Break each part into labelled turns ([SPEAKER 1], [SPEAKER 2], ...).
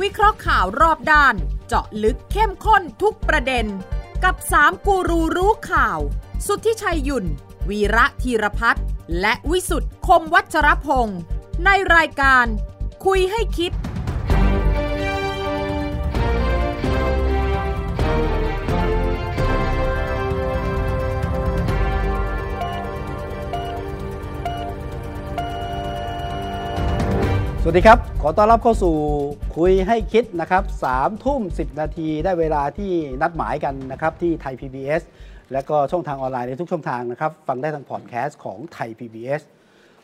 [SPEAKER 1] วิเคราะห์ข่าวรอบด้าน เจาะลึกเข้มข้นทุกประเด็น กับสามกูรูรู้ข่าว สุทธิชัยหยุ่น วีระธีรพัฒน์และวิสุทธ์คมวัชรพงศ์ในรายการ คุยให้คิด
[SPEAKER 2] สวัสดีครับ ขอต้อนรับเข้าสู่คุยให้คิดนะครับสามทุ่มสินาทีได้เวลาที่นัดหมายกันนะครับที่ไทย PBS และก็ช่องทางออนไลน์ในทุกช่องทางนะครับ ฟังได้ทางพอดแคสต์ของไทย PBS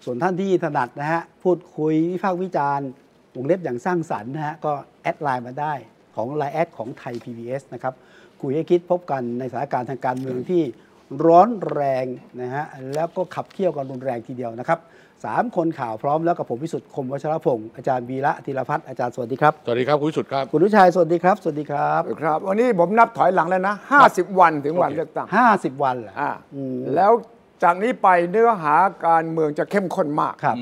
[SPEAKER 2] ส่วนท่านที่ถนัดนะฮะ พูดคุยวิพากษ์วิจารณ์วงเล็บอย่างสร้างสรรค์นะฮะ ก็แอดไลน์มาได้ของไลน์แอดของไทย PBS นะครับคุยให้คิดพบกันในสถานการณ์ทางการเมืองที่ ร้อนแรงนะฮะ แล้วก็ขับเคี่ยวกันรุนแรงทีเดียวนะครับสามคนข่าวพร้อมแล้วกับผมวิสุทธิ์คมวัชรพงศ์อาจารย์วีระธีรพัฒน์อาจารย์สวัสดีครับ
[SPEAKER 3] สวัสดีครับ คุณวิสุทธิ์ครับ
[SPEAKER 2] คุณวิชัยสวัสดีครับ สวัสดีครับ
[SPEAKER 4] ครับวันนี้ผมนับถอยหลังแล้วนะ 50 วันถึงวัน
[SPEAKER 3] โอเค
[SPEAKER 4] เลือกตั้ง
[SPEAKER 2] 50 วันเหรอ
[SPEAKER 4] อ่า
[SPEAKER 2] อืม
[SPEAKER 4] แล้วจากนี้ไปเนื้อหาการเมืองจะเข้มข้นมาก
[SPEAKER 2] ครับ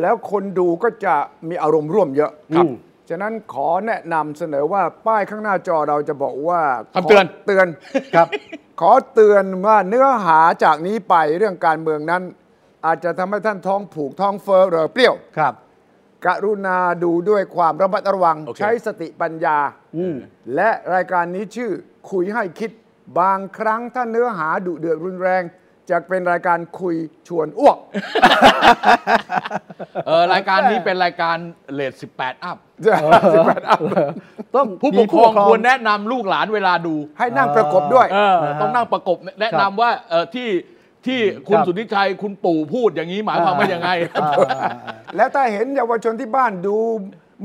[SPEAKER 4] แล้วคนดูก็จะมีอารมณ์ร่วมเยอะ
[SPEAKER 2] ครับ
[SPEAKER 4] ฉะนั้นขอแนะนำเสนอว่าป้ายข้างหน้าจอเราจะบอกว่า
[SPEAKER 3] คำเตือน
[SPEAKER 4] ขเตือน
[SPEAKER 2] ครับ
[SPEAKER 4] ขอเตือนว่าเนื้อหาจากนี้ไปเรื่องการเมืองนั้น อาจจะทำให้ท่านท้องผูกท้องเฟ้อเรอเปรี้ยว
[SPEAKER 2] ครับ
[SPEAKER 4] กรุณาดูด้วยความระมัดระวัง
[SPEAKER 3] โอเค
[SPEAKER 4] ใช้สติปัญญา และรายการนี้ชื่อคุยให้คิดบางครั้งถ้าเนื้อหาดุเดือดรุนแรง จะเป็นรายการคุยชวนอ้วก
[SPEAKER 3] เออรายการนี้เป็นรายการเลท18 อัพ
[SPEAKER 2] ต้อง
[SPEAKER 3] ผู้ป
[SPEAKER 2] มี
[SPEAKER 3] กครองควรแนะนำลูกหลานเวลาดู
[SPEAKER 4] ให้นั่งประกบด้วย
[SPEAKER 3] เออต้องนั่งประกบแนะนำว่าเออที่ที่คุ
[SPEAKER 2] ค
[SPEAKER 3] ณ
[SPEAKER 2] รับ
[SPEAKER 3] สุทธิชัยคุณปู่พูดอย่างนี้หมายความว่ายังไง
[SPEAKER 2] อ่า
[SPEAKER 4] แล้วถ้าเห็นเยาวชนที่บ้านดู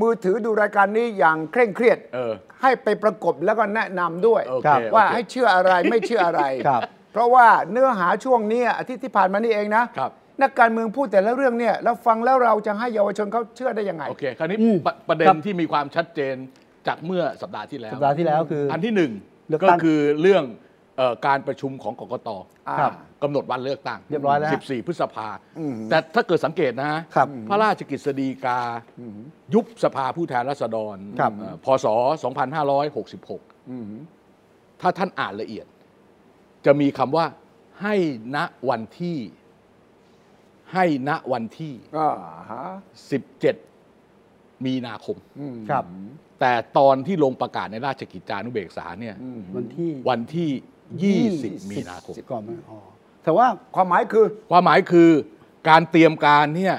[SPEAKER 4] มือถือดูรายการนี้อย่างเคร่งเครียด
[SPEAKER 3] เออ
[SPEAKER 4] ให้ไปประกบแล้วก็แนะนำด้วย
[SPEAKER 3] โอ
[SPEAKER 2] ครั
[SPEAKER 3] เค
[SPEAKER 2] บ
[SPEAKER 3] โอ
[SPEAKER 4] ว่า
[SPEAKER 3] เค
[SPEAKER 4] ให้เชื่ออะไรไม่เชื่ออะไร
[SPEAKER 2] ครับ
[SPEAKER 4] เพราะว่าเนื้อหาช่วงเนี้ยอาทิตย์ที่ผ่านมานี่เองนะ
[SPEAKER 3] ครับ
[SPEAKER 4] นักการเมืองพูดแต่ละเรื่องเนี่ยเราฟังแล้วเราจะให้เยาวชนเขาเชื่อได้ยังไง
[SPEAKER 3] โอเค คราวนี้
[SPEAKER 2] อืม
[SPEAKER 3] ประประเด็
[SPEAKER 2] ครั
[SPEAKER 3] น
[SPEAKER 2] บ
[SPEAKER 3] ที่มีความชัดเจนจากเมื่อสัปดาห์ที่แล้ว
[SPEAKER 2] สัปดาห์ที่แล้วคืออ
[SPEAKER 3] อันที่หนึ่ง
[SPEAKER 2] เลือก
[SPEAKER 3] ก็
[SPEAKER 2] ตั้ง
[SPEAKER 3] คือเรื่องเอ่อการประชุมของกกต
[SPEAKER 4] อ่า
[SPEAKER 2] ครับ
[SPEAKER 3] กำหนดวันเลือกตั้ง
[SPEAKER 2] เรียบร้อยแล้วฮะ
[SPEAKER 3] 14 พฤษภา แต่ถ้าเกิดสังเกตนะฮะ
[SPEAKER 2] ครับ
[SPEAKER 3] พระราชกฤษฎีกา ยุบสภาผู้แทนราษฎร
[SPEAKER 2] ครับ
[SPEAKER 3] เอ่อพศ 2566 ถ้าท่านอ่านละเอียด จะมีคำว่า ให้ณวันที่ ให้ณวันที่
[SPEAKER 4] อ่าฮะ
[SPEAKER 3] 17 มีนาคม
[SPEAKER 4] อืม
[SPEAKER 2] ครับ
[SPEAKER 3] แต่ตอนที่ลงประกาศในราชกิจจานุเบกษาเนี่ย
[SPEAKER 2] วันที่
[SPEAKER 3] วันที่ 20 มีนาคม
[SPEAKER 2] สิบก่อนไหมอ๋อแต่ว่า
[SPEAKER 4] ความหมายคือ
[SPEAKER 3] ความหมายคือการเตรียมการเนี่ย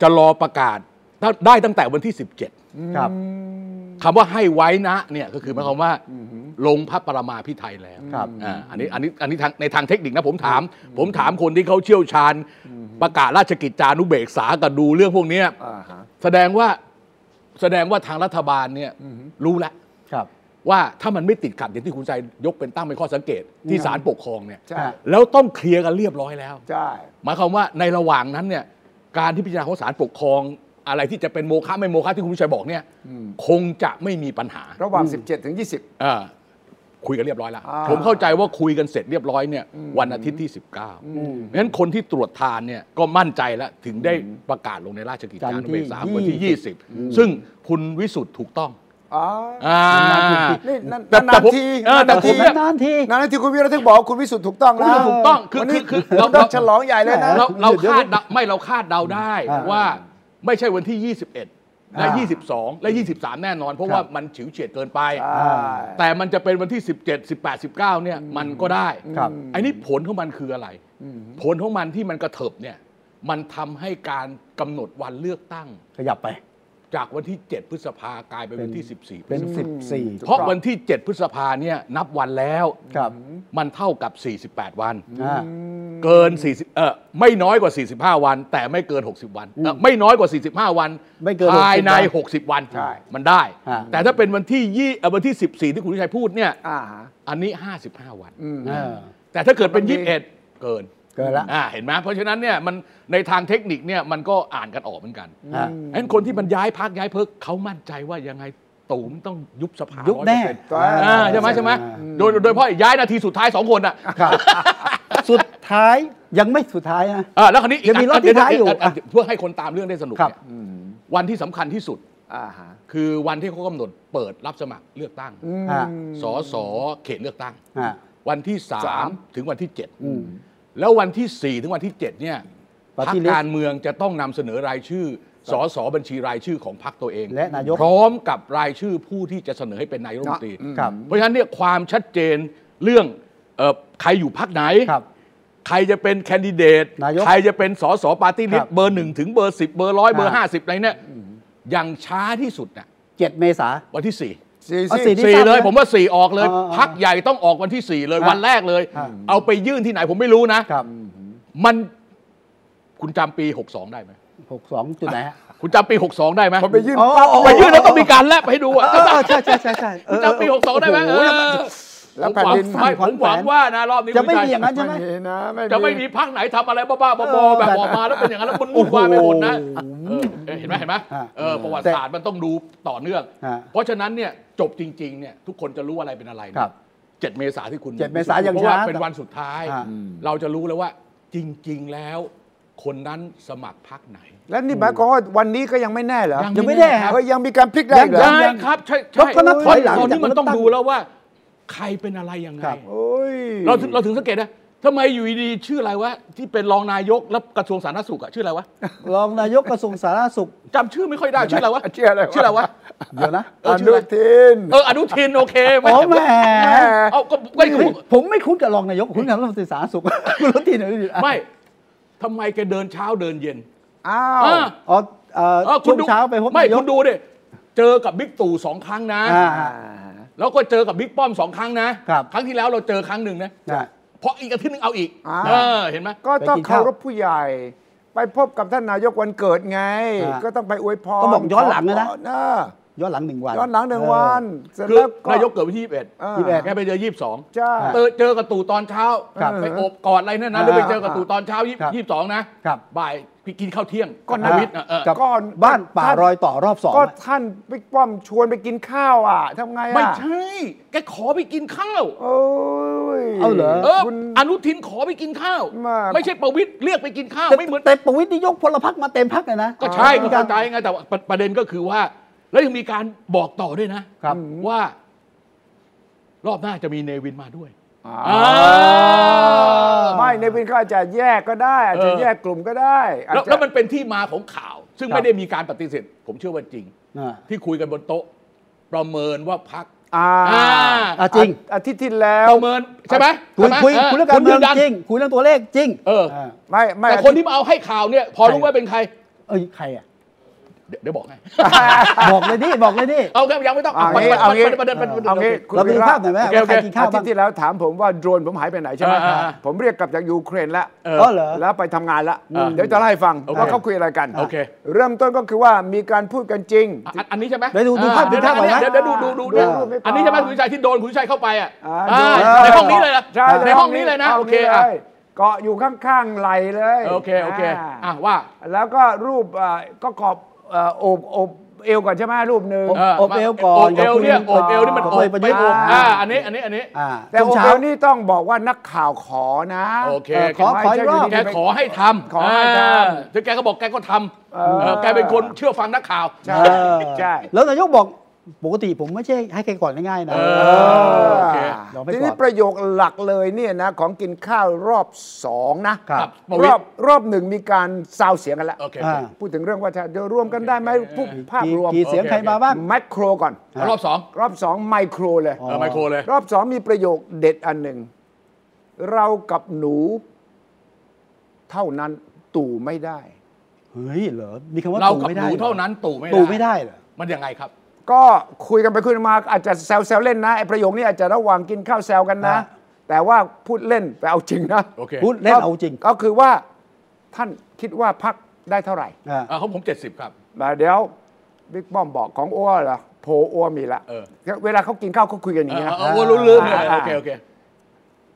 [SPEAKER 3] จะรอประกาศได้ตั้งแต่วันที่ 17
[SPEAKER 2] ครับ
[SPEAKER 4] อืม
[SPEAKER 3] คำว่าให้ไว้นะเนี่ยก็คือหมายความว่าลงพระปรมาพิไทยแล้ว
[SPEAKER 2] ครับ
[SPEAKER 3] อ่าอันนี้อันนี้อันนี้ทางในทางเทคนิคนะผมถาม ผมถามคนที่เขาเชี่ยวชาญ ประกาศราชกิจจานุเบกษากับดูเรื่องพวกเนี้ย
[SPEAKER 4] อ่าฮะ
[SPEAKER 3] แสดงว่าแสดงว่าทางรัฐบาลเนี่ยรู้แล้ว
[SPEAKER 2] ครับ
[SPEAKER 3] ว่าถ้ามันไม่ติดขัดอย่างที่คุณใจยกเป็นตั้งเป็นข้อสังเกต ที่ศาลปกครองเนี่ย
[SPEAKER 4] ใช่
[SPEAKER 2] ฮะ
[SPEAKER 3] แล้วต้องเคลียร์กันเรียบร้อยแล้ว
[SPEAKER 4] ใช่
[SPEAKER 3] หมายความว่าในระหว่างนั้นเนี่ยการที่พิจารณาของศาลปกครอง อะไรที่จะเป็นโมฆะไม่โมฆะที่คุณวิชัยบอกเนี่ยคงจะไม่มีปัญหา
[SPEAKER 4] ระหว่าง 17 ถึง 20
[SPEAKER 3] เอ่อคุยกันเรียบร้อยแล้ว
[SPEAKER 4] อ่า
[SPEAKER 3] ผมเข้าใจว่าคุยกันเสร็จเรียบร้อยเนี่ยวันอาทิตย์ที่ 19เพราะฉะนั้นคนที่ตรวจทานเนี่ยก็มั่นใจแล้ว ถึงได้ประกาศลงในราชกิจจานุเบกษา
[SPEAKER 2] จันทร์ที่
[SPEAKER 3] วันที่
[SPEAKER 2] 20
[SPEAKER 3] 20 ซึ่งคุณวิสุทธ์ถูกต้อง
[SPEAKER 4] อ๋อ
[SPEAKER 3] อ่า
[SPEAKER 4] นี่นั่น
[SPEAKER 3] แต่แต่
[SPEAKER 4] นาน
[SPEAKER 3] ผม
[SPEAKER 4] ๆที
[SPEAKER 3] เออแต่
[SPEAKER 4] นาน
[SPEAKER 3] ผ
[SPEAKER 4] ๆที
[SPEAKER 3] ม
[SPEAKER 4] นะ
[SPEAKER 2] นานๆที
[SPEAKER 4] นานๆทีคุณวิรัตถึงบอกว่าคุณวิสุทธ์ถูกต้องแล้ว
[SPEAKER 3] ถูกต้องคือ
[SPEAKER 4] วัน
[SPEAKER 3] คื
[SPEAKER 4] นี้
[SPEAKER 3] อคือ
[SPEAKER 4] เรา
[SPEAKER 3] เรา
[SPEAKER 4] ต้อ
[SPEAKER 3] เรา
[SPEAKER 4] งฉลองใหญ่เลยนะ
[SPEAKER 3] เราเรา
[SPEAKER 2] เดี๋ยว
[SPEAKER 3] คาดเดาไม่เราคาดเดาได้
[SPEAKER 2] อ่า
[SPEAKER 3] ว่าไม่ใช่วันที่ 21 และ
[SPEAKER 2] อ่า
[SPEAKER 3] 22 และ 23 แน่นอน เพราะ
[SPEAKER 2] ครั
[SPEAKER 3] ว่า
[SPEAKER 2] บ
[SPEAKER 3] มันฉิวเฉียดเกินไป
[SPEAKER 4] อ่า
[SPEAKER 3] แต่มันจะเป็นวันที่ 17 18 19เนี่ยมันก็ได้
[SPEAKER 2] ครับ
[SPEAKER 3] ไอ้นี่ผลของมันคืออะไร ผลของมันที่มันกระเถิบเนี่ยมันทำให้การกำหนดวันเลือกตั้ง
[SPEAKER 2] ขยับไป
[SPEAKER 3] จากวันที่ 7 พฤษภากลายเป็นวันที่ 14พฤ
[SPEAKER 2] เป็น
[SPEAKER 3] ษภา
[SPEAKER 2] 14
[SPEAKER 3] เพราะวันที่ 7 พฤษภาเนี่ยนับวันแล้ว
[SPEAKER 2] ครับ
[SPEAKER 3] มันเท่ากับ 48 วัน
[SPEAKER 2] อ่า
[SPEAKER 3] เกิน 40เออไม่น้อยกว่า 45 วัน แต่ไม่เกิน 60 วันเอ่อไม่น้อยกว่า 45 วัน
[SPEAKER 2] ไม่เกิน
[SPEAKER 3] ภายใน
[SPEAKER 2] 60
[SPEAKER 3] 60 วัน
[SPEAKER 4] ใช่
[SPEAKER 3] มันได้
[SPEAKER 2] อ่า
[SPEAKER 3] แต่ถ้าเป็นวันที่ยี่เอ่อวันที่ 14 ที่คุณวิชัยพูดเนี่ย
[SPEAKER 4] อ่าฮะ
[SPEAKER 3] อันนี้ 55 วัน
[SPEAKER 2] อ่า
[SPEAKER 3] แต่ถ้าเกิดเป็น
[SPEAKER 4] มันมี
[SPEAKER 3] 21 เกิน
[SPEAKER 2] เกินละ
[SPEAKER 3] อ่าเห็นไหมเพราะฉะนั้นเนี่ยมันในทางเทคนิคเนี่ยมันก็อ่านกันออกเหมือนกัน
[SPEAKER 2] อ่า
[SPEAKER 3] เห็นคนที่มันย้ายพักย้ายเพิกเขามั่นใจว่ายังไงตู่มันต้องยุบสภา
[SPEAKER 2] ยุบแน่
[SPEAKER 3] 100%
[SPEAKER 4] ร้อยเปอร์เซ็นต์
[SPEAKER 3] อ่าใช่ไหมใช่ไหมโดยโดยเฉพาะย้ายนาทีสุดท้ายสองคนอ่ะ
[SPEAKER 2] ครับ สุดท้ายยังไม่สุดท้ายนะ
[SPEAKER 3] อ่าแล้วคราวนี้
[SPEAKER 2] ยังมีรอบที่ท้ายอยู่
[SPEAKER 3] เเเเเเเเพื่อให้คนตามเรื่องได้สนุก
[SPEAKER 2] ครับ
[SPEAKER 3] เนี่ยวันที่สำคัญที่สุด
[SPEAKER 4] อ่าฮะ
[SPEAKER 3] คือวันที่เขากำหนดเปิดรับสมัครเลือกตั้ง
[SPEAKER 4] อืม
[SPEAKER 2] อ่า
[SPEAKER 3] สสเขตเลือกตั้ง
[SPEAKER 2] ฮะ
[SPEAKER 3] วันที่สา
[SPEAKER 4] สาม ม
[SPEAKER 3] ถึงวันที่เจ็ด
[SPEAKER 2] อืม
[SPEAKER 3] แล้ววันที่สี่ถึงวันที่เจ็ดเนี่ยพรร
[SPEAKER 2] Party
[SPEAKER 3] ค
[SPEAKER 2] list
[SPEAKER 3] การเมืองจะต้องนำเสนอรายชื่อสอสอบัญชีรายชื่อของพรรคตัวเอง
[SPEAKER 2] และนายก
[SPEAKER 3] พร้อมกับรายชื่อผู้ที่จะเสนอให้เป็นนายกรัฐมนตรี
[SPEAKER 4] อืม
[SPEAKER 2] ครับ
[SPEAKER 3] เพราะฉะนั้นเนี่ยความชัดเจนเรื่องเอ่อใครอยู่พักไหน
[SPEAKER 2] ครับ
[SPEAKER 3] ใครจะเป็นแคนดิเดต
[SPEAKER 2] นายก
[SPEAKER 3] ใครจะเป็นสสปาร์ตี้ลิส
[SPEAKER 2] ครั
[SPEAKER 3] ต์
[SPEAKER 2] บ
[SPEAKER 3] เบอร์หนึ่งถึงเบอร์สิบเบอร์ร้อยเบอร์
[SPEAKER 2] อ่า
[SPEAKER 3] ห้าสิบอะไรเนี่ยอย่างช้าที่สุดน่ะ
[SPEAKER 2] เจ็ดเมษา
[SPEAKER 3] วันที่สี่
[SPEAKER 4] สี่
[SPEAKER 2] เอาสี่
[SPEAKER 4] สี่
[SPEAKER 2] ที่
[SPEAKER 3] สี่
[SPEAKER 2] ทราบ
[SPEAKER 3] เลย
[SPEAKER 2] นะ
[SPEAKER 3] ผมว่าสี่ออกเลย
[SPEAKER 2] อ่าๆ
[SPEAKER 3] พักใหญ่ต้องออกวันที่สี่เลย
[SPEAKER 2] อ่า
[SPEAKER 3] วันแรกเลย
[SPEAKER 2] อ่า
[SPEAKER 3] เอาไปยื่นที่ไหนผมไม่รู้นะ
[SPEAKER 2] ครับ
[SPEAKER 3] มันคุณจำปี 62 ได้ไหม
[SPEAKER 2] หกสองจุดไหนฮะ
[SPEAKER 3] คุณจำปี 62 ได้ไหม
[SPEAKER 4] พอไปยื่น
[SPEAKER 2] อ๋อ
[SPEAKER 4] ปั๊บ
[SPEAKER 3] ไปยื่นแล้วต้องมีการแลบให้ดูอะ
[SPEAKER 2] เออเออใช่ใช่ใช่ใช่เอ
[SPEAKER 3] คุณ
[SPEAKER 2] อ
[SPEAKER 3] จำปี
[SPEAKER 2] เออ
[SPEAKER 3] 62 ได้ไหมเออ
[SPEAKER 4] แล้วแผ่นดิน
[SPEAKER 3] ผมหวังไม่ผมหวังว่านะรอบนี้
[SPEAKER 2] จะไม่
[SPEAKER 3] คุณชั
[SPEAKER 2] มีอย่างนั้นใช่ไหม
[SPEAKER 4] ไม่มีนะ
[SPEAKER 3] จะไม่มีพักไหนทำอะไรบ้าๆบอๆแบบออกมาแล้วเป็นอย่างนั้นแล้วมันวุ่นวายไปหมดนะเออเออเห็นไหมเห็นไหม
[SPEAKER 2] อ่ะ
[SPEAKER 3] เออประวัติศาสตร์มันต้องดูต่อเนื่อง
[SPEAKER 2] อ่ะ
[SPEAKER 3] เพราะฉะนั้นเนี่ยจบจริงๆเนี่ยทุกคนจะรู้อะไรเป็นอะไรนะ
[SPEAKER 2] ครับ
[SPEAKER 3] เจ็ดเมษาที่คุณ
[SPEAKER 2] 7เมษายัง
[SPEAKER 3] เพราะว่า
[SPEAKER 2] ช้า
[SPEAKER 3] เป็นวันสุดท้าย
[SPEAKER 2] อ่า
[SPEAKER 3] เราจะรู้แล้วว่าจริง ๆ แล้ว คนนั้นสมัครพักไหน
[SPEAKER 4] แล้วนี่หมายความว่าวันนี้ก็ยังไม่แน่เหรอ
[SPEAKER 2] ยังไม่แน่ครับ
[SPEAKER 4] เฮ้ยยังมีการพลิกได้อีกเหรอ
[SPEAKER 2] ยัง
[SPEAKER 3] ได้ครับ ใช่
[SPEAKER 2] แล้
[SPEAKER 3] ใช่
[SPEAKER 2] วก็นับถอยหลัง
[SPEAKER 3] ตอนนี้มันต้อง
[SPEAKER 2] จากเลือกตั้ง
[SPEAKER 3] ดูแล้วว่า ใครเป็นอะไรยังไง
[SPEAKER 2] ครับ
[SPEAKER 4] โอ้ย
[SPEAKER 3] เราถึงเราถึงสังเกตนะทำไมอยู่ดีๆชื่ออะไรวะที่เป็นรองนายกแล้วกระทรวงสาธารณสุขอะชื่ออะไรวะ
[SPEAKER 2] รองนายกกระทรวงสาธารณสุข
[SPEAKER 3] จำชื่อไม่ค่อยได้ชื่ออะไรวะ
[SPEAKER 4] ชื่ออะไรวะ
[SPEAKER 3] ชื่ออะไรวะ
[SPEAKER 2] เดี๋ยวนะ
[SPEAKER 4] อนุทิน
[SPEAKER 3] เอออนุทินโอเค
[SPEAKER 2] โอ้แหม
[SPEAKER 3] เอาก็ไม่
[SPEAKER 2] เฮ้ยผมไม่คุ้นกับรองนายกคุ้นกับรัฐมนตรีสาธารณสุข คุณรู้ทีไหนดีอ่ะ
[SPEAKER 3] ไม่ทำไมแกเดินเช้าเดินเย็น
[SPEAKER 4] อ้าว
[SPEAKER 3] อ่า
[SPEAKER 2] อ๋อเอ่อ
[SPEAKER 3] เออคุ
[SPEAKER 2] ช่
[SPEAKER 3] ณ
[SPEAKER 2] วง
[SPEAKER 3] ดู
[SPEAKER 2] เช้าไปพบ
[SPEAKER 3] ไม่
[SPEAKER 2] นายก
[SPEAKER 3] คุณดูดิเจอกับบิ๊กตู่สองครั้งนะ
[SPEAKER 2] อ่า
[SPEAKER 3] แล้วก็เจอกับบิ๊กป้อมสองครั้งนะครับ ครั้งที่แล้วเราเจอครั้งหนึ่งนะ
[SPEAKER 2] อ่ะ
[SPEAKER 3] เพราะอีกอาทิตย์หนึงเอาอีก
[SPEAKER 4] อ่า
[SPEAKER 3] เออเห็นไหม
[SPEAKER 4] ก็ต้อง
[SPEAKER 2] ไปกินข้า
[SPEAKER 4] เคาว รพผู้ใหญ่ ไปพบกับท่านนายกวันเกิดไง
[SPEAKER 2] อ่า
[SPEAKER 4] ก็ต้องไปอวยพร
[SPEAKER 2] ก็บอกย้อนหลังเลยนะ
[SPEAKER 4] ขพรเอ
[SPEAKER 2] ย้อนหลังหนึ่งวัน
[SPEAKER 4] อย้อนหลังหนึ่งวันเสร็จ
[SPEAKER 3] คื
[SPEAKER 4] แล้
[SPEAKER 3] อ
[SPEAKER 4] ว
[SPEAKER 3] นายกเกิดวันที่
[SPEAKER 4] อ่า
[SPEAKER 3] 21 แกไปเจอ 22
[SPEAKER 4] ใช่
[SPEAKER 3] เออเจอกับตู่ตอนเช้า
[SPEAKER 2] ครับ
[SPEAKER 3] ไปโอบกอดอะไรเนี่ยนะหรือไปเจอกับตู่ตอนเช้า
[SPEAKER 2] ครับ
[SPEAKER 3] ยี่สิบสองนะครับ บ่ายไปกินข้าวเที่ยง
[SPEAKER 4] ก็
[SPEAKER 3] กับ
[SPEAKER 4] นั
[SPEAKER 3] นาย
[SPEAKER 4] ด
[SPEAKER 3] วิทย์นะเออ
[SPEAKER 2] กับ
[SPEAKER 4] ก่อน
[SPEAKER 2] บ้านป่า
[SPEAKER 4] ท่าน
[SPEAKER 2] รอยต่อรอบสอง
[SPEAKER 4] ก็
[SPEAKER 2] อ่ะ
[SPEAKER 4] ท่านบิ๊กป้อมชวนไปกินข้าวอ่ะทำไงอ่ะ
[SPEAKER 3] ไม่ใช่ แกขอไปกินข้าว
[SPEAKER 4] โอ้ย
[SPEAKER 2] เอาเหรอ
[SPEAKER 3] เออ
[SPEAKER 4] คุณ
[SPEAKER 3] อนุทินขอไปกินข้าว
[SPEAKER 4] มาก
[SPEAKER 3] ไม่ใช่ประวิตยเรียกไปกินข้าว
[SPEAKER 2] แต่
[SPEAKER 3] ไม่เหมือน
[SPEAKER 2] แต่ประวิตรนี่ยกพลพรรคมาเต็มพรรคเลยนะ
[SPEAKER 3] ก็ใช่ก็
[SPEAKER 2] กา
[SPEAKER 3] เข้าร ใจไงแต่ว่าประประเด็นก็คือว่า แล้วยังมีการบอกต่อด้วยนะครับ ว่า รอบหน้าจะมีเนวินมาด้วย
[SPEAKER 4] อ่า
[SPEAKER 3] อ่า
[SPEAKER 4] ไม่ในวินก็อาจจะแยกก็ได้ อาจจะ
[SPEAKER 3] เออ
[SPEAKER 4] แยกกลุ่มก็ได้อาจ
[SPEAKER 3] แล้ว
[SPEAKER 4] จะ
[SPEAKER 3] แล้วมันเป็นที่มาของข่าว ซึ่ง
[SPEAKER 2] ครับ
[SPEAKER 3] ไม่ได้มีการปฏิเสธผมเชื่อว่าจริง
[SPEAKER 2] อ่า
[SPEAKER 3] ที่คุยกันบนโต๊ะ ประเมินว่าพัก
[SPEAKER 4] อ่า
[SPEAKER 2] อ่ะจริง
[SPEAKER 4] อาทิตย์ที่แล้ว
[SPEAKER 3] ประเมินใช่ไหม
[SPEAKER 2] คุย
[SPEAKER 3] ใช่ไหม
[SPEAKER 2] คุยคุยเรื่องการเมือง
[SPEAKER 3] คุณยืนยัน
[SPEAKER 2] จริง คุยเรื่องตัวเลขจริง
[SPEAKER 3] เออ
[SPEAKER 2] า
[SPEAKER 4] ไม่ไม่
[SPEAKER 3] แต่คนที่มาเอาให้ข่าวเนี่ย พอรู้ว่าเป็นใคร
[SPEAKER 2] เอ้ยใครอ่ะ
[SPEAKER 3] เดี๋ยวเดี๋ยวบอกให้
[SPEAKER 2] บอกเลยดิบอกเลยดิ
[SPEAKER 3] เอาแค่ยังไม่ต้อง
[SPEAKER 4] เอางี้เอา
[SPEAKER 3] เอา
[SPEAKER 4] งี้
[SPEAKER 3] ประเด็นประเด็นประเด็น
[SPEAKER 4] เอางี้คุณ
[SPEAKER 2] เราไปดู
[SPEAKER 4] วีระ
[SPEAKER 2] ภาพหน่อยไหม
[SPEAKER 3] โอ
[SPEAKER 2] ว่า
[SPEAKER 3] เค
[SPEAKER 2] ใคร
[SPEAKER 3] โอเค
[SPEAKER 2] กินข้าว
[SPEAKER 4] อาทิ
[SPEAKER 2] บ้า
[SPEAKER 4] ต
[SPEAKER 2] ง
[SPEAKER 4] ย์ที่แล้วถามผมว่าโดรนผมหายไปไหนใช่ไหม
[SPEAKER 3] อ่าอ่า
[SPEAKER 4] ผมเรียกกลับจากยูเครนแล้ว
[SPEAKER 3] เออ
[SPEAKER 2] อ๋อเหรอ
[SPEAKER 4] แล้วไปทำงานละ
[SPEAKER 3] อืม
[SPEAKER 4] เดี๋ยวจะเล่าให้ฟัง
[SPEAKER 3] โอเค
[SPEAKER 4] ว่าเขาคุยอะไรกัน
[SPEAKER 3] โอเค
[SPEAKER 4] เริ่มต้นก็คือว่ามีการพูดกันจริง
[SPEAKER 3] อ่ะอันอันนี้ใช่ไหม
[SPEAKER 2] เดี๋ยวดูดูภาพ
[SPEAKER 3] เดี๋ยว
[SPEAKER 2] ดูภาพก่อนนะ
[SPEAKER 3] เดี๋ยวเดี๋ยวดูดูดูเนี่ย
[SPEAKER 4] ดูรูปให้
[SPEAKER 3] อันนี้ใช่ไหม
[SPEAKER 4] ก่อน
[SPEAKER 3] คุณชัยที่โดนคุณชัยเข้าไปอ่ะ
[SPEAKER 4] อ่า
[SPEAKER 3] อ่า
[SPEAKER 4] โดน
[SPEAKER 3] ในห้องนี้เลยนะ
[SPEAKER 4] ใช่
[SPEAKER 3] ในห้องนี้เลยนะ
[SPEAKER 4] ห้
[SPEAKER 3] โอง เคอ่ะ
[SPEAKER 4] ลยเกาะอยู่ข้างๆไหลเลย
[SPEAKER 3] โอเคโอเค
[SPEAKER 4] า
[SPEAKER 3] อ่ะว่า
[SPEAKER 4] แล้วก็รูปอ่าก็กอบเอ่อโอบโอบเอวก่อนใช่ไหมรูปหนึ่ง
[SPEAKER 2] โอบเอวก่อน
[SPEAKER 3] โอบเอวเนี่ย
[SPEAKER 2] ข
[SPEAKER 3] โอ
[SPEAKER 2] อบบ คุณ
[SPEAKER 3] เอวนี่มัน
[SPEAKER 2] ขอบ
[SPEAKER 3] โอ
[SPEAKER 2] คุ
[SPEAKER 3] บ
[SPEAKER 2] ณประ
[SPEAKER 3] ไป
[SPEAKER 2] ยุทธ์
[SPEAKER 3] โอบอ่าอันนี้อันนี้อันนี้
[SPEAKER 2] อ่า
[SPEAKER 4] แต่
[SPEAKER 2] ช่วง
[SPEAKER 4] โอ
[SPEAKER 2] เช้า
[SPEAKER 4] เปลนี่ต้องบอกว่านักข่าวขอนะ
[SPEAKER 3] โอเค
[SPEAKER 2] เออขอข
[SPEAKER 3] แก
[SPEAKER 2] ออีกรอบ
[SPEAKER 3] แกขอให้ทำ
[SPEAKER 4] ขอให้ทำ
[SPEAKER 3] าถึงแกก็บอกแกก็ทำ
[SPEAKER 4] เออ
[SPEAKER 3] เออแกเป็นคนเชื่อฟังนักข่าว
[SPEAKER 4] ใช่
[SPEAKER 2] เออ
[SPEAKER 4] ใช่
[SPEAKER 2] แล้วนายกบอกปกติผมไม่ใช่ให้ใครก่อนง่ายๆนะ
[SPEAKER 3] เออ โเค
[SPEAKER 2] เดี๋ยวไปก่อน
[SPEAKER 4] ทีนี้ประโยคหลักเลยเนี่ยนะของกินข้าวรอบสองนะครับ
[SPEAKER 3] ประวิตร
[SPEAKER 4] รอบรอบหนึ่งมีการซาวเสียงกันแล้ว
[SPEAKER 3] โอเค
[SPEAKER 2] อ่า
[SPEAKER 4] พูดถึงเรื่องว่าจะเดี๋ยวรวมกันได้ไหมพูดภาพ
[SPEAKER 2] กี่
[SPEAKER 4] รวม
[SPEAKER 2] กี่เสียงใครมาบ้าง
[SPEAKER 4] แมคโครก่อน
[SPEAKER 3] รอบสอง
[SPEAKER 4] รอบสองไมโครเลย
[SPEAKER 2] อ๋
[SPEAKER 3] เออไมโครเลย
[SPEAKER 4] รอบสองมีประโยคเด็ดอันหนึ่ง เรากับหนู เท่านั้นตู่ไม่ได้
[SPEAKER 2] เฮ้ยเหรอมีคำว่า
[SPEAKER 3] เรา
[SPEAKER 2] ตู่
[SPEAKER 3] กับ
[SPEAKER 2] ไม่
[SPEAKER 3] ห
[SPEAKER 2] ได้
[SPEAKER 3] นู
[SPEAKER 2] รอ
[SPEAKER 3] เท่านั้นตู่ไม่ได้
[SPEAKER 2] ตู่ไม่ได้เหรอ
[SPEAKER 3] มันยังไงครับ
[SPEAKER 4] ก็คุยกันไปคุยกันมาอาจจะแซวๆเล่นนะไอ้ประโยคนี้อาจจะระหว่างกินข้าวแซวกันนะ
[SPEAKER 2] ฮะ
[SPEAKER 4] แต่ว่าพูดเล่นแต่เอาจริงนะ
[SPEAKER 3] โอเค
[SPEAKER 2] พูดเล่นเอาจริง
[SPEAKER 4] ก็คือว่าท่านคิดว่าพักได้เท่าไหร่
[SPEAKER 2] อ่า
[SPEAKER 3] อ่าของผม 70 ครับ
[SPEAKER 4] มาเดี๋ยวบิ๊กป้อมบอกของอ้วเหรอโพอ้วมีละ
[SPEAKER 3] เออ
[SPEAKER 4] เวลาเขากินข้าวเขาคุยกันอย่าง
[SPEAKER 3] เอ
[SPEAKER 4] นี้
[SPEAKER 3] อ
[SPEAKER 4] นะ
[SPEAKER 3] เออโอ้รู้เรื่องเลยโอเคโอเค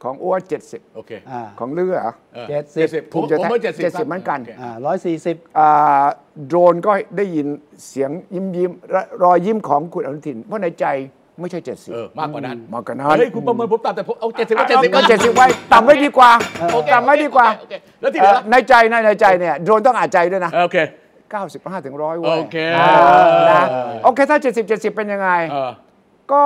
[SPEAKER 4] ของอ้วเจ็ดสิบ
[SPEAKER 3] โอเค
[SPEAKER 2] อ่า
[SPEAKER 4] ของเลือเหรอ
[SPEAKER 3] ออ
[SPEAKER 2] เจ็ดสิบ
[SPEAKER 3] 70ผมผมว่า70
[SPEAKER 4] เจ็ดสิบเหมือนกัน
[SPEAKER 2] อ่าร้อยสี่สิบ
[SPEAKER 4] อ่าโดรนก็ได้ยินเสียงยิ้มยิ้มและรอยยิ้มของคุณอนุทิน เพราะในใจไม่ใช่เจ็ดสิบ
[SPEAKER 3] เออมากกว่านั้น
[SPEAKER 4] มากกว่านั้น
[SPEAKER 3] เฮ้ยคุณประเมินผมต่ำแต่ผมเอา70ก็
[SPEAKER 4] เจ็ดสิบ
[SPEAKER 3] 70
[SPEAKER 4] ก็เจ็ดสิบไว้ต่ำไว้ดีกว่า
[SPEAKER 3] โอเค
[SPEAKER 4] ต่ำไว้ดีกว่า
[SPEAKER 3] โอเคโอเคแล้วที่เหลือ
[SPEAKER 4] เอ่อในใจในในใจเนี่ยโดรนต้องอ่านใจด้วยนะ
[SPEAKER 3] เออโอเค
[SPEAKER 4] 95ถึง100
[SPEAKER 3] โอ
[SPEAKER 4] เว้ย
[SPEAKER 3] เค
[SPEAKER 4] นะโอเคถ้า 70 70 เป็นยังไง
[SPEAKER 3] เออ
[SPEAKER 4] ก็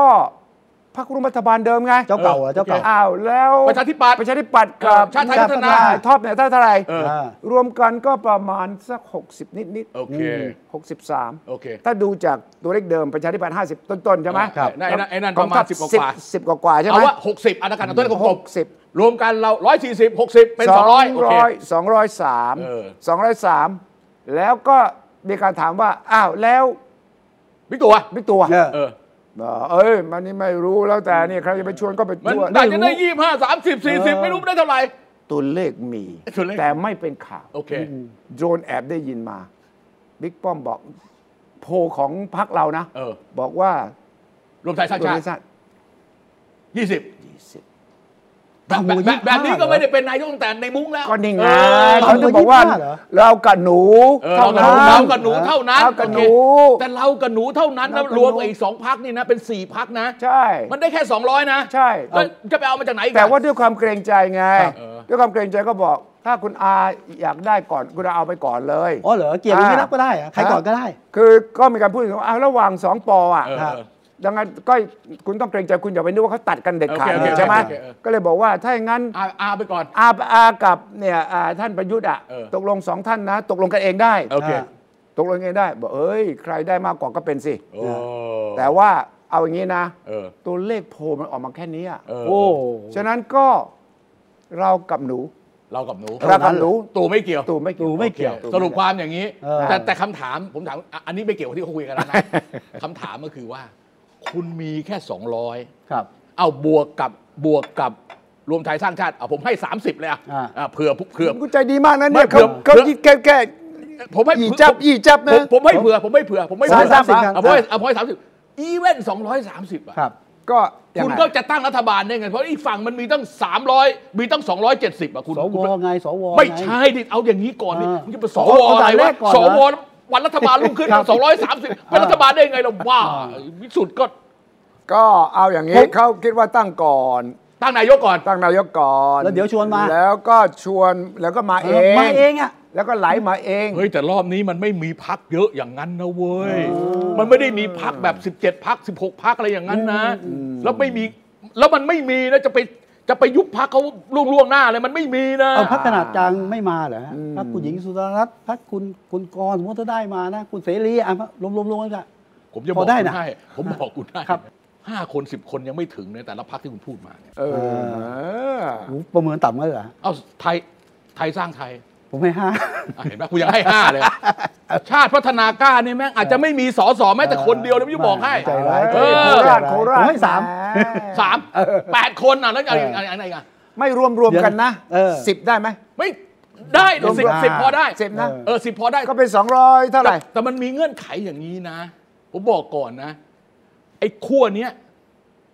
[SPEAKER 4] พรรคร่วมรัฐบาลเดิมไง
[SPEAKER 2] เจ้าเก่าเหรอเจ้าเก่า
[SPEAKER 4] อ้าวแล้ว
[SPEAKER 3] ประชาธิปัตย์
[SPEAKER 4] ประชาธิปัตย์กับ
[SPEAKER 3] เออชาติไทยพัฒนา
[SPEAKER 4] ท็อปเนี่ยถ้าเท่าไหร่
[SPEAKER 3] เออ
[SPEAKER 2] อ่าร
[SPEAKER 4] วมกันก็ประมาณสัก 60 นิดนิดๆ
[SPEAKER 3] โอเค
[SPEAKER 4] 63
[SPEAKER 3] โอเค
[SPEAKER 4] ถ้าดูจากตัวเลขเดิมประชาธิปัตย์50 ต้น ๆ ใช่ไหม
[SPEAKER 3] ครับไอ้นั่นไอ้นั่นประมาณ
[SPEAKER 4] กองทัพ
[SPEAKER 3] 10กว่า
[SPEAKER 4] 10 10 กว่าๆใช่ไห
[SPEAKER 3] เอา
[SPEAKER 4] ม
[SPEAKER 3] ว่า 60อันนั้นกันเอาตัวเลขกลมๆ
[SPEAKER 4] หกสิบ
[SPEAKER 3] รวมกันเรา 140 60 เป็น 200โอเค
[SPEAKER 4] สองร้อยสาม
[SPEAKER 3] เออ
[SPEAKER 4] สองร้อยสามแล้วก็มีการถามว่า อ้าว แล้ว
[SPEAKER 3] พี่ตัว
[SPEAKER 4] บิ๊กตัว
[SPEAKER 2] เออ
[SPEAKER 3] เออ
[SPEAKER 4] เอ้ย มันนี่ไม่รู้แล้วแต่นี่ใครจะไปชวนก็ไป
[SPEAKER 3] มัน
[SPEAKER 4] ชวน
[SPEAKER 3] อาจจะได้
[SPEAKER 4] รู้
[SPEAKER 3] 25 30 40 ไม่รู้ได้เท่าไหร่
[SPEAKER 4] ตัวเลขมี
[SPEAKER 3] ตัวเลข
[SPEAKER 4] แต่ไม่เป็นข่าว
[SPEAKER 3] โอเค
[SPEAKER 4] โดรนแอบได้ยินมา บิ๊กป้อมบอก โพลของพักเรานะ
[SPEAKER 3] เออ
[SPEAKER 4] บอกว่าร
[SPEAKER 3] วมไทยสร้าง
[SPEAKER 4] ตัว
[SPEAKER 3] ชา
[SPEAKER 4] เล
[SPEAKER 3] ติ
[SPEAKER 4] ขสั้น
[SPEAKER 3] 20
[SPEAKER 4] ยี่สิบ
[SPEAKER 3] แบบ
[SPEAKER 2] โอ้โห
[SPEAKER 3] แบบแบบนี้
[SPEAKER 2] 25
[SPEAKER 3] ก็ไม่ได้เป็นนายกตั้งแต่ในมุ้งแล้ว
[SPEAKER 4] ก็นี่ไง
[SPEAKER 3] เออ
[SPEAKER 4] เขาถึงบอกว่า
[SPEAKER 2] เออเหรอ
[SPEAKER 4] เรากับหนู
[SPEAKER 3] เออ
[SPEAKER 4] เท่า
[SPEAKER 3] เรากับ
[SPEAKER 4] นั้น
[SPEAKER 3] เรากับหนูเท่านั้น
[SPEAKER 4] เรากับห
[SPEAKER 3] โ
[SPEAKER 4] นู
[SPEAKER 3] อเคแต่เรากับหนูเท่านั้นแล้ว
[SPEAKER 4] เรากับหนู
[SPEAKER 3] รวมกับอีกสองพักนี่นะเป็นสี่พักนะ
[SPEAKER 4] ใช่
[SPEAKER 3] มันได้แค่ 200 นะ
[SPEAKER 4] ใช่
[SPEAKER 3] แล้วจะไปเอามาจากไหนอีกอะ
[SPEAKER 4] แต่ว่าด้วยความเกรงใจไง
[SPEAKER 3] ครับเออ
[SPEAKER 4] ด้วยความเกรงใจก็บอก ถ้าคุณอาอยากได้ก่อนคุณอาเอาไปก่อนเลย
[SPEAKER 2] อ๋อเหรอเกียรติไม่รับก็ได้เหรอใครก่อนก็ได้
[SPEAKER 4] คือก็มีการพูดถึงว่าอ้าวระหว่างสองปออ่ะ
[SPEAKER 3] เออ
[SPEAKER 2] ครับ
[SPEAKER 4] ดังนั้นก็คุณต้องเกรงใจคุณอย่าไปนึกว่าเขาตัดกันเด็ดขาด
[SPEAKER 3] โอเคโอเค
[SPEAKER 4] ใช่ไหม
[SPEAKER 3] โอเคเออ
[SPEAKER 4] ก็เลยบอกว่าถ้าอย่างนั้น
[SPEAKER 3] เอาเอาไปก่อน
[SPEAKER 4] อาอากับเนี่ยอ่าท่านประยุทธ์อ่ะ
[SPEAKER 3] เออ
[SPEAKER 4] ตกลงสองท่านนะ ตกลงกันเองได้
[SPEAKER 3] โอเค
[SPEAKER 2] อ่า
[SPEAKER 4] ตกลงกันเองได้บอกเอ้ยใครได้มากกว่าก็เป็นสิ
[SPEAKER 3] โอ้
[SPEAKER 4] แต่ว่าเอาอย่างนี้นะ
[SPEAKER 3] เออ
[SPEAKER 4] ตัวเลขโพลมันออกมาแค่นี้อะ
[SPEAKER 3] เออ
[SPEAKER 2] โอ้
[SPEAKER 4] ฉะนั้นก็เรากับหนู
[SPEAKER 3] เรากับหนู
[SPEAKER 4] เรากับหนู
[SPEAKER 3] ตู่ไม่เกี่ยว
[SPEAKER 4] ตู่ไม่
[SPEAKER 2] ตู่ไม่เกี่ยว
[SPEAKER 4] โอค
[SPEAKER 3] สรุปความอย่างนี้
[SPEAKER 2] เออ
[SPEAKER 3] แต่แต่คำถามผมถามอ่ะอันนี้ไม่เกี่ยวกับที่เขาคุยกันแล้ว นะ คำถามก็คือว่า คุณมีแค่ 200
[SPEAKER 2] ครับ
[SPEAKER 3] เอาบวกกับบวกกับรวมไทยสร้างชาติเอาผมให้ 30 เลยอ่ะ
[SPEAKER 2] อ่า
[SPEAKER 3] อ่ะเผื่อเผื่อ
[SPEAKER 4] คุณใจดีมากนะเนี่ย
[SPEAKER 3] ไม่
[SPEAKER 4] เขา
[SPEAKER 3] เผื่
[SPEAKER 4] เขา
[SPEAKER 3] อ
[SPEAKER 4] แก้แก้
[SPEAKER 3] ผมให้
[SPEAKER 4] ยี่จับยี่จับ
[SPEAKER 3] ผม
[SPEAKER 4] นะ
[SPEAKER 3] ผมให้เผื่อ ผมไม่เผื่อ ผมไม่เผื่อ
[SPEAKER 2] สามสิบครับ
[SPEAKER 3] เอาผมให้เอาผมให้สามสิบอีเว่นสองร้อยสามสิบอ่ะ
[SPEAKER 2] ครับ
[SPEAKER 4] ก็ยัง
[SPEAKER 3] คุณ
[SPEAKER 4] ไง
[SPEAKER 3] ก็จะตั้งรัฐบาลได้ไง เพราะอีกฝั่งมันมีตั้ง 300 มีตั้ง 270 อ่ะคุณ
[SPEAKER 2] สว
[SPEAKER 3] คุณ
[SPEAKER 2] ไงสว
[SPEAKER 3] ไม่
[SPEAKER 2] ง
[SPEAKER 3] ใช่ดิเอาอย่างนี้ก่อนดิ
[SPEAKER 2] อ่า
[SPEAKER 3] มันจะเป็นส
[SPEAKER 2] เอา
[SPEAKER 3] ว
[SPEAKER 2] เอา
[SPEAKER 3] อะไร
[SPEAKER 2] ด่านแร
[SPEAKER 3] วะ
[SPEAKER 2] กก่อน
[SPEAKER 3] ส
[SPEAKER 2] เห
[SPEAKER 3] ว
[SPEAKER 2] รอ
[SPEAKER 3] วันรัฐบาลรุ่งขึ้น
[SPEAKER 2] ครับ
[SPEAKER 3] 230เป็นรัฐบาลได้ไงเราบ้าวิสุทธ์ก็
[SPEAKER 4] ก็เอาอย่าง
[SPEAKER 2] ผ
[SPEAKER 4] นี้
[SPEAKER 2] ม
[SPEAKER 4] เขาคิดว่าตั้งก่อน
[SPEAKER 3] ตั้งนายกก่อน
[SPEAKER 4] ตั้งนายกก่อน
[SPEAKER 2] แล้วเดี๋ยวชวนมา
[SPEAKER 4] แล้วก็ชวนแล้วก็มา
[SPEAKER 2] เอ
[SPEAKER 4] เอ
[SPEAKER 2] อง มาเองอ่ะ
[SPEAKER 4] แล้วก็ไหลมาเอง
[SPEAKER 3] เฮ้ย แต่รอบนี้มันไม่มีพักเยอะอย่างนั้นนะเว้ย มันไม่ได้มีพักแบบ 17 พัก 16 พักอะไรอย่างนั้นนะ แล้วไม่มีแล้วมันไม่มีนะจะไปจะไปยุบพักเขาล่วงล่วงหน้าเลยมันไม่มีนะ
[SPEAKER 2] เอาพักขนาดกลางไม่มาเหรอฮะพักคุณหญิงสุดารัตน์พักคุณคุณกรณ์สมมติถ้าได้มานะ คุณเสรีอ่ะรวมๆรวมๆกันอะ
[SPEAKER 3] ผมจะบ
[SPEAKER 2] พ
[SPEAKER 3] อก
[SPEAKER 2] อได้
[SPEAKER 3] คุณ
[SPEAKER 2] นะ
[SPEAKER 3] ให้ผมบอกคุณได้
[SPEAKER 2] ครับ
[SPEAKER 3] ห้าคนสิบคนยังไม่ถึงในแต่ละพักที่คุณพูดมาเนี่ย
[SPEAKER 4] เออ
[SPEAKER 2] โอ้โหประเมินต่ำเลยเหรอ
[SPEAKER 3] เอาไทยไทยสร้างไทย
[SPEAKER 2] ผมให้ห้า
[SPEAKER 3] อ่ะเห็นไหมคุณยังให้ห้าเลย ชาติพัฒนากล้าเนี่ยแม่งอาจจะไม่มีสอสอแม้แต่คนเดียวเลยไม่บอกให้
[SPEAKER 2] ใจร้าย
[SPEAKER 3] เออ
[SPEAKER 4] โคราชโครา
[SPEAKER 2] ผม
[SPEAKER 4] ช
[SPEAKER 2] ให้สาม
[SPEAKER 4] แห
[SPEAKER 3] สามแปดคนอ่ะแล้วจะอะไรอะไรอะไรอีกอ่ะ
[SPEAKER 4] ไม่รวมรวมๆกันนะ
[SPEAKER 2] เออ
[SPEAKER 4] สิบได้ไหม
[SPEAKER 3] ไม่ได้
[SPEAKER 2] รวม
[SPEAKER 3] สิบ
[SPEAKER 2] ห้า
[SPEAKER 3] สิบพอได้
[SPEAKER 4] สิบนะ
[SPEAKER 3] เออสิพอได้
[SPEAKER 4] ก็เป็นสองร้อยเท่าไหร่
[SPEAKER 3] แต่แต่มันมีเงื่อนไขอย่างนี้นะ ผมบอกก่อนนะ ไอ้ขั้วเนี้ย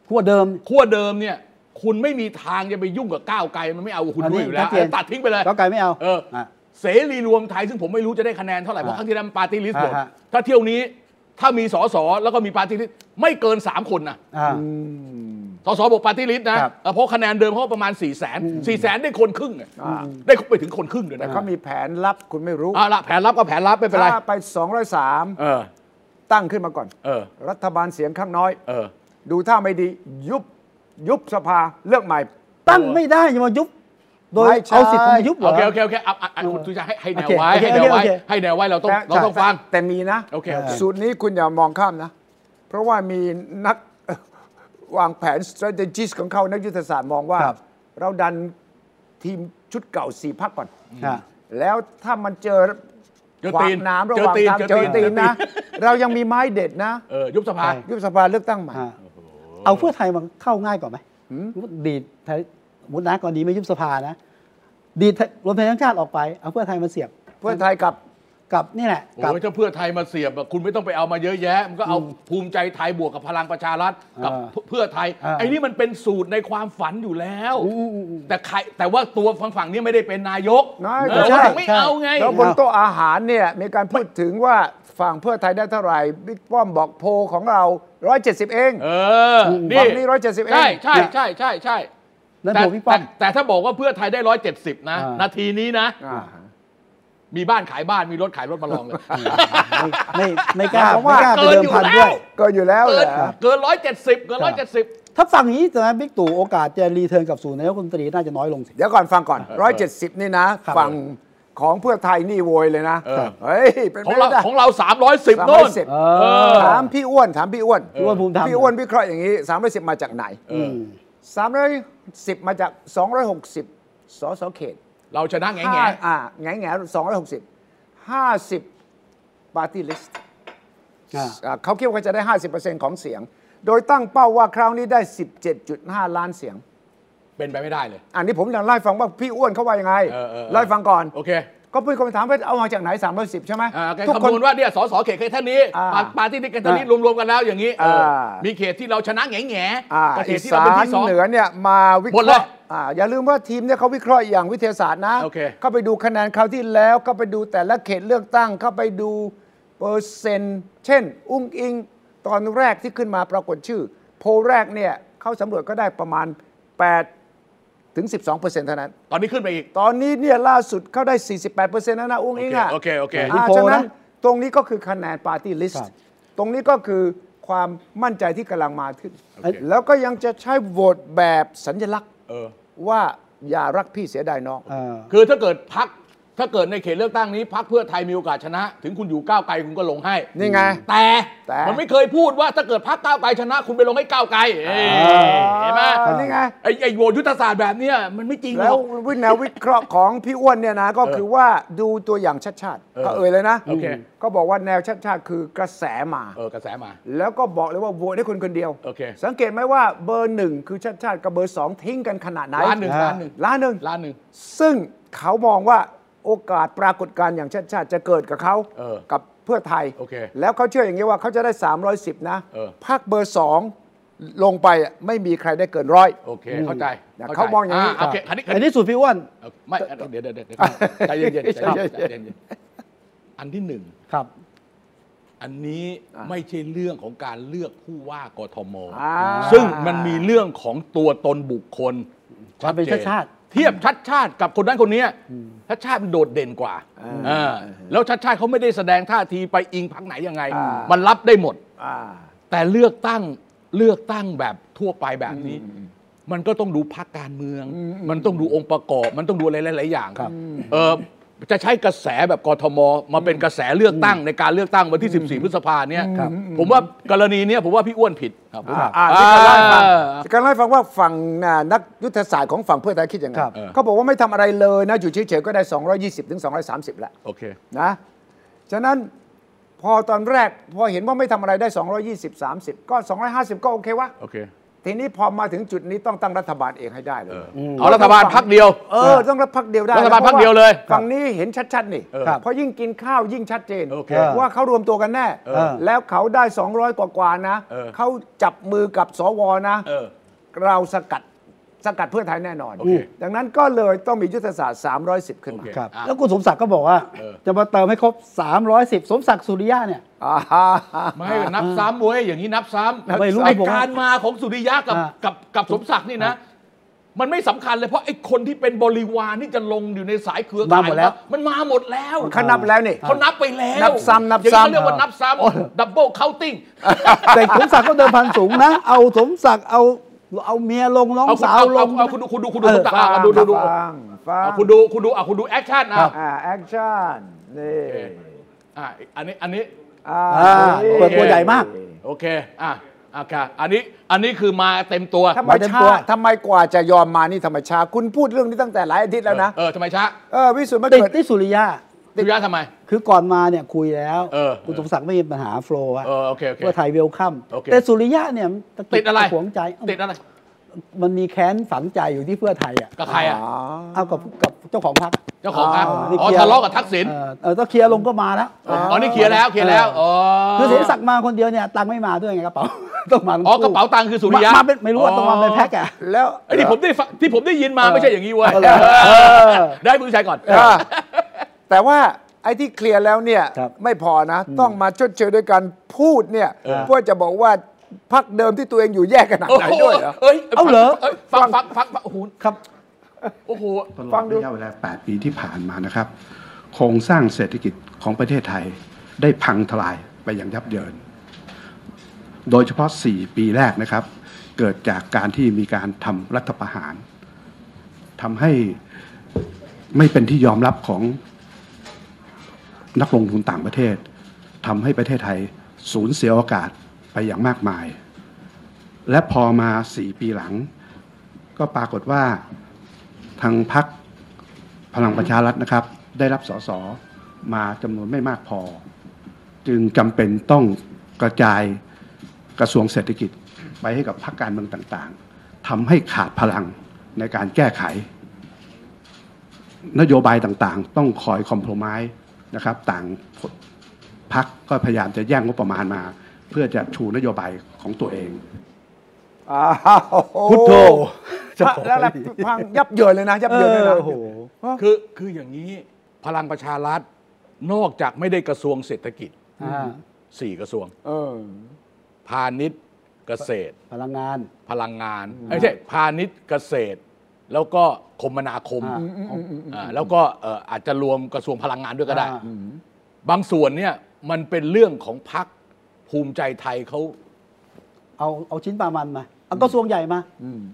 [SPEAKER 2] ขั้วเดิม
[SPEAKER 3] ขั้วเดิมเนี่ย คุณไม่มีทางจะไปยุ่งกับก้าวไกลมันไม่เอากับคุณ
[SPEAKER 2] อันนี้
[SPEAKER 3] ด้วยอยู่แล้
[SPEAKER 2] ชัด
[SPEAKER 3] ว
[SPEAKER 2] เจน
[SPEAKER 3] ตัดทิ้งไปเลย
[SPEAKER 2] ก้าวไกลไม่เอา
[SPEAKER 3] เอออะ เสรีรวมไทยซึ่งผมไม่รู้จะได้คะแนนเท่าไหร่เพราะ
[SPEAKER 2] อ่ะ
[SPEAKER 3] ครั้งที่แล้วมันปาร์ตี้ลิสต์หมด
[SPEAKER 2] อ่าฮะ
[SPEAKER 3] ถ้าเที่ยวนี้ถ้ามีสสแล้วก็มีปาร์ตี้ลิสต์ไม่เกิน 3 คนนะ
[SPEAKER 2] อ่า
[SPEAKER 3] สสบอกปาร์ตี้ลิสต์นะครับ เออเพราะคะแนนเดิมเขาประมาณ4ี่แสนสี่แสนได้คนครึ่งอะ
[SPEAKER 4] อ่า
[SPEAKER 3] ได้ไปถึงคนครึ่งเลย
[SPEAKER 4] แต่
[SPEAKER 3] นะ
[SPEAKER 4] เขามีแผนลับคุณไม่รู้
[SPEAKER 3] เอาละแผนรับก็แผนรับไม่เป็นไร
[SPEAKER 4] ถ้าไป 203
[SPEAKER 3] เออ
[SPEAKER 4] ตั้งขึ้นมาก่อน
[SPEAKER 3] เออ
[SPEAKER 4] รัฐบาลเสียงข้างน้อย
[SPEAKER 3] เออ
[SPEAKER 4] ดูท่าไม่ดียุบยุบสภาเลือกใหม่
[SPEAKER 2] ตั้งไม่ได้จะมายุบ โดย
[SPEAKER 4] ไม่ใช่
[SPEAKER 2] เอาสิทธิ์มายุบเหร
[SPEAKER 3] โอ
[SPEAKER 2] อ
[SPEAKER 3] เคโอเคโอเคเอาเอาเอาคุณตุชาให้ให้แนวไว้
[SPEAKER 2] โอเค
[SPEAKER 3] ให้แนวไว้
[SPEAKER 2] โอเคโอเค
[SPEAKER 3] ให้แนวไว้เราต้อง
[SPEAKER 4] แต่
[SPEAKER 3] เราต้องฟัง
[SPEAKER 4] แต่มีนะ
[SPEAKER 3] โอเคโอเค
[SPEAKER 4] สูตรนี้คุณอย่ามองข้ามนะ เพราะว่ามีนัก วางแผน strategist ของเขานักยุทธศาสตร์มองว่า
[SPEAKER 2] ครับ
[SPEAKER 4] เราดันทีมชุดเก่าสี่พักก่อน
[SPEAKER 2] อ่ะ
[SPEAKER 4] แล้วถ้ามันเจอ
[SPEAKER 3] เจอ
[SPEAKER 4] ขวา
[SPEAKER 3] ตี
[SPEAKER 4] ง
[SPEAKER 3] น
[SPEAKER 4] น้ำระ
[SPEAKER 3] เจ
[SPEAKER 4] ห
[SPEAKER 3] อ
[SPEAKER 4] ว่าง
[SPEAKER 3] ตีน
[SPEAKER 4] ทาง
[SPEAKER 3] เจ
[SPEAKER 4] เจ
[SPEAKER 3] อ
[SPEAKER 4] อ
[SPEAKER 3] ตี
[SPEAKER 4] ตี
[SPEAKER 3] น
[SPEAKER 4] นนะ เรายังมีไม้เด็ดนะ
[SPEAKER 3] เออยุบสภา
[SPEAKER 2] ใช่
[SPEAKER 4] ยุบสภาเลือกตั้งใหม่
[SPEAKER 2] อ่ะเอาเพื่อไทยมันเข้าง่ายกว่าไหมดีดไทยสมมุตินะกรณีไม่ยุบสภานะ ดีดไทยรวมไทยทั้างชาติออกไป เอาเพื่อไทยมาเสียบ
[SPEAKER 4] เพื่อไทยกับ
[SPEAKER 2] กับนี่แหละ
[SPEAKER 3] โอ้
[SPEAKER 2] กับ
[SPEAKER 3] ยถ้าเพื่อไทยมาเสียบอะคุณไม่ต้องไปเอามาเยอะแยะ มันก็เอาภูมิใจไทยบวกกับพลังประชารัฐกับ
[SPEAKER 2] อ่า
[SPEAKER 3] เพื่อไทย
[SPEAKER 2] อ่า
[SPEAKER 3] ไอ้นี่มันเป็นสูตรในความฝันอยู่แล้ว
[SPEAKER 2] อืมอืมอืม
[SPEAKER 3] แต่ใครแต่ว่าตัวฝั่งฝั่งนี้ไม่ได้เป็นนายก
[SPEAKER 4] ไม่
[SPEAKER 3] เออ
[SPEAKER 2] ใช่
[SPEAKER 3] เขาถึงไม่
[SPEAKER 2] ใช่
[SPEAKER 3] เอาไง
[SPEAKER 4] แล้วบนโต๊ะอาหารเนี่ยมีการพูดถึงว่าฝั่งเพื่อไทยได้เท่าไหร่บิ๊กป้อมบอกโพลของเรา 170 เอง
[SPEAKER 3] เออ
[SPEAKER 4] ฝั่งนี้170เอง
[SPEAKER 3] ใช่ใช่ใช่ใช่ใช่
[SPEAKER 2] นั่น
[SPEAKER 3] แต่
[SPEAKER 2] ผมพี่ป้อม
[SPEAKER 3] แต่แต่ถ้าบอกว่าเพื่อไทยได้ 170 นะ
[SPEAKER 2] อ่า
[SPEAKER 3] นาทีนี้นะ
[SPEAKER 4] อ่า
[SPEAKER 3] มีบ้านขายบ้านมีรถขายรถมาลองเลย
[SPEAKER 2] ไม่ไม่ไม่กล้า
[SPEAKER 4] เพราะว่า
[SPEAKER 2] ไม่กล้าไปเดิมพัน
[SPEAKER 3] เกินอยู่
[SPEAKER 2] ด้ว
[SPEAKER 3] แล้ว
[SPEAKER 2] ย
[SPEAKER 4] ก็อยู่แล้ว
[SPEAKER 3] เกิ
[SPEAKER 4] เหร
[SPEAKER 3] น
[SPEAKER 4] อ
[SPEAKER 3] เกินร้อยเจ็ดสิบเกินร้อยเจ็ดสิบ
[SPEAKER 2] ถ้าฟังอย่างนี้จะนั้นบิ๊กตู่โอกาสจะรีเทิร์นกลับสู่นายกรัฐมนตรีน่าจะน้อยลงสิ
[SPEAKER 4] เดี๋ยวก่อนฟังก่อน 170 นี่นะ
[SPEAKER 2] ครับ
[SPEAKER 4] ฝั่งของเพื่อไทยนี่โวยเลยนะ
[SPEAKER 3] เออ
[SPEAKER 4] เฮ้ย เป็น
[SPEAKER 3] ของ
[SPEAKER 4] ไม่
[SPEAKER 3] เรา
[SPEAKER 4] ได้
[SPEAKER 3] ของเราสามร้อยสิบโน่น
[SPEAKER 4] 310
[SPEAKER 2] เออ
[SPEAKER 4] ถามพี่อ้วน ถามพี่อ้วน
[SPEAKER 2] พี่อ้วนภูมิธรรม
[SPEAKER 4] พี่อ้วนวิเคราะห์อย่างนี้ 310 มาจากไหน
[SPEAKER 2] ม
[SPEAKER 4] 310 มาจาก 260 สสเขต
[SPEAKER 3] เราชนะแง่
[SPEAKER 4] ห้า
[SPEAKER 3] แง่
[SPEAKER 4] อ่าแง่แง่260 50 Party List
[SPEAKER 2] อ่า
[SPEAKER 4] อ่าเขาคิดว่าจะได้ 50%ของเสียง โดยตั้งเป้าว่าคราวนี้ได้ 17.5 ล้านเสียง
[SPEAKER 3] เป็นไปไม่ได้เลย
[SPEAKER 4] อันนี้ผมอยากไล่าให้ฟังว่าพี่อ้วนเขาว่ายังไง
[SPEAKER 3] เออเออเออ
[SPEAKER 4] ไล่าให้ฟังก่อน
[SPEAKER 3] โอเค
[SPEAKER 4] ก็พูดคำถามว่าเอามาจากไหน 310 ใช่ไหม
[SPEAKER 3] อ่าแก
[SPEAKER 4] ทุก
[SPEAKER 3] คำ
[SPEAKER 4] คน น
[SPEAKER 3] วณว่าเนี่ยสสเขตแค่เท่านี้
[SPEAKER 4] อ่า
[SPEAKER 3] ปาปาร์ตี้นี่แค่เท่านี้รวมๆกันแล้วอย่างนี้เออ
[SPEAKER 4] อ่า
[SPEAKER 3] มี
[SPEAKER 4] มี
[SPEAKER 3] เขตที่เราชนะแง่แง่
[SPEAKER 4] อ่า
[SPEAKER 3] กับเข
[SPEAKER 4] อี
[SPEAKER 3] ตที่
[SPEAKER 4] สา
[SPEAKER 3] เราเป็น
[SPEAKER 4] น
[SPEAKER 3] ที่สอง
[SPEAKER 4] เหนือเนี่ยมาวิเค
[SPEAKER 3] หมดเลย
[SPEAKER 4] ราะห์อ่าอย่าลืมว่าทีมเนี่ยเขาวิเคราะห์อย่างวิทยาศาสตร์นะ
[SPEAKER 3] โอเค
[SPEAKER 4] ไปดูคะแนนคราวที่แล้วก็ไปดูแต่ละเขตเลือกตั้งเข้าไปดูเปอร์เซ็นต์เช่น อุ้งอิง ตอนแรกที่ขึ้นมาปรากฏชื่อ โพลแรกเนี่ยเขาสำรวจก็ได้ประมาณ8ถึง12เปอร์เซ็นต์เท่านั้น
[SPEAKER 3] ตอนนี้ขึ้นไปอีก
[SPEAKER 4] ตอนนี้เนี่ยล่าสุดเขาได้ 48เปอร์เซ็นต์แล้วนะอุ้งอิงอ่ะ
[SPEAKER 3] โอเคโอเคโอเค
[SPEAKER 4] า
[SPEAKER 2] ที่โพลนะ
[SPEAKER 4] ฉะนั้นตรงนี้ก็คือคะแนนปาร์ตี้ลิส
[SPEAKER 2] ครั
[SPEAKER 4] ต์
[SPEAKER 2] บ
[SPEAKER 4] ตรงนี้ก็คือความมั่นใจที่กำลังมาขึ้น
[SPEAKER 3] โอเค
[SPEAKER 4] แล้วก็ยังจะใช้โหวตแบบสัญลักษณ์
[SPEAKER 3] เออ
[SPEAKER 4] ว่าอย่ารักพี่เสียดายน้อง
[SPEAKER 2] า
[SPEAKER 3] คือถ้าเกิดพักถ้าเกิดในเขตเลือกตั้งนี้พักเพื่อไทยมีโอกาสชนะ ถึงคุณอยู่ก้าวไกลคุณก็ลงให้
[SPEAKER 4] นี่ไง
[SPEAKER 3] แต่
[SPEAKER 4] แต่
[SPEAKER 3] มันไม่เคยพูดว่าถ้าเกิดพักก้าวไกลชนะ คุณไปลงให้ก้าวไกลเอ้ยเห็นไหม
[SPEAKER 4] อ่านี่ไง
[SPEAKER 3] ไอ้ไอ้โหวตยุทธศาสตร์แบบเนี้ยมันไม่จริงหร
[SPEAKER 4] แล้
[SPEAKER 3] อ
[SPEAKER 4] ว
[SPEAKER 3] ก
[SPEAKER 4] วิแนววิเคราะห์ของพี่อ้วนเนี่ยนะ ก็คือว่าดูตัวอย่างชัดชาติ
[SPEAKER 3] เออ
[SPEAKER 4] ก็เอ่ยเลยนะ
[SPEAKER 3] โอเค
[SPEAKER 4] ก็บอกว่าแนวชัดชาติคือกระแสมา
[SPEAKER 3] เออกระแสมา
[SPEAKER 4] แล้วก็บอกเลยว่าโหวตให้คนคนเดียว
[SPEAKER 3] โอเค
[SPEAKER 4] สังเกตไหมว่าเบอร์หนึ่งคือชาติชาติกับเบอร์สองทิ้งกันขนาดไหน
[SPEAKER 3] ล้านหนึ่งล้านหนึ่ง
[SPEAKER 4] ล้านหนึ่ง
[SPEAKER 3] ล้านหนึ่ง
[SPEAKER 4] ซึ่งเขามองว่าโอกาสปรากฏการณ์อย่างชาติชาติจะเกิดกับเขา
[SPEAKER 3] เออ
[SPEAKER 4] กับเพื่อไทย
[SPEAKER 3] โอเค
[SPEAKER 4] แล้วเขาเชื่ออย่างนี้ว่าเขาจะได้ 310 นะ
[SPEAKER 3] เออ
[SPEAKER 4] พักเบอร์สองลงไปอ่ะไม่มีใครได้เกินร้อย
[SPEAKER 3] โอเคเข้าใจ
[SPEAKER 4] แต่เขามองอย่างนี้
[SPEAKER 3] โอเคอันนี้อัน
[SPEAKER 2] อัน
[SPEAKER 3] นี้
[SPEAKER 2] นี้สูตรพี่อ้วน
[SPEAKER 3] ไม่อันนี้เดี๋ยวเดี๋ยวเดี๋ยวเดี๋ยวใจเย็นๆใจเย็นๆใจเย็นๆอันที่หนึ่ง
[SPEAKER 2] ครับ
[SPEAKER 3] อันนี้ไม่ใช่เรื่องของการเลือกผู้ว่ากทม
[SPEAKER 4] อ่า
[SPEAKER 3] ซึ่งมันมีเรื่องของตัวตนบุคคล
[SPEAKER 2] ความเป็น
[SPEAKER 3] ชัดจ
[SPEAKER 2] ชาติชาติ
[SPEAKER 3] เทียบชัดชาติกับคนนั้นคนเนี้ยชัดชาติมันโดดเด่นกว่าเออแล้วชัดชาติเขาไม่ได้แสดงท่าทีไปอิงพักไหนยังไง
[SPEAKER 4] อ่ามั
[SPEAKER 3] มันรับได้หมด
[SPEAKER 4] อ่า
[SPEAKER 3] แต่เลือกตั้งเลือกตั้งแบบทั่วไปแบบนี้ มันก็ต้องดูพักการเมือง มันต้องดูองค์ประกอบ มันต้องดูอะไรหลายๆอย่าง
[SPEAKER 2] ครับ
[SPEAKER 3] เออจะใช้กระแสแบบกทม มาเป็นกระแสเลือกตั้งในการเลือกตั้งวันที่ 14 พฤษภาเนี่ย
[SPEAKER 2] ครับ
[SPEAKER 3] ผมว่ากรณีเนี้ยผมว่าพี่อ้วนผิดครับผมว่า
[SPEAKER 4] อ่า
[SPEAKER 3] อ่
[SPEAKER 4] ที่กำลังฟัง
[SPEAKER 3] า
[SPEAKER 4] ที่กำลังให้ฟังว่าฝั่งน่ะนักยุทธศาสตร์ของฝั่งเพื่อไทยคิดยังไง
[SPEAKER 2] ครับ
[SPEAKER 3] เออ
[SPEAKER 4] เขาบอกว่าไม่ทำอะไรเลยนะอยู่เฉยๆก็ได้ 220ถึง230 แล้ว
[SPEAKER 3] โอเค
[SPEAKER 4] นะฉะนั้นพอตอนแรกพอเห็นว่าไม่ทำอะไรได้ 220 30 ก็ 250 ก็โอเควะ
[SPEAKER 3] โอเค
[SPEAKER 4] ทีนี้พอมาถึงจุดนี้ต้องตั้งรัฐบาลเองให้ได้เลย
[SPEAKER 3] เอออืมเอารัฐบาล
[SPEAKER 4] ต้อง
[SPEAKER 3] พรรคเดียว
[SPEAKER 4] เออต้องรัฐพักเดียวได้
[SPEAKER 3] รัฐบาลพรรคเดียวเลย
[SPEAKER 4] ฝั่งนี้เห็นชัดๆนี่
[SPEAKER 3] เออ
[SPEAKER 2] ครับ
[SPEAKER 4] เพราะยิ่งกินข้าวยิ่งชัดเจน
[SPEAKER 3] โอเค
[SPEAKER 4] ว่าเขารวมตัวกันแน่
[SPEAKER 2] เออ
[SPEAKER 4] แล้วเขาได้ 200 กว่าๆนะ
[SPEAKER 3] เออ
[SPEAKER 4] เขาจับมือกับสวนะ
[SPEAKER 3] เออ
[SPEAKER 4] เราสกัดสกัดเพื่อไทยแน่นอน
[SPEAKER 3] โอเค
[SPEAKER 4] ดังนั้นก็เลยต้องมียุทธศาสตร์ 310 ขึ้น
[SPEAKER 3] โอ
[SPEAKER 4] มา
[SPEAKER 3] เค
[SPEAKER 2] ครับ
[SPEAKER 3] อ่ะ
[SPEAKER 2] แล้วคุณสมศักดิ์ก็บอกว่า
[SPEAKER 3] เออ
[SPEAKER 2] จะมาเติมให้ครบ 310 สมศักดิ์สุริยะเนี่ย
[SPEAKER 4] อ่าฮะ
[SPEAKER 3] ไม่ให้นับซ้ำเว้ยอย่างนี้นับซ้ำ
[SPEAKER 2] ไม่รู้
[SPEAKER 3] ไอ
[SPEAKER 2] ผมว่า
[SPEAKER 3] การมาของสุริยะกับ
[SPEAKER 2] อ่า
[SPEAKER 3] กับกับสมศักดิ์นี่นะ มันไม่สำคัญเลยเพราะไอ้คนที่เป็นบริวารที่จะลงอยู่ในสายเครือข่าย
[SPEAKER 2] มาหมดแล้ว
[SPEAKER 3] มันมาหมดแล้ว
[SPEAKER 4] เขานับแล้วนี่
[SPEAKER 3] เขานับไปแล้ว
[SPEAKER 4] นับซ้ำนับ
[SPEAKER 3] อย่างนี้
[SPEAKER 4] ซ้ำ
[SPEAKER 3] เรียกว่านับซ้ำดับเบิลเคาน์ติ้ง
[SPEAKER 2] แต่สมศักดิ์ก็เดิมพันสูงนะ เอาสมศักดิ์เอาเอาเมียลงน้อง
[SPEAKER 3] เอาคุณ
[SPEAKER 2] สาว
[SPEAKER 3] เอา
[SPEAKER 2] ล
[SPEAKER 3] เอา
[SPEAKER 2] ง
[SPEAKER 3] เอาคุณดูคุณดูคุณดู
[SPEAKER 2] เออ
[SPEAKER 3] สมศักดิ์อ่ะดูดูดู
[SPEAKER 4] ฟังฟัง
[SPEAKER 3] อ่ะคุณดูคุณดูอ่ะคุณดูแอคชั่นอ่ะ
[SPEAKER 4] อ่าแอคชั่นนี่
[SPEAKER 3] อ่ะอันนี้อันนี้
[SPEAKER 4] อ่า
[SPEAKER 2] อ่าเปิดตัวใหญ่มาก
[SPEAKER 3] โอเคอ่ะอ่ะค่ะอันนี้อันนี้คือมาเต็มตัว
[SPEAKER 4] ทำไม
[SPEAKER 2] เต็มตั
[SPEAKER 4] ช้าว ทำไมกว่าจะยอมมานี่ทำไมช้า คุณพูดเรื่องนี้ตั้งแต่หลายอาทิตย์แล้วนะ
[SPEAKER 3] เออทำไมช้า
[SPEAKER 4] เออวิสุทธิ์มา
[SPEAKER 2] ติด
[SPEAKER 4] เกิด
[SPEAKER 2] ที่สุริยะ
[SPEAKER 3] สุริยะทำไม
[SPEAKER 2] คือก่อนมาเนี่ยคุยแล้ว
[SPEAKER 3] เออ
[SPEAKER 2] คุณสมศักดิ์ไม่มีปัญหาโฟล์อะ
[SPEAKER 3] เออโอเคโอเค
[SPEAKER 2] เพื่อไทยเวลคัม
[SPEAKER 3] โอเค
[SPEAKER 2] แต่สุริยะเนี่ยตะกิ
[SPEAKER 3] ติดอะไร
[SPEAKER 2] ตะขวงใจเอ้า
[SPEAKER 3] ติดอะไร
[SPEAKER 2] มันมีแค้นฝังใจอยู่ที่เพื่อไทยอ่ะ
[SPEAKER 3] กับใครอ่ะ
[SPEAKER 2] เอากับกับเจ้าของพรรค
[SPEAKER 3] เจ้าของพรรค
[SPEAKER 2] อ๋อนี่
[SPEAKER 3] อ๋อ
[SPEAKER 2] เคลียร์
[SPEAKER 3] ทะเลาะกับทักษิณ
[SPEAKER 2] เออเออถ้าเคลียร์ลงก็มาแล้ว
[SPEAKER 3] อ๋อนี่เคลียร์แล้วเคลียร์แล้วอ๋อ
[SPEAKER 2] คือเสียศักดิ์มาคนเดียวเนี่ยตังค์ไม่มาด้วยไงกระเป๋า ต้องมาทั้ง
[SPEAKER 3] อ๋อ
[SPEAKER 2] คู่
[SPEAKER 3] กระเป๋าตังค์คือสุริยะ
[SPEAKER 2] มามาเป็นไม่รู้ว่าต้องมาเป็นแพ็คอะ
[SPEAKER 4] แล้ว
[SPEAKER 3] ไอ้ที่ผมได้ฟังที่ผมได้ยินมาไม่ใช่อย่างนี้เว้ย
[SPEAKER 2] เอาเหรอ
[SPEAKER 3] เออ
[SPEAKER 2] เออ
[SPEAKER 3] ได้คุณชัยก่อน
[SPEAKER 4] อ่าแต่ว่าไอ้ที่เคลียร์แล้วเนี่ย
[SPEAKER 2] ครับ
[SPEAKER 4] ไม่พอนะ ต้องมาชดเชยด้วยการพูดเนี่ย
[SPEAKER 2] เออ
[SPEAKER 4] เพื่อจะบอกว่าพักเดิมที่ตัวเองอยู่แยกขนาดไหนด้วยเหรอ
[SPEAKER 3] เอ้ย
[SPEAKER 2] เอาเหรอ
[SPEAKER 3] ยฟังฟังฟังฟังโอ้โห
[SPEAKER 2] ครับ
[SPEAKER 3] โอ้โห
[SPEAKER 5] ตลอ
[SPEAKER 4] ฟั
[SPEAKER 5] ด
[SPEAKER 4] งดู
[SPEAKER 5] ระยะเวลา 8 ปีที่ผ่านมานะครับ โครงสร้างเศรษฐกิจของประเทศไทยได้พังทลายไปอย่างยับเยิน โดยเฉพาะ 4 ปีแรกนะครับ เกิดจากการที่มีการทำรัฐประหารทำให้ไม่เป็นที่ยอมรับของนักลงทุนต่างประเทศทำให้ประเทศไทยสูญเสียโอกาสไปอย่างมากมาย และพอมา 4 ปีหลัง ก็ปรากฏว่าทางพักพลังประชารัฐนะครับ ได้รับสสมาจำนวนไม่มากพอ จึงจำเป็นต้องกระจายกระทรวงเศรษฐกิจไปให้กับพรรคการเมืองต่างๆทำให้ขาดพลังในการแก้ไข นโยบายต่างๆ ต้องคอยคอมโพมายนะครับ ต่างพักก็พยายามจะแย่งงบประมาณมา เพื่อจะชูนโยบายของตัวเอง
[SPEAKER 4] อ้าว
[SPEAKER 2] พุทโธ
[SPEAKER 4] พระแล้วแล้วพังยับเยินเลยนะ ยับเยินเลยนะ
[SPEAKER 2] โอ้โห
[SPEAKER 3] คือคืออย่างนี้พลังประชารัฐนอกจากไม่ได้กระทรวงเศรษฐกิจ
[SPEAKER 2] อ่า
[SPEAKER 3] สี่กระทรวง
[SPEAKER 4] เออ
[SPEAKER 3] พาณิชย์เกษตร
[SPEAKER 2] พลังงาน
[SPEAKER 3] พลังงานเอ้ยไม่ใช่พาณิชย์เกษตร แล้วก็คมนาคม
[SPEAKER 2] อ่า
[SPEAKER 3] อ่าแล้วก็เอ่ออาจจะรวมกระทรวงพลังงานด้วยก็ได้
[SPEAKER 2] อ่า
[SPEAKER 3] บางส่วนเนี่ยมันเป็นเรื่องของพักภูมิใจไทยเขา
[SPEAKER 2] เอาเอาชิ้นปลามันมาเอากระทรวงใหญ่มา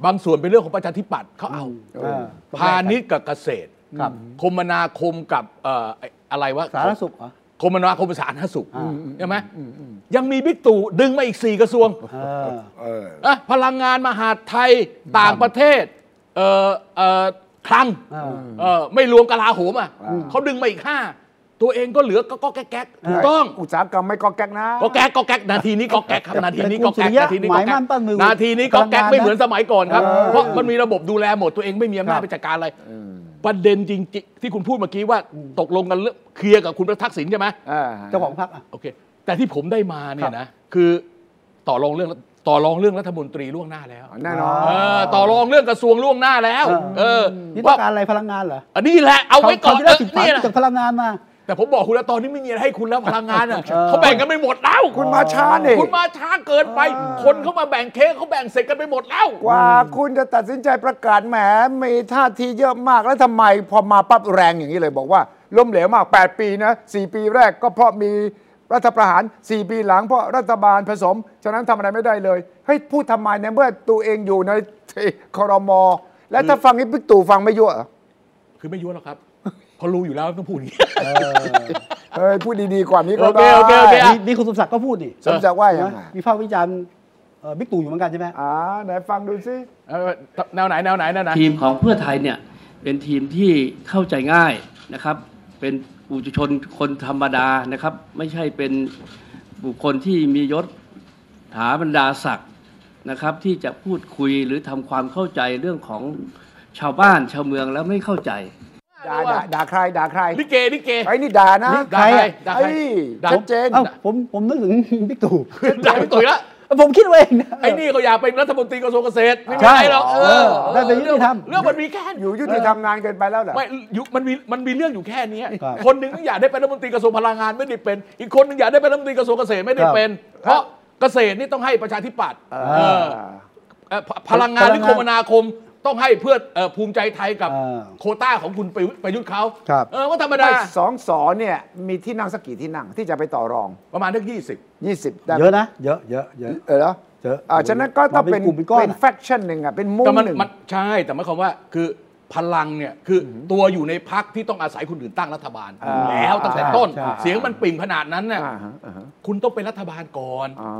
[SPEAKER 3] บางส่วนเป็นเรื่องของประชาธิปัตย์เขาเอา
[SPEAKER 2] เออ
[SPEAKER 3] พาณิชย์กับเกษตร
[SPEAKER 2] ครับ
[SPEAKER 3] คมนาคมกับเอ่อไอ้อะไรวะ
[SPEAKER 2] สาธารณสุขเหรอ
[SPEAKER 3] คมนาคมสาธารณสุข
[SPEAKER 2] อืม
[SPEAKER 3] ใช่ไหมยังมีบิ๊กตู่ดึงมาอีก 4 กระทรวง
[SPEAKER 2] เออ
[SPEAKER 4] เออ
[SPEAKER 3] เอ้ยพลังงานมหาดไทยต่างประเทศเอ่อเอ่อคลัง
[SPEAKER 2] อ่า
[SPEAKER 3] เอ่อไม่รวมกลาโหมอ่ะเขาดึงมาอีก 5 ตัวเองก็เหลือก็ก็แก๊กแก๊กถูกต้อง
[SPEAKER 4] อุตสาหกรรมไม่ก็แก๊กนะ
[SPEAKER 3] ก็แก๊กก็แก๊กนาทีนี้ก็แก๊กครับนาทีนี้ก็แก๊ก
[SPEAKER 2] แต่
[SPEAKER 3] นา
[SPEAKER 2] คุณสุริยะ
[SPEAKER 3] ทีนี้ก็
[SPEAKER 2] หมายมั่
[SPEAKER 3] แก๊ก
[SPEAKER 2] นปั้นมือ
[SPEAKER 3] นาทีนี้ก็แก๊
[SPEAKER 2] พ
[SPEAKER 3] ก
[SPEAKER 2] ลังงานนะ
[SPEAKER 3] ไม่เหมือนสมัยก่อนครับ เพราะมันมีระบบดูแลหมดตัวเองไม่มีอำนาจไปจัดการอะไร ประเด็นจริงๆที่คุณพูดเมื่อกี้ว่าตกลงกันเรื่องเคลียร์กับคุณประทักษิณใช่ไหม
[SPEAKER 2] เจ้าของพรรคอ่ะ
[SPEAKER 3] โอเค แต่ที่ผมได้มาเนี่
[SPEAKER 2] ครั
[SPEAKER 3] ย
[SPEAKER 2] บ
[SPEAKER 3] นะ คือต่อรองเรื่องต่อรองเรื่องรัฐมนตรีล่วงหน้าแล้ว
[SPEAKER 4] แน่นอน
[SPEAKER 3] เออต่อรองเรื่องกระทรวงล่วงหน้าแล้ว เออ
[SPEAKER 2] นี่ต้อ
[SPEAKER 3] ว่าง
[SPEAKER 2] การอะไรพลังงานเหรอ
[SPEAKER 3] อันนี้แหละเอาไว้ก่อน
[SPEAKER 2] ครที่ได้
[SPEAKER 3] เออ
[SPEAKER 2] สิบสาม
[SPEAKER 3] นี่แหละ
[SPEAKER 2] จากพลังงานมา
[SPEAKER 3] แต่ผมบอกคุณแล้วตอนนี้ไม่มีอะไรให้คุณแล้วพลังงานอ่ะ
[SPEAKER 2] เออ
[SPEAKER 3] เขาแบ่งกันไปหมดแล้ว
[SPEAKER 4] คุณมาช้าเนี่ย
[SPEAKER 3] คุณมาช้าเกินไป คนเขามาแบ่งเค้กเขาแบ่งเสร็จกันไปหมดแล้ว
[SPEAKER 4] กว่าคุณจะตัดสินใจประกาศแหมมีท่าทีเยอะมากแล้วทำไมพอมาปั๊บแรงอย่างนี้เลยบอกว่า ล้มเหลวมาก 8 ปีนะ 4 ปีแรกก็เพราะมีรัฐประหาร 4 ปีหลังเพราะรัฐบาลผสม ฉะนั้นทำอะไรไม่ได้เลยเฮ้ยพูดทำไมในเมื่อตัวเองอยู่ในคอรมอและถ้าฟังนี้บิ๊กตู่ฟังไม่ยั่วเหรอ
[SPEAKER 3] คือไม่ยั่วหรอกครับเพราะรู้อยู่แล้วต้องพูดอย่างนี้
[SPEAKER 4] เฮ้ยพูดดีๆกว่านี้ก็
[SPEAKER 3] โอเค
[SPEAKER 4] ได้
[SPEAKER 3] โอเคโอเค
[SPEAKER 2] นี่นี่คุณสมศักดิ์ก็พูดนี่
[SPEAKER 4] สมศักดิ์ว่าอย่างไง
[SPEAKER 2] วิพากษ์วิจารณ์เอ่อบิ๊กตู่อยู่เหมือนกันใช่ไหม
[SPEAKER 4] อ่าไหนฟังดูสิ
[SPEAKER 3] เออแนวไหนแนวไหนแนวไหน
[SPEAKER 6] ทีมของเพื่อไทยเนี่ยเป็นทีมที่เข้าใจง่ายนะครับ เป็นปุถุชนคนธรรมดานะครับ ไม่ใช่เป็นบุคคลที่มียศถาบรรดาศักดิ์นะครับ ที่จะพูดคุยหรือทำความเข้าใจเรื่องของชาวบ้านชาวเมืองแล้วไม่เข้าใจ
[SPEAKER 4] ด่าด่าด่าใครด่าใคร
[SPEAKER 3] ลิเกลิเก
[SPEAKER 4] ไอ้นี่ด่านะ
[SPEAKER 2] นี่
[SPEAKER 3] ด่าใครด่าใคร
[SPEAKER 4] ไอ้
[SPEAKER 3] ด่า
[SPEAKER 4] ชัดเจน
[SPEAKER 2] เอ้าผมผมนึกถึง บิ๊กตู่
[SPEAKER 3] ด่าไปตุ๋ยละ
[SPEAKER 2] ผมคิดเอาเองนะ
[SPEAKER 3] ไอ้นี่เขาอยากเป็นรัฐมนตรีกระทรวงเกษตรไม่
[SPEAKER 2] ใช่
[SPEAKER 3] ใช่หรอกเออ
[SPEAKER 2] เออได้เป็นยุติธรรม
[SPEAKER 3] เรื่องมันมีแค่
[SPEAKER 4] อยู่ยุติธรรมนานเกินไปแล้วเหรอ
[SPEAKER 3] ไม่อยู่มันมีมันมีเรื่องอยู่แค่เนี้ย
[SPEAKER 2] ครับ
[SPEAKER 3] คนหนึ่งอยากได้เป็นรัฐมนตรีกระทรวงพลังงานไม่ได้เป็น อีกคนหนึ่งอยากได้เป็นรัฐมนตรีกระทรวงเกษตรไม่ได้เป็น เพราะเกษตรนี่ต้องให้ประชาธิปัตย์เออเอ่อพพลังงานหรื
[SPEAKER 2] พ
[SPEAKER 3] อค
[SPEAKER 2] ลังงาน
[SPEAKER 3] มนาคมต้องให้เพื่อเอ่อภูมิใจไทยกับ
[SPEAKER 2] เออ
[SPEAKER 3] โควต้าของคุณประยุทธ์ประยุทธ์เขา
[SPEAKER 2] ครับ
[SPEAKER 3] เออว่าธรรมดา
[SPEAKER 4] ได้สองสอเนี่ยมีที่นั่งสักกี่ที่นั่งที่จะไปต่อรอง
[SPEAKER 3] ประมาณทักยี่สิบ
[SPEAKER 4] 20 ได้
[SPEAKER 2] เยอะนะ เยอะเยอะเยอะ
[SPEAKER 4] เออเหรอ
[SPEAKER 2] เยอะ
[SPEAKER 4] อ่าฉะนั้นก็ต้องเป็น
[SPEAKER 2] มาเป็นกลุ่มเป็นก้อนอะ
[SPEAKER 4] เป็นแฟคชั่นหนึ่งอ่ะเป็นมุม
[SPEAKER 3] แต่มัน
[SPEAKER 4] หนึ่ง
[SPEAKER 3] มันใช่แต่หมายความว่าคือพลังเนี่ยคืออตัวอยู่ในพักที่ต้องอาศัยคนอื่นตั้งรัฐบาล
[SPEAKER 4] อ่า
[SPEAKER 3] แล้วตั้งแต่
[SPEAKER 4] ใช่
[SPEAKER 3] ต้น
[SPEAKER 4] ใช่
[SPEAKER 3] เสียงมันปิ่มขนาดนั้นเนี่ย
[SPEAKER 4] อ่าฮะอ่าฮะ
[SPEAKER 3] คุณต้องเป็นรัฐบาลก่อน
[SPEAKER 4] อ่า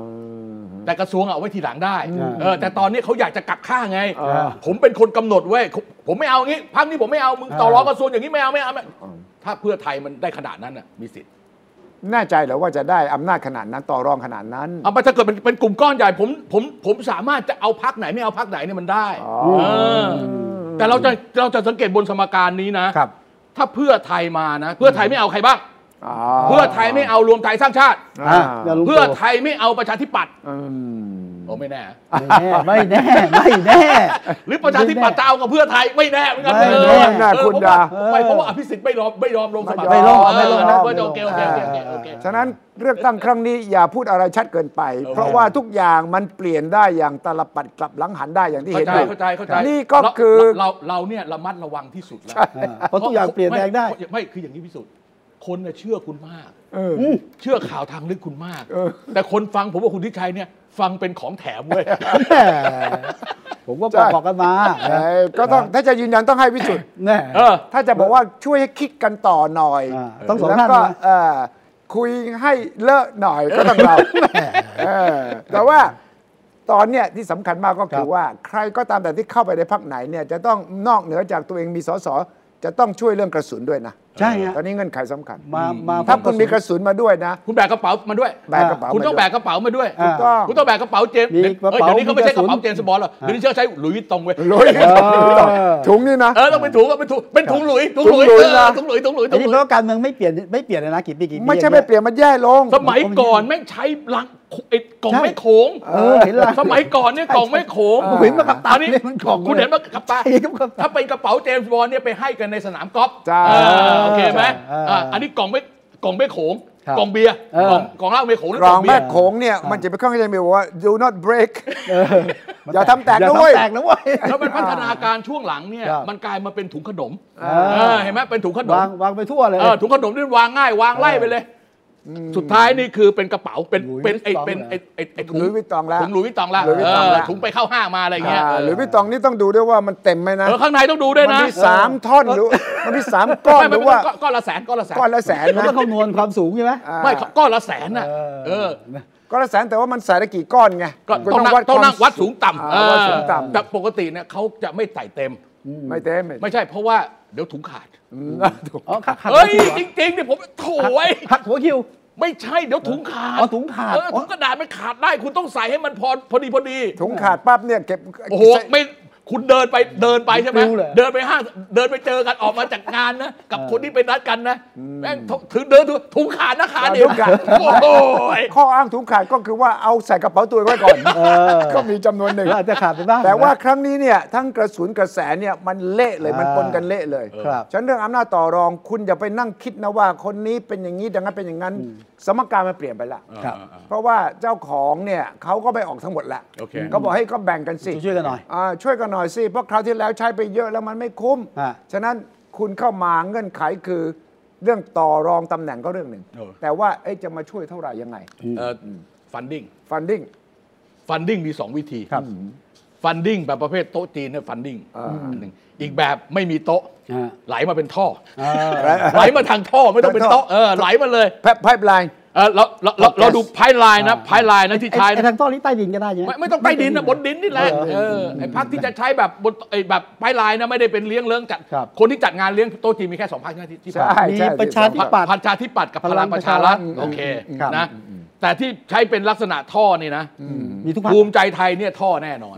[SPEAKER 4] ฮะ
[SPEAKER 3] แต่กระทรวงเอาไว้ทีหลังได้เออแต่ตอนนี้เขาอยากจะกลับข้างไง
[SPEAKER 4] อ่า
[SPEAKER 3] ผมเป็นคนกำหนดเว้ยผมผมไม่เอางี้พักนี้ผมไม่เอามึงต่อรองกระทรวงอย่างนี้ไม่เอาไม่เอาไม่เอาถ้าเพื่อไทยมันได้ขนาดนั้นน่ะมีสิทธิ์
[SPEAKER 4] แน่ใจเหรอว่าจะได้อำนาจขนาดนั้นต่อรองขนาดนั้น
[SPEAKER 3] เอาไปถ้าเกิดเป็นเป็นกลุ่มก้อนใหญ่ผมผมผมสามารถจะเอาพักไหนไม่เอาพักไหนเนี่ยมันได้
[SPEAKER 4] อ๋อ
[SPEAKER 3] เออแต่เราจะเราจะสังเกตบนสมการนี้นะ
[SPEAKER 2] ครับ
[SPEAKER 3] ถ้าเพื่อไทยมานะ เพื่อไทยไม่เอาใครบ้าง
[SPEAKER 4] า
[SPEAKER 3] เพื่อไทยไม่เอารวมไทยสร้างชาติ
[SPEAKER 2] อ่ะย่าลุง
[SPEAKER 3] เพื่อ
[SPEAKER 2] ตู่
[SPEAKER 3] ไทยไม่เอาประชาธิปัตย์
[SPEAKER 4] อืม
[SPEAKER 3] โอ้ไม่แน่
[SPEAKER 2] ไม่แน่ ไม่แน่
[SPEAKER 3] หรือประชาธิปัตย์จะเอากับเพื่อไทยไม่แน่เหมือนกัน
[SPEAKER 2] ไม่แน่
[SPEAKER 3] เออ
[SPEAKER 4] คุณ
[SPEAKER 3] เพระว่
[SPEAKER 4] ดา
[SPEAKER 3] ไม่เพราะว่าอภิสิทธิ์ไม่ยอมไม่ยอมลงสมัคร
[SPEAKER 2] ไม่ยอม
[SPEAKER 3] เออ
[SPEAKER 2] ไม่ลงนะ
[SPEAKER 3] เออโอเคโอเคโอเคโอเคโอเค
[SPEAKER 4] ฉะนั้นเลือกตั้งครั้งนี้อย่าพูดอะไรชัดเกินไป
[SPEAKER 3] เออ
[SPEAKER 4] เพราะว่าทุกอย่างมันเปลี่ยนได้อย่างตลปัดกลับหลังหันได้อย่างที่
[SPEAKER 3] เข้า
[SPEAKER 4] เห็น
[SPEAKER 3] ใจ
[SPEAKER 4] อยู่
[SPEAKER 3] เข้าใจเข้าใจ
[SPEAKER 4] นี่ก็
[SPEAKER 3] เรา
[SPEAKER 4] คือ
[SPEAKER 3] เราเราเนี่ยระมัดระวังที่สุดแล้ว
[SPEAKER 2] เพราะทุกอย่างเปลี่ยนแปลงได้
[SPEAKER 3] ไม่ไม่คืออย่างนี้พิสุทธิ์ คนน่ะเชื่อคุณมาก
[SPEAKER 4] เออ
[SPEAKER 3] เชื่อข่าวทางลึกคุณมาก
[SPEAKER 4] เออ
[SPEAKER 3] แต่คนฟังผมว่าคุณทิชัยเนี่ย ฟังเป็นของแถมเว้ย
[SPEAKER 2] แหม่ผมก็บอกกันมา
[SPEAKER 4] เออก็ต้องถ้าจะยืนยันต้องให้พิสูจน์
[SPEAKER 2] แน่
[SPEAKER 3] เออ
[SPEAKER 4] ถ้าจะบอกว่าช่วยให้คิดกันต่อหน่อย
[SPEAKER 2] อ่าต้องสอง
[SPEAKER 4] แล้ว
[SPEAKER 2] ท่าน
[SPEAKER 4] ก็
[SPEAKER 2] นะ
[SPEAKER 4] เอ่อคุยให้เลอะหน่อยก็ต้องเราเออแต่ว่าตอนเนี้ยที่สำคัญมากก็
[SPEAKER 2] ค
[SPEAKER 4] คือ
[SPEAKER 2] รับ
[SPEAKER 4] ว่า ใครก็ตามแต่ที่เข้าไปในพักไหนเนี่ยจะต้องนอกเหนือจากตัวเองมีสสจะต้องช่วยเรื่องกระสุนด้วยนะ
[SPEAKER 2] ใช่ฮะ
[SPEAKER 4] ตอนนี้เงื่อนไขสำคัญ
[SPEAKER 2] มามา
[SPEAKER 4] ถ้าคุณมีกระสุนมาด้วยนะ
[SPEAKER 3] คุณแบกกระเป๋ามาด้วย
[SPEAKER 4] แบกกระเป๋า
[SPEAKER 3] คุณต้อง
[SPEAKER 4] มา
[SPEAKER 3] แบ
[SPEAKER 4] ด้ว
[SPEAKER 3] กก
[SPEAKER 4] ย
[SPEAKER 3] ระเป๋ามาด้วย
[SPEAKER 2] อ่า
[SPEAKER 4] ถูกต้อง
[SPEAKER 3] คุณต้องแบกกระเป๋าเจมส์
[SPEAKER 2] มีกระ
[SPEAKER 3] เอ้ย
[SPEAKER 2] เป๋า
[SPEAKER 3] เดี๋ยวนี้เขาไม่ใช่กระเป๋า
[SPEAKER 2] มีกระสุน
[SPEAKER 3] เจมส์บอลหรอกเดี๋ยวนี้เชื่อใช้หลุยส์วิตตองเว้ย
[SPEAKER 4] โรย
[SPEAKER 2] เออ
[SPEAKER 4] ถุงนี่นะ
[SPEAKER 3] เออต้องเป็นถุงก็เป็นถุงเป็นถุงหลุยถุงหลุย
[SPEAKER 4] ถุงหลุ
[SPEAKER 3] เออ
[SPEAKER 4] ยนะ
[SPEAKER 3] ถุงหลุยถุงหลุย
[SPEAKER 2] อัน
[SPEAKER 3] ถุง
[SPEAKER 2] นี้เพ
[SPEAKER 3] หลุย
[SPEAKER 2] ราะการเมืองไม่เปลี่ยนไม่เปลี่ยนเลยนะกี่ปีกี่ปี
[SPEAKER 4] ไม่ใช่ไม่เปลี่ยนมันแย่ลง
[SPEAKER 3] สมัยก่อนแม่งใช้ลังไอ้กล่องไม่โขง
[SPEAKER 2] เออเห็นละ
[SPEAKER 3] สมัยก่อนเนี่ยกล่องไม่โขง
[SPEAKER 2] ผมเห็นมากับตา
[SPEAKER 3] อันนี้
[SPEAKER 2] เนี่ยมันของ
[SPEAKER 3] คุณเห็นว่ากับตา
[SPEAKER 2] ใช่ครับกับตา
[SPEAKER 3] ถ้าเป็นกระเป๋าเจมส์บอลเนี่ยไปให้กันในสนามกอล์ฟ
[SPEAKER 4] จ้า
[SPEAKER 3] เออโอเคไหม
[SPEAKER 2] เออ
[SPEAKER 3] เอออันนี้กล่องไม่กล่องไม่โขง
[SPEAKER 2] ครับ
[SPEAKER 3] กล่องเบียร์
[SPEAKER 2] เออ
[SPEAKER 3] กล่องกล่องเหล้าไม่โขงหรือก
[SPEAKER 4] ร
[SPEAKER 3] กล่
[SPEAKER 4] อ
[SPEAKER 3] อง งเบี
[SPEAKER 4] แม่
[SPEAKER 3] ยร์
[SPEAKER 4] โขงเนี่ยมันจะไปเข้าใจไหมว่า do not break
[SPEAKER 2] เออ
[SPEAKER 4] อย่าทำแตก
[SPEAKER 2] อย่า
[SPEAKER 4] นะเว้ย
[SPEAKER 2] ทำแตกนะเว้ย
[SPEAKER 3] แล้วมันพัฒนาการช่วงหลังเนี่ย
[SPEAKER 2] ครับ
[SPEAKER 3] มันกลายมาเป็นถุงขนม
[SPEAKER 2] เออ
[SPEAKER 3] เออเห็นไหมเป็นถุงขนม
[SPEAKER 2] วางวางไปทั่วเลย
[SPEAKER 3] เออถุงขนมนี่วางง่ายวางไล่ไปเลย สุดท้ายนี่คือเป็นกระเป๋าเป็น
[SPEAKER 2] หลุยส์
[SPEAKER 3] เป็นไอ
[SPEAKER 2] วิตตอง
[SPEAKER 3] เป็นไอ
[SPEAKER 2] เหรอ
[SPEAKER 3] ไอ้ไอถุง
[SPEAKER 4] หลุยส์วิตตองละ
[SPEAKER 3] ถุงหลุยส์วิตตองละ
[SPEAKER 4] หลุยส์วิตตองละ
[SPEAKER 3] เถุงไปเข้าห้างมาอะไรเงี้ย
[SPEAKER 4] อ่า
[SPEAKER 3] เออ
[SPEAKER 4] หรือพี่ตองนี่ต้องดูด้วยว่ามันเต็มไหมนะ
[SPEAKER 3] เออข้างในต้องดูด้วย
[SPEAKER 4] มั
[SPEAKER 3] นะ
[SPEAKER 4] มีสามท่อนหรือมันมีสามก้อน
[SPEAKER 3] ไม่
[SPEAKER 4] ห
[SPEAKER 3] ไม่
[SPEAKER 4] รือ
[SPEAKER 3] ไม่
[SPEAKER 4] ว่า
[SPEAKER 3] ก้อนก้อนละแสนก้อนละแสน
[SPEAKER 4] ก้อนละแสน
[SPEAKER 2] มัน
[SPEAKER 4] นะ
[SPEAKER 2] ต้องคำนวณความสูงใช่ไหม
[SPEAKER 4] อ่า
[SPEAKER 3] ไม่ก้อนละแสนน่ะ
[SPEAKER 2] เออ
[SPEAKER 3] เออ
[SPEAKER 4] ก้อนละแสนแต่ว่ามันใส่ได้กี่ก้อนไง
[SPEAKER 3] ก็
[SPEAKER 4] ก็
[SPEAKER 3] ต้องนั่งต้องนั่งวัดสูงต่ำ
[SPEAKER 4] อ่าวัดสูง
[SPEAKER 3] เออ
[SPEAKER 4] ต่ำ
[SPEAKER 3] แต่ปกติเนี่ยเขาจะไม่ใส่เต็ม
[SPEAKER 4] ไม่เต็ม
[SPEAKER 3] ไม่ใช่เพราะว่าเดี๋ยวถุงขาด
[SPEAKER 2] อ๋อหักหักหัว
[SPEAKER 3] เฮ้ย
[SPEAKER 2] คิวเหรอ
[SPEAKER 3] จริงๆเนี่ยผมโถย
[SPEAKER 2] หักหัวคิว
[SPEAKER 3] ไม่ใช่เดี๋ยวถุงขาด
[SPEAKER 2] อ๋อถุงขาด
[SPEAKER 3] เออถุงกระดาษมันขาดได้คุณต้องใส่ให้มันพอพอดีพอดี
[SPEAKER 4] ถุงขาดปั๊บเนี่ยเก็บ
[SPEAKER 3] โอ้โหไม่คุณเดินไปเดินไปใช่ไหม
[SPEAKER 2] รู้เลย
[SPEAKER 3] เดินไปห้างเดินไปเจอกันออกมาจากงานนะ กับคนที่ไปนัดกันนะแม่งถึงเดินถุงขาดนะขาดเดียวกันโอ้โหย
[SPEAKER 4] ข้ออ้างถุงขาดก็คือว่าเอาใส่กระเป๋าตัวเองไว้ก่อน ก็มีจำนวนหนึ่ง
[SPEAKER 2] อาจจะขาดไปบ้าง
[SPEAKER 4] แต่ว่าครั้งนี้เนี่ยทั้งกระสุนกระแสเนี่ยมันเละเลยมัน
[SPEAKER 2] อ่า
[SPEAKER 4] ปนกันเละเลย
[SPEAKER 2] ครับ
[SPEAKER 4] ฉะนันเรื่องอำนาจต่อรองคุณอย่าไปนั่งคิดนะว่าคนนี้เป็นอย่างนี้ดังนั้นเป็นอย่างนั้น สมการมันเปลี่ยนไปละ
[SPEAKER 2] ครับ
[SPEAKER 4] เพราะว่าเจ้าของเนี่ยเขาก็ไม่ออกทั้งหมดละ
[SPEAKER 3] โอเค
[SPEAKER 4] ก็บอกให้ก็แบ่งกันสิ
[SPEAKER 2] ช่วยๆกันหน่อย
[SPEAKER 4] าช่วยกันหน่อยสิเพราะคราวที่แล้วใช้ไปเยอะแล้วมันไม่คุ้ม
[SPEAKER 2] อ่า
[SPEAKER 4] ฉะนั้นคุณเข้ามาเงื่อนไขคือ เรื่องต่อรองตำแหน่งก็เรื่องหนึ่ง
[SPEAKER 3] เออ
[SPEAKER 4] แต่ว่าเอ๊ะจะมาช่วยเท่าไหร่ยังไง
[SPEAKER 3] ฟันดิ้ง
[SPEAKER 4] funding
[SPEAKER 3] ฟันดิ้งมี 2 วิธี
[SPEAKER 2] ครับ
[SPEAKER 3] ฟันดิ้งแบบประเภทโต๊ะจีนเนี่ยฟันดิ้ง
[SPEAKER 4] อ่า
[SPEAKER 3] หนึ่งอีกแบบไม่มีโต๊ะ
[SPEAKER 2] อ่า
[SPEAKER 3] ไหลมาเป็นท่อ
[SPEAKER 2] เออ
[SPEAKER 3] ไหลมาทางท่อไม่ต้องเป็นโต๊ะเออไหลมาเลย
[SPEAKER 4] ไพป์ไลน์
[SPEAKER 3] เออเราเราเราเราดูไพ่ลายนะ
[SPEAKER 2] อ่า
[SPEAKER 3] ไพ่ลายนะที่ใช้
[SPEAKER 2] ไอ้
[SPEAKER 3] นะ
[SPEAKER 2] ทางต้อนี้ใต้ดินก็ได้ใช่ไหม
[SPEAKER 3] ไม่ไม่ต้องใต้ดินนะบนดินนี่แหละเออไอ้พักที่จะใช้แบบบนไอ้แบบป้ายลายนะไม่ได้เป็นเลี้ยงเลี้ยงจัด
[SPEAKER 2] ครับ
[SPEAKER 3] คนที่จัดงานเลี้ยงโต๊ะจีนมีแค่สองพักใช่ไหมที่ที่
[SPEAKER 4] ใช่
[SPEAKER 3] ผ่านมา
[SPEAKER 2] มีประชาธิปัตย์
[SPEAKER 3] พันชาธิปัตย์กับพลังประชารัฐ
[SPEAKER 2] พลังประชารัฐ
[SPEAKER 3] โอเค
[SPEAKER 2] ครับ
[SPEAKER 3] นะแต่ที่ใช้เป็นลักษณะท่อนี่นะ
[SPEAKER 2] มีทุกพรรค
[SPEAKER 3] ภูมิใจไทยเนี่ยท่อแน่นอน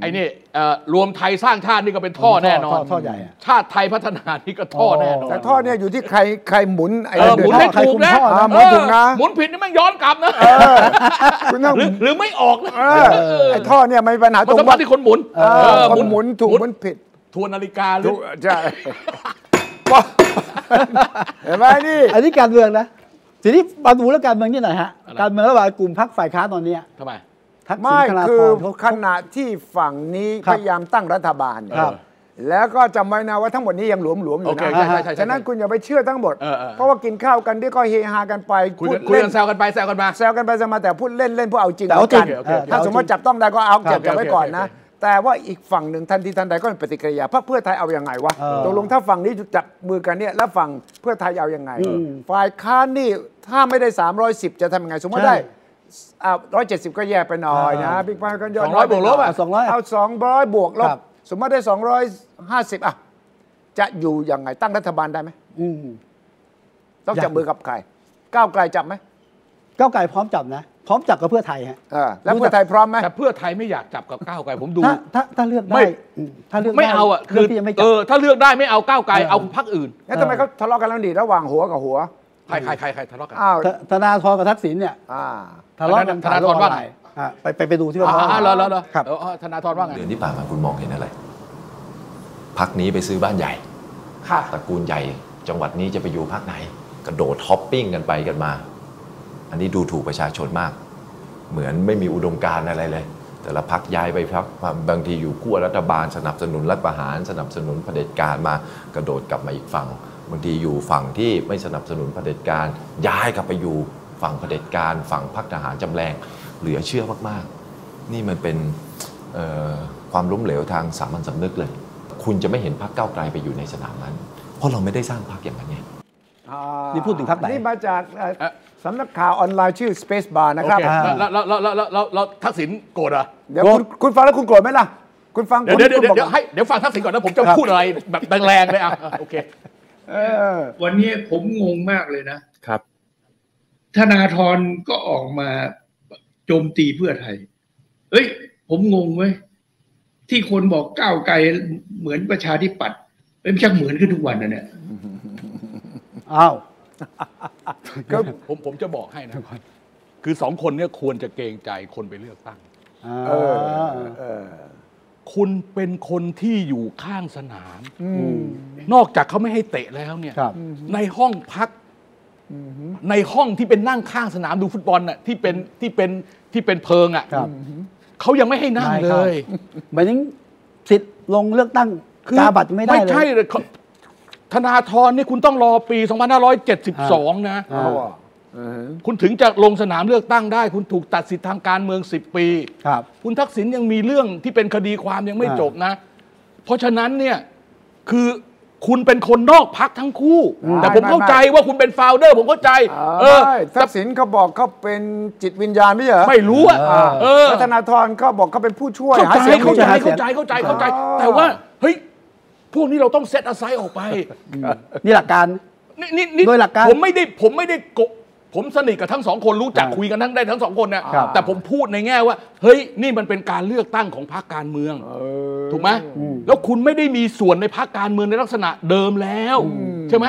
[SPEAKER 3] ไอ้นี่เอ่อรวมไทยสร้างชาตินี่ก็เป็นท่อแน่นอน
[SPEAKER 2] ท่อท่อใหญ่อะ
[SPEAKER 3] ชาติไทยพัฒนานี่ก็ท่อแน่นอน
[SPEAKER 4] แต่ท่อเนี่ยอยู่ที่ใครใครหมุนไอ้
[SPEAKER 3] เออหมุนให้
[SPEAKER 4] เดือดร้อ
[SPEAKER 3] ถูกนะ
[SPEAKER 2] ใครคุมท่อนะ
[SPEAKER 4] หมุนถูก
[SPEAKER 3] เอ
[SPEAKER 4] นะ
[SPEAKER 3] อหมุนผิดนี่แมันย้อนกลับนะ
[SPEAKER 4] คุณต้อง
[SPEAKER 3] หรือหรือไม่ออกนะ
[SPEAKER 4] เออไอ้ท่อเนี่ยมันมีปัญหา
[SPEAKER 3] มั
[SPEAKER 4] ตร
[SPEAKER 3] น
[SPEAKER 4] ง
[SPEAKER 3] สำคั
[SPEAKER 4] ว่า
[SPEAKER 3] ญที่คนหมุน
[SPEAKER 4] เอ
[SPEAKER 3] เออ
[SPEAKER 4] อหมุนถูกหมุนผิด
[SPEAKER 3] ทวนนาฬิกาหรื
[SPEAKER 4] ถู
[SPEAKER 3] อก
[SPEAKER 4] ใช่เห็นไหมนี่
[SPEAKER 2] อันนี้การเมืองนะทีนี้มาดูแล้วการเมืองนี่หน่อยฮะ การเมืองระหว่างกลุ่มพรรคฝ่ายค้านตอนเนี้ย
[SPEAKER 3] ทำไม
[SPEAKER 2] ทักษิณ
[SPEAKER 4] ไม่
[SPEAKER 2] ธนาธ
[SPEAKER 4] คือ
[SPEAKER 2] รเขา
[SPEAKER 4] ขณะที่ฝั่งนี้
[SPEAKER 2] ครับ
[SPEAKER 4] พยายามตั้งรัฐบาล
[SPEAKER 2] ครับ
[SPEAKER 4] แล้วก็จำไว้นะว่าทั้งหมดนี้ยังหลวมๆอ
[SPEAKER 3] โอยู่ เค
[SPEAKER 4] นะ
[SPEAKER 3] ใช่ใช่ใช่ใช่
[SPEAKER 4] ฉะนั้นคุณอย่าไปเชื่อทั้งหมด
[SPEAKER 3] เออเออ
[SPEAKER 4] เพราะว่ากินข้าวกันเดี๋ยวก็เฮฮากันไป
[SPEAKER 3] คุย
[SPEAKER 4] พู
[SPEAKER 3] กั
[SPEAKER 4] ด
[SPEAKER 3] นคุย
[SPEAKER 4] เล่น
[SPEAKER 3] กันแซวกันไปแซวกันมา
[SPEAKER 4] แซวกันไปแซวมาแต่พูดเล่นเล่นๆพวกเอาจริง
[SPEAKER 2] แต่เอาจริง
[SPEAKER 4] กัน
[SPEAKER 3] โอเคโอเค
[SPEAKER 4] ถ้าสมมติจับต้องได้ก็เอา
[SPEAKER 2] ครั
[SPEAKER 4] เก็บบ จับไว้ก่อนนะ
[SPEAKER 3] โอเคโอเคโอเค
[SPEAKER 4] แต่ว่าอีกฝั่งหนึ่งทันทีทันใดก็เป็นปฏิกิริยาพรรคเพื่อไทยเอายังไงวะ
[SPEAKER 2] เออ
[SPEAKER 4] ตกลงถ้าฝั่งนี้จับมือกันเนี่ยแล้วฝั่งเพื่อไทยเอายังไง
[SPEAKER 2] อืม
[SPEAKER 4] ฝ่ายค้านนี่ถ้าไม่ได้ 310 จะทำยังไง สมมติได้
[SPEAKER 2] ใช่
[SPEAKER 4] ร้อยเจ็ดสิบก็แย่ไปหน่อยนะ
[SPEAKER 2] เออ
[SPEAKER 4] บิ๊กป้าก็ยอด
[SPEAKER 3] 200บวกลบอะ
[SPEAKER 4] เา
[SPEAKER 2] 200
[SPEAKER 4] เอาสองร้อยบวกลบ
[SPEAKER 2] ครับ
[SPEAKER 4] สมมติได้ 250อ่ะจะอยู่ยังไงตั้งรัฐบาลได้ไหม
[SPEAKER 2] อืม
[SPEAKER 4] ต้อง
[SPEAKER 2] ยัง
[SPEAKER 4] จับมือกับใครก้าวไกลจับไหม
[SPEAKER 2] ก้าวไกลพร้อมจับนะ พร้อมจับกับเพื่อไทยฮะ
[SPEAKER 4] เออแล้วเพื่อไทยพร้อมไหม
[SPEAKER 3] แต่เพื่อไทยไม่อยากจับกับก้าวไกลผมดู
[SPEAKER 2] ถ้าถ้าถ้าเลือก
[SPEAKER 3] ไม่
[SPEAKER 2] ได้อืมถ้าเลือกด้
[SPEAKER 3] ไม่เอาอ่ะ
[SPEAKER 2] เลื
[SPEAKER 3] คื
[SPEAKER 2] อก
[SPEAKER 3] อ
[SPEAKER 2] ที่จะไม่จั
[SPEAKER 3] เอบ อถ้าเลือกได้ไม่เอาก้าวไกล
[SPEAKER 2] เออ
[SPEAKER 3] เอาพรรคอื่น
[SPEAKER 4] งั้นทำไมเขาทะเลาะกันแล้วนี่ระหว่างหัวกับหัว
[SPEAKER 3] ใครใครใครใครทะเลาะกัน
[SPEAKER 4] อ้าว
[SPEAKER 2] ธธนาธรกับทักษิณเนี่ย
[SPEAKER 4] อ่า
[SPEAKER 2] ทะเลาะกัน
[SPEAKER 3] ธนา
[SPEAKER 2] ผ่
[SPEAKER 3] ธร
[SPEAKER 2] โลกออ
[SPEAKER 3] ว่า
[SPEAKER 2] ไล
[SPEAKER 3] ไง
[SPEAKER 2] น์อ่ะไปไปไปดูที่ว่า
[SPEAKER 3] อ๋อเหรอเหรอเหรอ
[SPEAKER 2] ครับ
[SPEAKER 3] เออเออธนาธรว่าไง
[SPEAKER 7] เดือนที่ผ่านมาคุณมองเห็นอะไร พักนี้ไปซื้อบ้านใหญ่
[SPEAKER 3] ค่ะ
[SPEAKER 7] ตระกูลใหญ่ จังหวัดนี้จะไปอยู่พักไหน กระโดดฮอปปิ้งกันไปกันมา อันนี้ดูถูกประชาชนมาก เหมือนไม่มีอุดมการณ์อะไรเลย แต่ละพักย้ายไปพักบางทีอยู่ขั้วรัฐบาล สนับสนุนรัฐประหาร สนับสนุนเผด็จการมากระโดดกลับมาอีกฝั่ง บางทีอยู่ฝั่งที่ไม่สนับสนุนเผด็จการ ย้ายกลับไปอยู่ฝั่งเผด็จการ ฝั่งพรรคทหารจำแรงเหลือเชื่อมากๆ นี่มันเป็นเอ่อความล้มเหลวทางสามัญสำนึกเลย คุณจะไม่เห็นพรรคก้าวไกลไปอยู่ในสนามนั้น เพราะเราไม่ได้สร้างพรรคอย่างนั้นไง
[SPEAKER 4] อ่า
[SPEAKER 2] นี่พูดถึงพรรคไหน
[SPEAKER 4] นี่มาจากเอ่อ
[SPEAKER 3] เอ่อ
[SPEAKER 4] สำนักข่าวออนไลน์ชื่อ Space Bar นะ
[SPEAKER 3] โอ
[SPEAKER 4] ครับ
[SPEAKER 3] เคแล้วแล้วแล้วแล้วแล้วแล้วแล้วทักษิณโกรธเหรอ่ะ
[SPEAKER 4] เดี๋ยวคุณคุณฟังแล้วคุณโกรธไหมล่ะ คุณฟัง
[SPEAKER 3] เดี๋ยว
[SPEAKER 4] ณ
[SPEAKER 3] เดี๋ยวเดี๋ยว
[SPEAKER 4] คุณบอก
[SPEAKER 3] เดี๋ยวให้เดี๋ยวฟังทักษิณก่อนนะผมจะพูดอะไรแบบแรงๆเลยอ่ะโอเค
[SPEAKER 4] เออ
[SPEAKER 8] วันนี้ผมงงมากเลยนะครับ ธนาธรก็ออกมาโจมตีเพื่อไทย เอ้ย ผมงงเว้ยที่คนบอกก้าวไกลเหมือนประชาธิปัตย์เอ้ยไม่ใช่เหมือนขึ้นทุกวันนะเนี่ย
[SPEAKER 2] อ้าว
[SPEAKER 3] ผมผมจะบอกให้นะ คือสองคนเนี่ยควรจะเกรงใจคนไปเลือกตั้ง
[SPEAKER 4] เออเออ
[SPEAKER 3] คุณเป็นคนที่อยู่ข้างสนาม
[SPEAKER 4] อืม
[SPEAKER 3] นอกจากเขาไม่ให้เตะแล้วเนี่ย
[SPEAKER 2] ครับ
[SPEAKER 3] ในห้องพัก ในห้องที่เป็นนั่งข้างสนามดูฟุตบอลน่ะที่เป็นที่เป็นที่เป็นเพิงอ่ะ
[SPEAKER 2] ครับ
[SPEAKER 3] เขายังไม่ให้นั่ง
[SPEAKER 2] ไม่ค
[SPEAKER 3] เล
[SPEAKER 2] รับ
[SPEAKER 3] ย
[SPEAKER 2] หมายถึงสิทธิ์ลงเลือกตั้งกาบัตรไม่ได้เลย
[SPEAKER 3] ใช่เลยเขาธนาธรนี่คุณต้องรอปี 2572 นะ
[SPEAKER 2] อ่า
[SPEAKER 3] คุณถึงจะลงสนามเลือกตั้งได้ คุณถูกตัดสิทธิ์ทางการเมือง 10 ปี
[SPEAKER 2] ครับ
[SPEAKER 3] คุณทักษิณยังมีเรื่องที่เป็นคดีความยังไม่
[SPEAKER 2] อ่า
[SPEAKER 3] จบนะ เพราะฉะนั้นเนี่ยคือคุณเป็นคนนอกพักทั้งคู่ แต่ผมเข้าใจว่าคุณเป็นโฟลเดอร์ ผมเข้าใจ เอ
[SPEAKER 4] เอ
[SPEAKER 3] อ
[SPEAKER 4] อทักษิณเขาบอกเขาเป็นจิตวิญญาณไม่ใช่เหรอ
[SPEAKER 3] ไม่รู้อะ
[SPEAKER 4] อ่า
[SPEAKER 3] เออ
[SPEAKER 4] รัตนาธรเขาบอกเขาเป็นผู้ช่วย
[SPEAKER 3] เข้า
[SPEAKER 4] หา
[SPEAKER 3] ใจ
[SPEAKER 4] เสียง
[SPEAKER 3] เข้าใจ
[SPEAKER 4] หาสียง
[SPEAKER 3] เข้าใจเข้าใจเข้าใจ
[SPEAKER 4] อ่า
[SPEAKER 3] แต่ว่าเฮ้ยพวกนี้เราต้องเซตอาไซออกไป
[SPEAKER 2] นี่หลักการ
[SPEAKER 3] นี่นี่นี่
[SPEAKER 2] โดยหลักการ
[SPEAKER 3] ผมไม่ได้ผมไม่ได้โกผมสนิทกับทั้งสองคนรู้จัก
[SPEAKER 2] อ่า
[SPEAKER 3] คุยกันทั้งได้ทั้งสองคนนะครับ แต่ผมพูดในแง่ว่า เฮ้ยนี่มันเป็นการเลือกตั้งของพรรคการเมืองถูกไหมแล้วคุณไม่ได้มีส่วนในพรรคการเมืองในลักษณะเดิมแล้ว ใช่ไหม